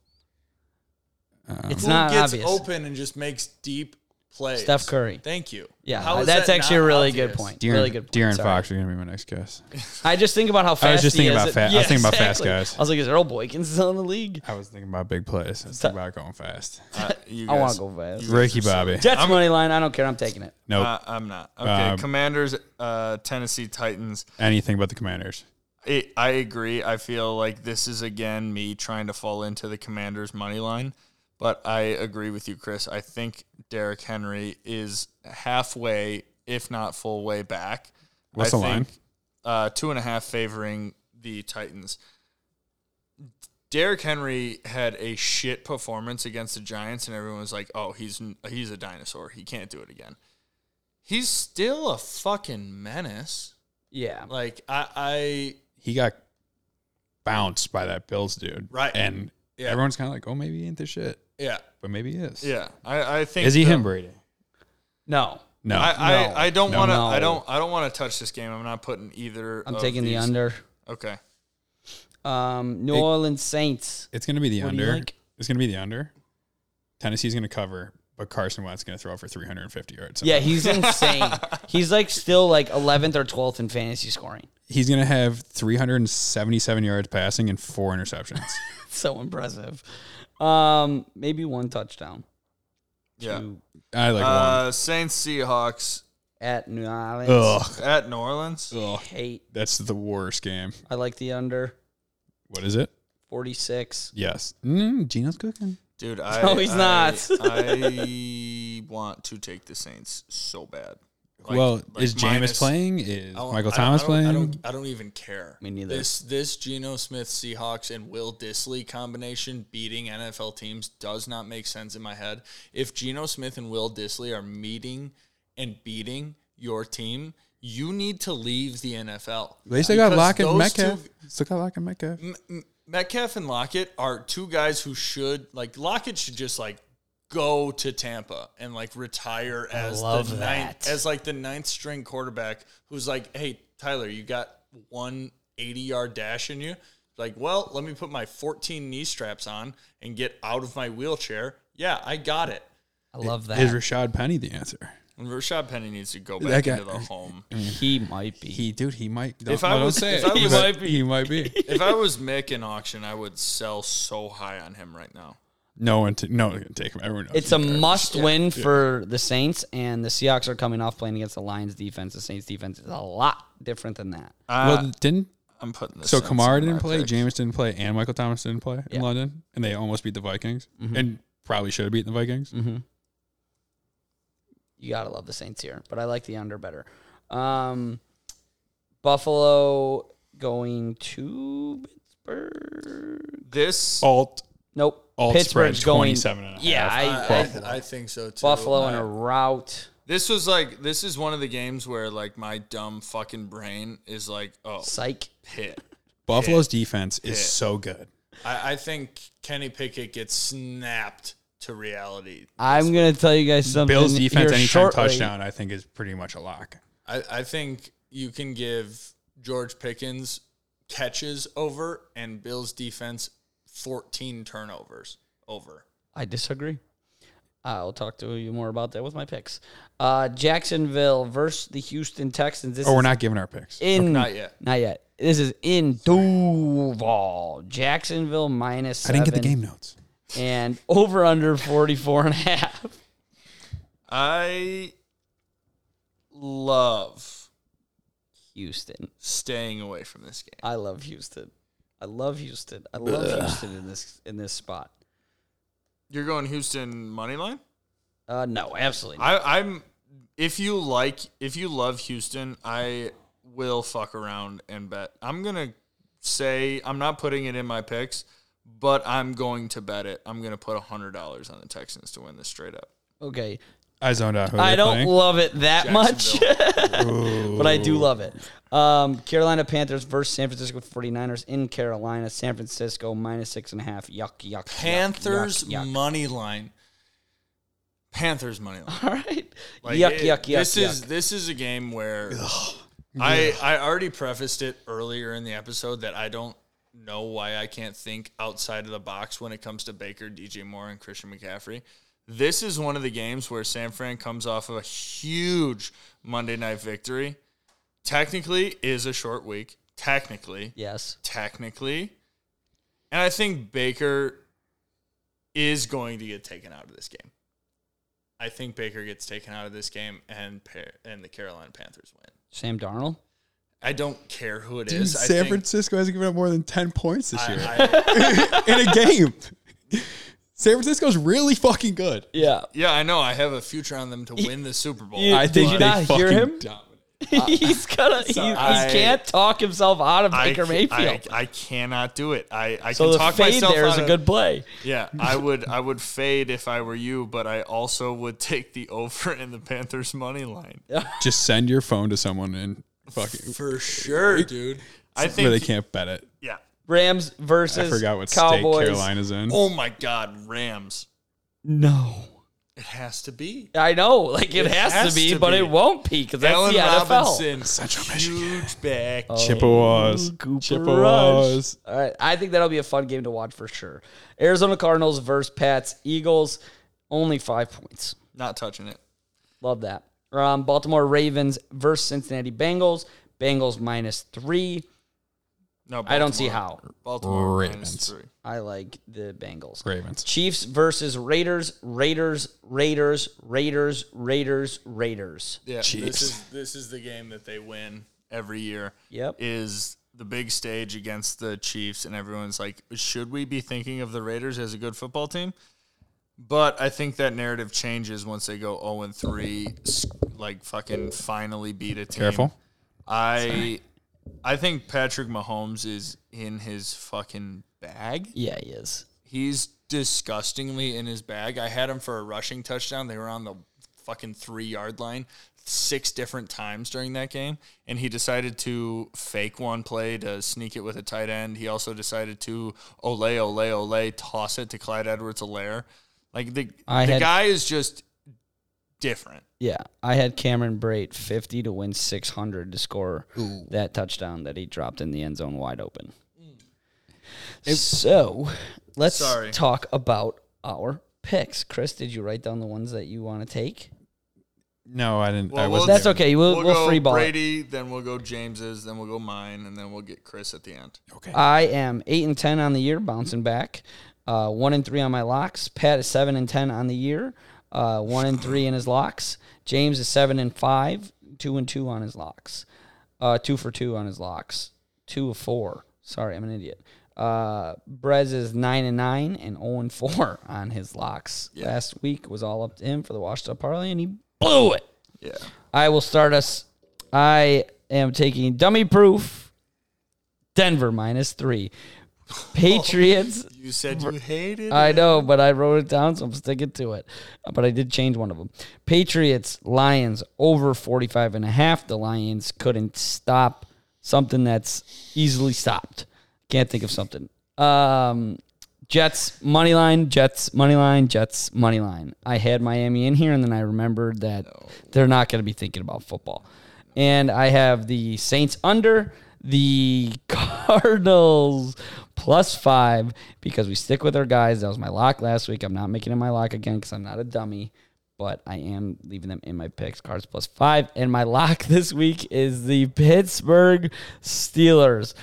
It's Who not gets obvious. open and just makes deep plays? Steph Curry. Thank you. Yeah, How is that's that actually a not really good obvious? point. De'Aaron, really good. Point. De'Aaron Sorry. Fox is gonna be my next guess. I just think about how fast. I was just he thinking is. about fast. I was thinking about fast guys. I was like, is Earl Boykins still in the league? I was thinking about big plays. I was thinking about going fast. Uh, you I want guys- to go fast. Ricky Bobby. Jets money line. I don't care. I'm taking it. Nope. Uh, I'm not. Okay, Uh, Commanders, uh, Tennessee Titans. Anything but the Commanders. I I agree. I feel like this is again me trying to fall into the Commanders money line, but I agree with you, Chris. I think Derrick Henry is halfway, if not full way back. What's I the line? Uh, two and a half favoring the Titans. Derrick Henry had a shit performance against the Giants, and everyone was like, "Oh, he's he's a dinosaur. He can't do it again." He's still a fucking menace. Yeah. Like I, I He got bounced by that Bills dude. Right. And Yeah. everyone's kind of like, oh, maybe he ain't this shit. yeah, But maybe he is. Yeah, I, I think Is he the- him, Brady? No. No. I, I, No. I don't No. want to. No. I don't. I don't want to touch this game. I'm not putting either. I'm of taking the these. under. Okay. Um, New It- Orleans Saints. it's going to be the What do you under. like? It's going to be the under. Tennessee's going to cover, but Carson Wentz going to throw for 350 yards. Yeah, he's insane. he's like still like 11th or 12th in fantasy scoring. He's going to have 377 yards passing and four interceptions. It's so impressive. Um, maybe one touchdown Yeah. Two I like Uh, Saints Seahawks at New Orleans. one. Ugh. at New Orleans. Ugh. Hate. That's the worst game. I like the under What is it? 46. Yes. Mm, Gino's cooking. Dude, I No, he's I- not. I want to take the Saints so bad. Like- well, like is Jameis minus- playing? Is I don't- Oh, Michael I don't- Thomas I don't, playing? I don't, I don't even care. Me neither. This this Geno Smith Seahawks and Will Disley combination beating NFL teams does not make sense in my head. If Geno Smith and Will Disley are meeting and beating your team, you need to leave the NFL. they still got Because Lock and those two- Metcalf. still got Lock and Metcalf. Metcalf and Lockett are two guys who should like Lockett should just like go to Tampa and like retire as love the ninth that. as like the ninth string quarterback who's like, hey Tyler, you got one 80 yard dash in you. Like, well, let me put my 14 knee straps on and get out of my wheelchair. Yeah, I got it. I love that. Is Rashad Penny the answer? And Rashad Penny needs to go That back guy- into the home. he might be. He, dude, he might. Don't, If I no, don't was- say if it, I was- but he might be. if I was Mick in auction, I would sell so high on him right now. No one, t- no one can take him. Everyone knows. it's a must win for the Saints, and the Seahawks are coming off playing against the Lions defense. The Saints defense is a lot different than that. well, didn't I'm putting this. so in Kamara some didn't of my play, picks. James didn't play, and Michael Thomas didn't play Yeah. in London, and they almost beat the Vikings, and probably should have beaten the Vikings. You gotta love the Saints here, but I like the under better. Um, Buffalo going to Pittsburgh. This Alt, Nope. alt Pittsburgh's spread, going. twenty-seven and a half. Uh, Yeah, I, I, I, I think so too. Buffalo in I- a route. this was like this is one of the games where like my dumb fucking brain is like, oh Psych. pit. Buffalo's defense is so good. I, I think Kenny Pickett gets snapped to reality. I'm gonna tell you guys something. Bills defense here anytime shortly. touchdown, I think is pretty much a lock. I, I think you can give George Pickens catches over and Bill's defense 14 turnovers over. I disagree. I'll talk to you more about that with my picks. Uh, Jacksonville versus the Houston Texans. This Oh, we're is not giving our picks. in Not yet. Not yet. This is in Duval. Jacksonville minus I didn't get the seven game notes. and over under 44 and a half. I love Houston. staying away from this game. I love Houston. I love Houston. I love Houston in this in this spot. You're going Houston money line. Uh, no, absolutely. Not. I, I'm if you like if you love Houston, I will fuck around and bet. I'm gonna say I'm not putting it in my picks, but I'm going to bet it. I'm gonna put hundred dollars on the Texans to win this straight up. Okay. I zoned out. Who I they're don't playing. love it that much, but I do love it. Um, Carolina Panthers versus San Francisco 49ers in Carolina. San Francisco minus six and a half. Yuck, yuck. yuck, Panthers Yuck, yuck. money line. Panthers money line. All right. Like, yuck, it- yuck, yuck. This is yuck. this is a game where I I already prefaced it earlier in the episode that I don't know why I can't think outside of the box when it comes to Baker, DJ Moore, and Christian McCaffrey. This is one of the games where San Fran comes off of a huge Monday night victory. Technically is a short week. Technically yes. technically. And I think Baker is going to get taken out of this game. I think Baker gets taken out of this game and par- and the Carolina Panthers win. Sam Darnold. I don't care who it is. Dude, I San think Francisco hasn't given up more than ten points this year I- in a game. San Francisco's really fucking good. Yeah. yeah, I know. I have a future on them to win the Super Bowl. You- I, I think Did you they not hear fucking him? dominate. he's gonna. He, I- he can't talk himself out of I Baker ca- Mayfield. I, I cannot do it. I, I so can the talk fade myself there is out a of- good play. Yeah, I would I would fade if I were you, but I also would take the over in the Panthers money line. Just send your phone to someone and fucking For sure, dude. I where they think can't bet it. yeah. Rams versus I forgot what Cowboys. state Carolina's in. Oh my god, Rams. No. It has to be. I know, like it, has, to has be, to but be. it won't be because that's Allen the NFL. Robinson, Central huge back. Oh. Chippewas. Cooper Chippewas. Rush. All right, I think that'll be a fun game to watch for sure. Arizona Cardinals versus Pats Eagles, only five points. Not touching it. Love that. Um, Baltimore Ravens versus Cincinnati Bengals. Bengals minus three. No, I don't see Baltimore. how. Baltimore Ravens. Ravens. Three. I like the Bengals. Ravens. Chiefs versus Raiders. Raiders. Raiders. Raiders. Raiders. Raiders. Yeah, Chiefs. this is This is the game that they win. every year. Yep. Is the big stage against the Chiefs, and everyone's like, should we be thinking of the Raiders as a good football team? But I think that narrative changes once they go 0 and 3, like fucking finally beat a team. Careful. I I think Patrick Mahomes is in his fucking bag. Yeah, he is. He's disgustingly in his bag. I had him for a rushing touchdown. They were on the fucking 3-yard line six different times during that game and he decided to fake one play to sneak it with a tight end. He also decided to ole ole ole toss it to Clyde Edwards-Helaire. Like the I the had- guy is just different. Yeah, I had Cameron Brait 50 to win 600 to score that touchdown that he dropped in the end zone wide open. so let's Sorry. talk about our picks. Chris, did you write down the ones that you want to take? No, I didn't. Well, I well, wasn't. That's there. okay. We'll, we'll, go free ball. it. Brady, then we'll go James's, then we'll go mine, and then we'll get Chris at the end. I am eight and ten on the year, bouncing back. Uh, one and three on my locks. Pat is seven and ten on the year. Uh, one and three in his locks. James is seven and five. Two and two on his locks. Uh, two for two on his locks. Two of four. Sorry, I'm an idiot. Uh, Brez is nine and nine and zero and four on his locks. Last week was all up to him for the washed up parlay, and he blew it. Yeah. I will start us. I am taking dummy proof Denver minus three. Patriots. You said you hated I know, but I wrote it down, so I'm sticking to it. Uh, But I did change one of them. Patriots, Lions over 45 and a half. The Lions couldn't stop something that's easily stopped. Can't think of something. Um, Jets money line, Jets money line, Jets money line. I had Miami in here, and then I remembered that they're not going to be thinking about football. And I have the Saints under the Cardinals plus five because we stick with our guys. That was my lock last week. I'm not making it my lock again because I'm not a dummy, but I am leaving them in my picks. Cards plus five. And my lock this week is the Pittsburgh Steelers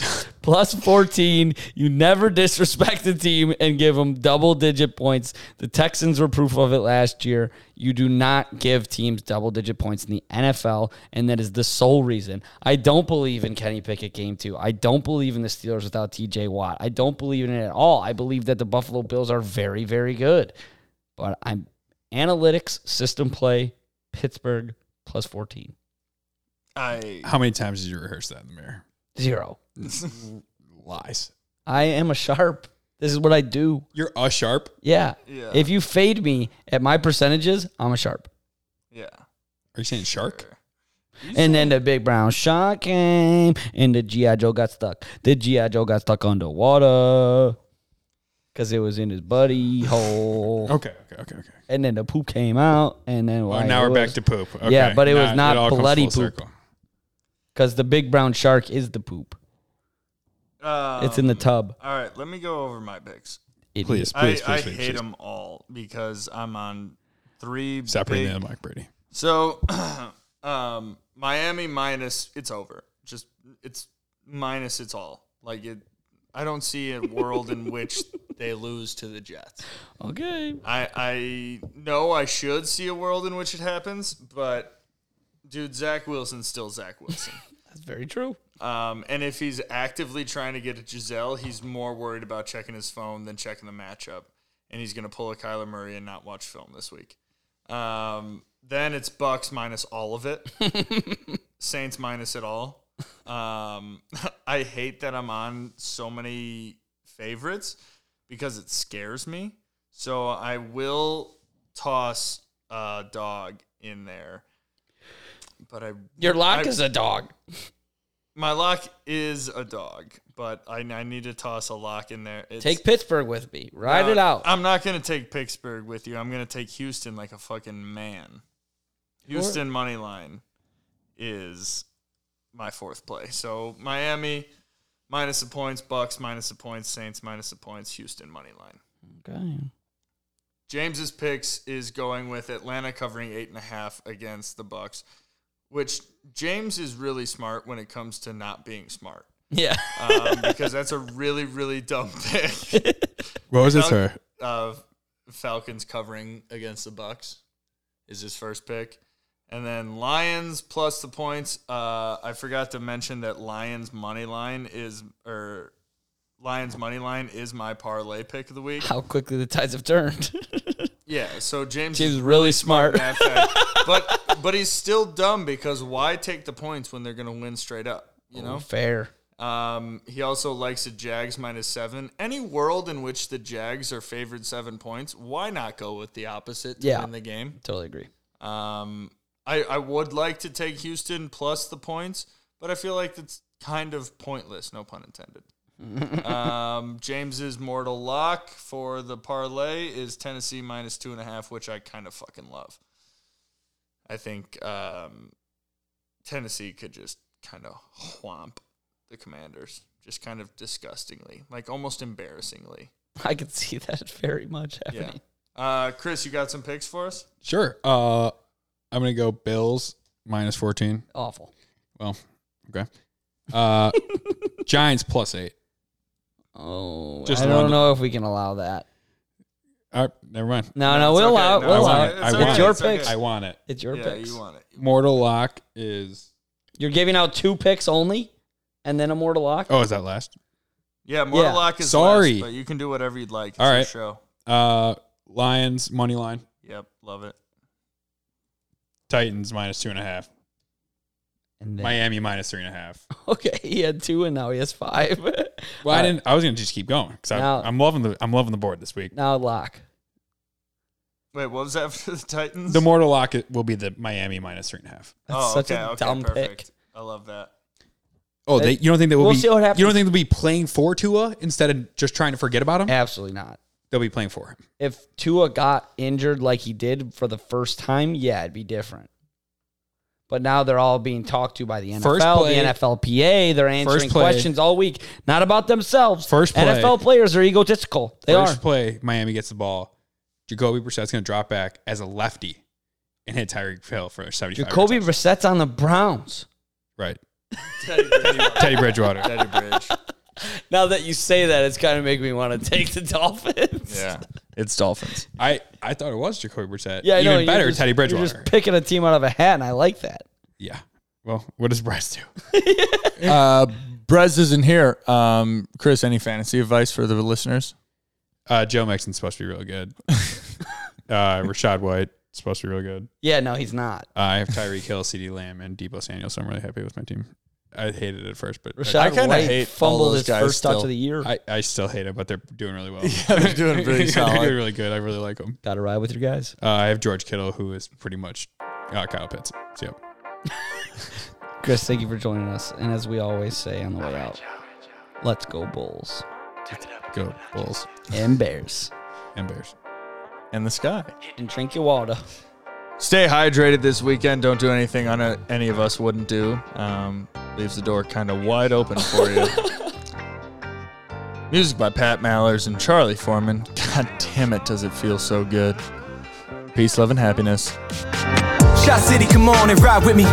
plus 14. You never disrespect a team and give them double digit points. The Texans were proof of it last year. You do not give teams double digit points in the NFL, and that is the sole reason. I don't believe in Kenny Pickett game two. I don't believe in the Steelers without TJ Watt. I don't believe in it at all. I believe that the Buffalo Bills are very, very good. But I'm analytics, system play, Pittsburgh plus 14. I How many times did you rehearse that in the mirror? Zero. Lies. I am a sharp. This is what I do. You're a sharp. Yeah. Yeah. If you fade me at my percentages, I'm a sharp. yeah. Are you saying shark? And then the big brown shark came, and the GI Joe got stuck. The GI Joe got stuck underwater because it was in his buddy hole. Okay, okay, okay, okay. And then the poop came out, and then Oh, now we're back to poop. Okay. Yeah, but it was Nah, not all comes bloody full poop. circle. because the big brown shark is the poop. It's in the tub. Uh, All right, let me go over my picks. Idiot. Um, Please, I, please, I please, please, hate please. them all because I'm on three. Separate big- them, Mike Brady. So, um, Miami minus it's over. Just it's minus it's all. Like it, I don't see a world in which they lose to the Jets. Okay. I I know I should see a world in which it happens, but dude, Zach Wilson's still Zach Wilson. That's very true. um, and if he's actively trying to get at Giselle, he's more worried about checking his phone than checking the matchup. And he's going to pull a Kyler Murray and not watch film this week. Um, then it's Bucks minus all of it. Saints minus it all. Um, I hate that I'm on so many favorites because it scares me. So I will toss a dog in there. But I Your lock I- is a dog. my lock is a dog, but I, I need to toss a lock in there. It's- Take Pittsburgh with me. Ride uh, it out. I'm not gonna take Pittsburgh with you. I'm gonna take Houston like a fucking man. Houston money line is my fourth play. So Miami minus the points, Bucks minus the points, Saints minus the points, Houston money line. okay. James's picks is going with Atlanta covering eight and a half against the Bucks, which James is really smart when it comes to not being smart. Yeah. um, because that's a really really dumb pick What was it, sir? of Falcons covering against the Bucks is his first pick, and then Lions plus the points. Uh, I forgot to mention that Lions money line is or Lions money line is my parlay pick of the week. How quickly the tides have turned. Yeah, so James, James is really smart. math fact. but but he's still dumb because why take the points when they're going to win straight up? You Oh, know. Fair. Um, he also likes the Jags minus seven. Any world in which the Jags are favored seven points, why not go with the opposite to Yeah. win the game? Totally agree. Um, I, I would like to take Houston plus the points, but I feel like it's kind of pointless, no pun intended. um, James's mortal lock for the parlay is Tennessee minus two and a half, which I kind of fucking love. I think um, Tennessee could just kind of whomp the commanders, just kind of disgustingly, like almost embarrassingly. I could see that very much Yeah. happening. Uh, Chris, you got some picks for us? Sure. Uh, I'm gonna go Bills minus fourteen. Awful. Well, okay. Uh, Giants plus eight. Oh, Just I don't one- know if we can allow that. All right, Uh, never mind. No, no, uh, we'll okay. allow it. No, we'll it's allow okay. it. I It's okay. want your It's okay. picks. I want it. It's your yeah, picks. you want it. Mortal Lock is. You're giving out two picks only, and then a mortal lock. Oh, is that last? Yeah, Mortal Yeah. Lock is Sorry. last, but you can do whatever you'd like. It's All your right. show. Uh, Lions money line. Yep, love it. Titans minus two and a half. And then, Miami minus three and a half. okay, he had two, and now he has five. Well, Uh, I didn't. I was gonna just keep going because now- I'm loving the I'm loving the board this week. now lock. Wait, what was that for the Titans? Oh, The mortal lock it will be the Miami minus three and a half. That's such a dumb pick. I love that. Oh, they, you don't think they will We'll be? see what happens. You don't think they'll be playing for Tua instead of just trying to forget about him? Absolutely not. They'll be playing for him. If Tua got injured like he did for the first time, yeah, it'd be different. But now they're all being talked to by the NFL, First play- the NFLPA. They're answering First play- questions all week, not about themselves. First play- NFL players are egotistical. They First are. play, Miami gets the ball. Jacoby Brissett's going to drop back as a lefty and hit Tyreek Hill for a 75. Jacoby yard touchdown. Brissett's on the Browns. right? Teddy Bridgewater. Teddy Bridgewater. Teddy Bridge. Now that you say that, it's kind of making me want to take the Dolphins. Yeah, it's Dolphins. I, I thought it was Jacoby Brissett. Yeah, I even know, you're better, just- Teddy You're Bridgewater. just picking a team out of a hat, and I like that. yeah. Well, what does Bryce do? Uh, Brez isn't here. Um, Chris, any fantasy advice for the listeners? Uh, Joe Mixon's supposed to be really good. uh, Rashad White supposed to be really good. Yeah, no, he's not. Uh, I have Tyreek Hill, CD Lamb, and Debo Samuel, so I'm really happy with my team. I hated it at first, but Rashad I, kinda White hate all fumbled those his guys first touch still. of the year. I, I still hate it, but they're doing really well. They're doing pretty they're doing solid. really good. I really like them. Got to ride with your guys. Uh, I have George Kittle, who is pretty much uh, Kyle Pitts. So, yeah. Chris, thank you for joining us. And as we always say on the way out, let's go Bulls Go Bulls and Bears. and Bears. And the sky. And drink your water. Stay hydrated this weekend. Don't do anything on a, any of us wouldn't do. Um, leaves the door kind of wide open for you. Music by Pat Mallers and Charlie Foreman. God damn it, does it feel so good? Peace, love, and happiness. Shot City, come on and ride with me.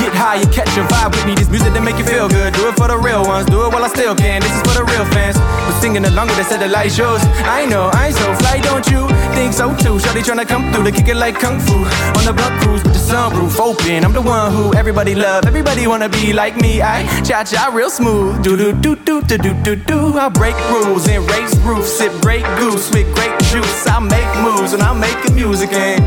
Get high and catch a vibe with me. This music that make you feel good. Do it for the real ones. Do it while I still can. This is for the real fans. We're singing along with the satellite shows. I know, I ain't so fly, don't you? Think so too. Shawty tryna come through to kick it like kung fu. On the block cruise with the sunroof open. I'm the one who everybody love. Everybody wanna be like me. I cha cha real smooth. Do do do do do do do do. I break rules and race roofs. Sip great goose with great juice. I make moves and I'm making music and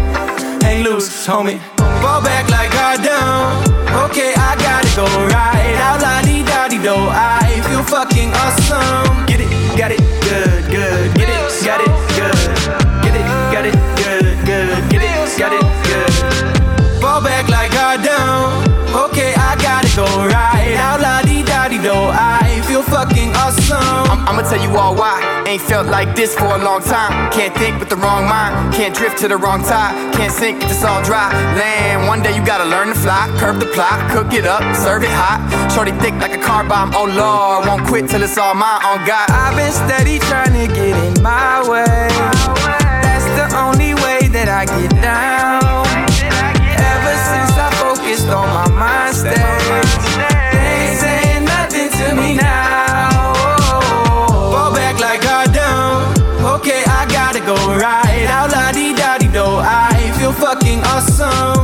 hang loose, homie. Fall back like I don't. Okay, I gotta go right out, la di da di do. I feel fucking awesome. Get it, got it, good, good. Get it, got it, good. Get it, got it, good, good. Get it, got it, good. Fall back like I don't. Okay, I gotta go right out, la di da di do. I feel fucking awesome. I'm, I'ma tell you all why. Ain't felt like this for a long time. Can't think with the wrong mind. Can't drift to the wrong tide. Can't sink if it's all dry. Land, one day you gotta learn to fly. Curve the plot, cook it up, serve it hot. Shorty thick like a car bomb. Oh lord, won't quit till it's all mine. On God. I've been steady trying to get in my way. That's the only way that I get down. Ever since I focused on my mind state, they ain't saying nothing to me now. Fall back like I don't. Okay, I gotta go right out, la di da di do. I feel fucking awesome.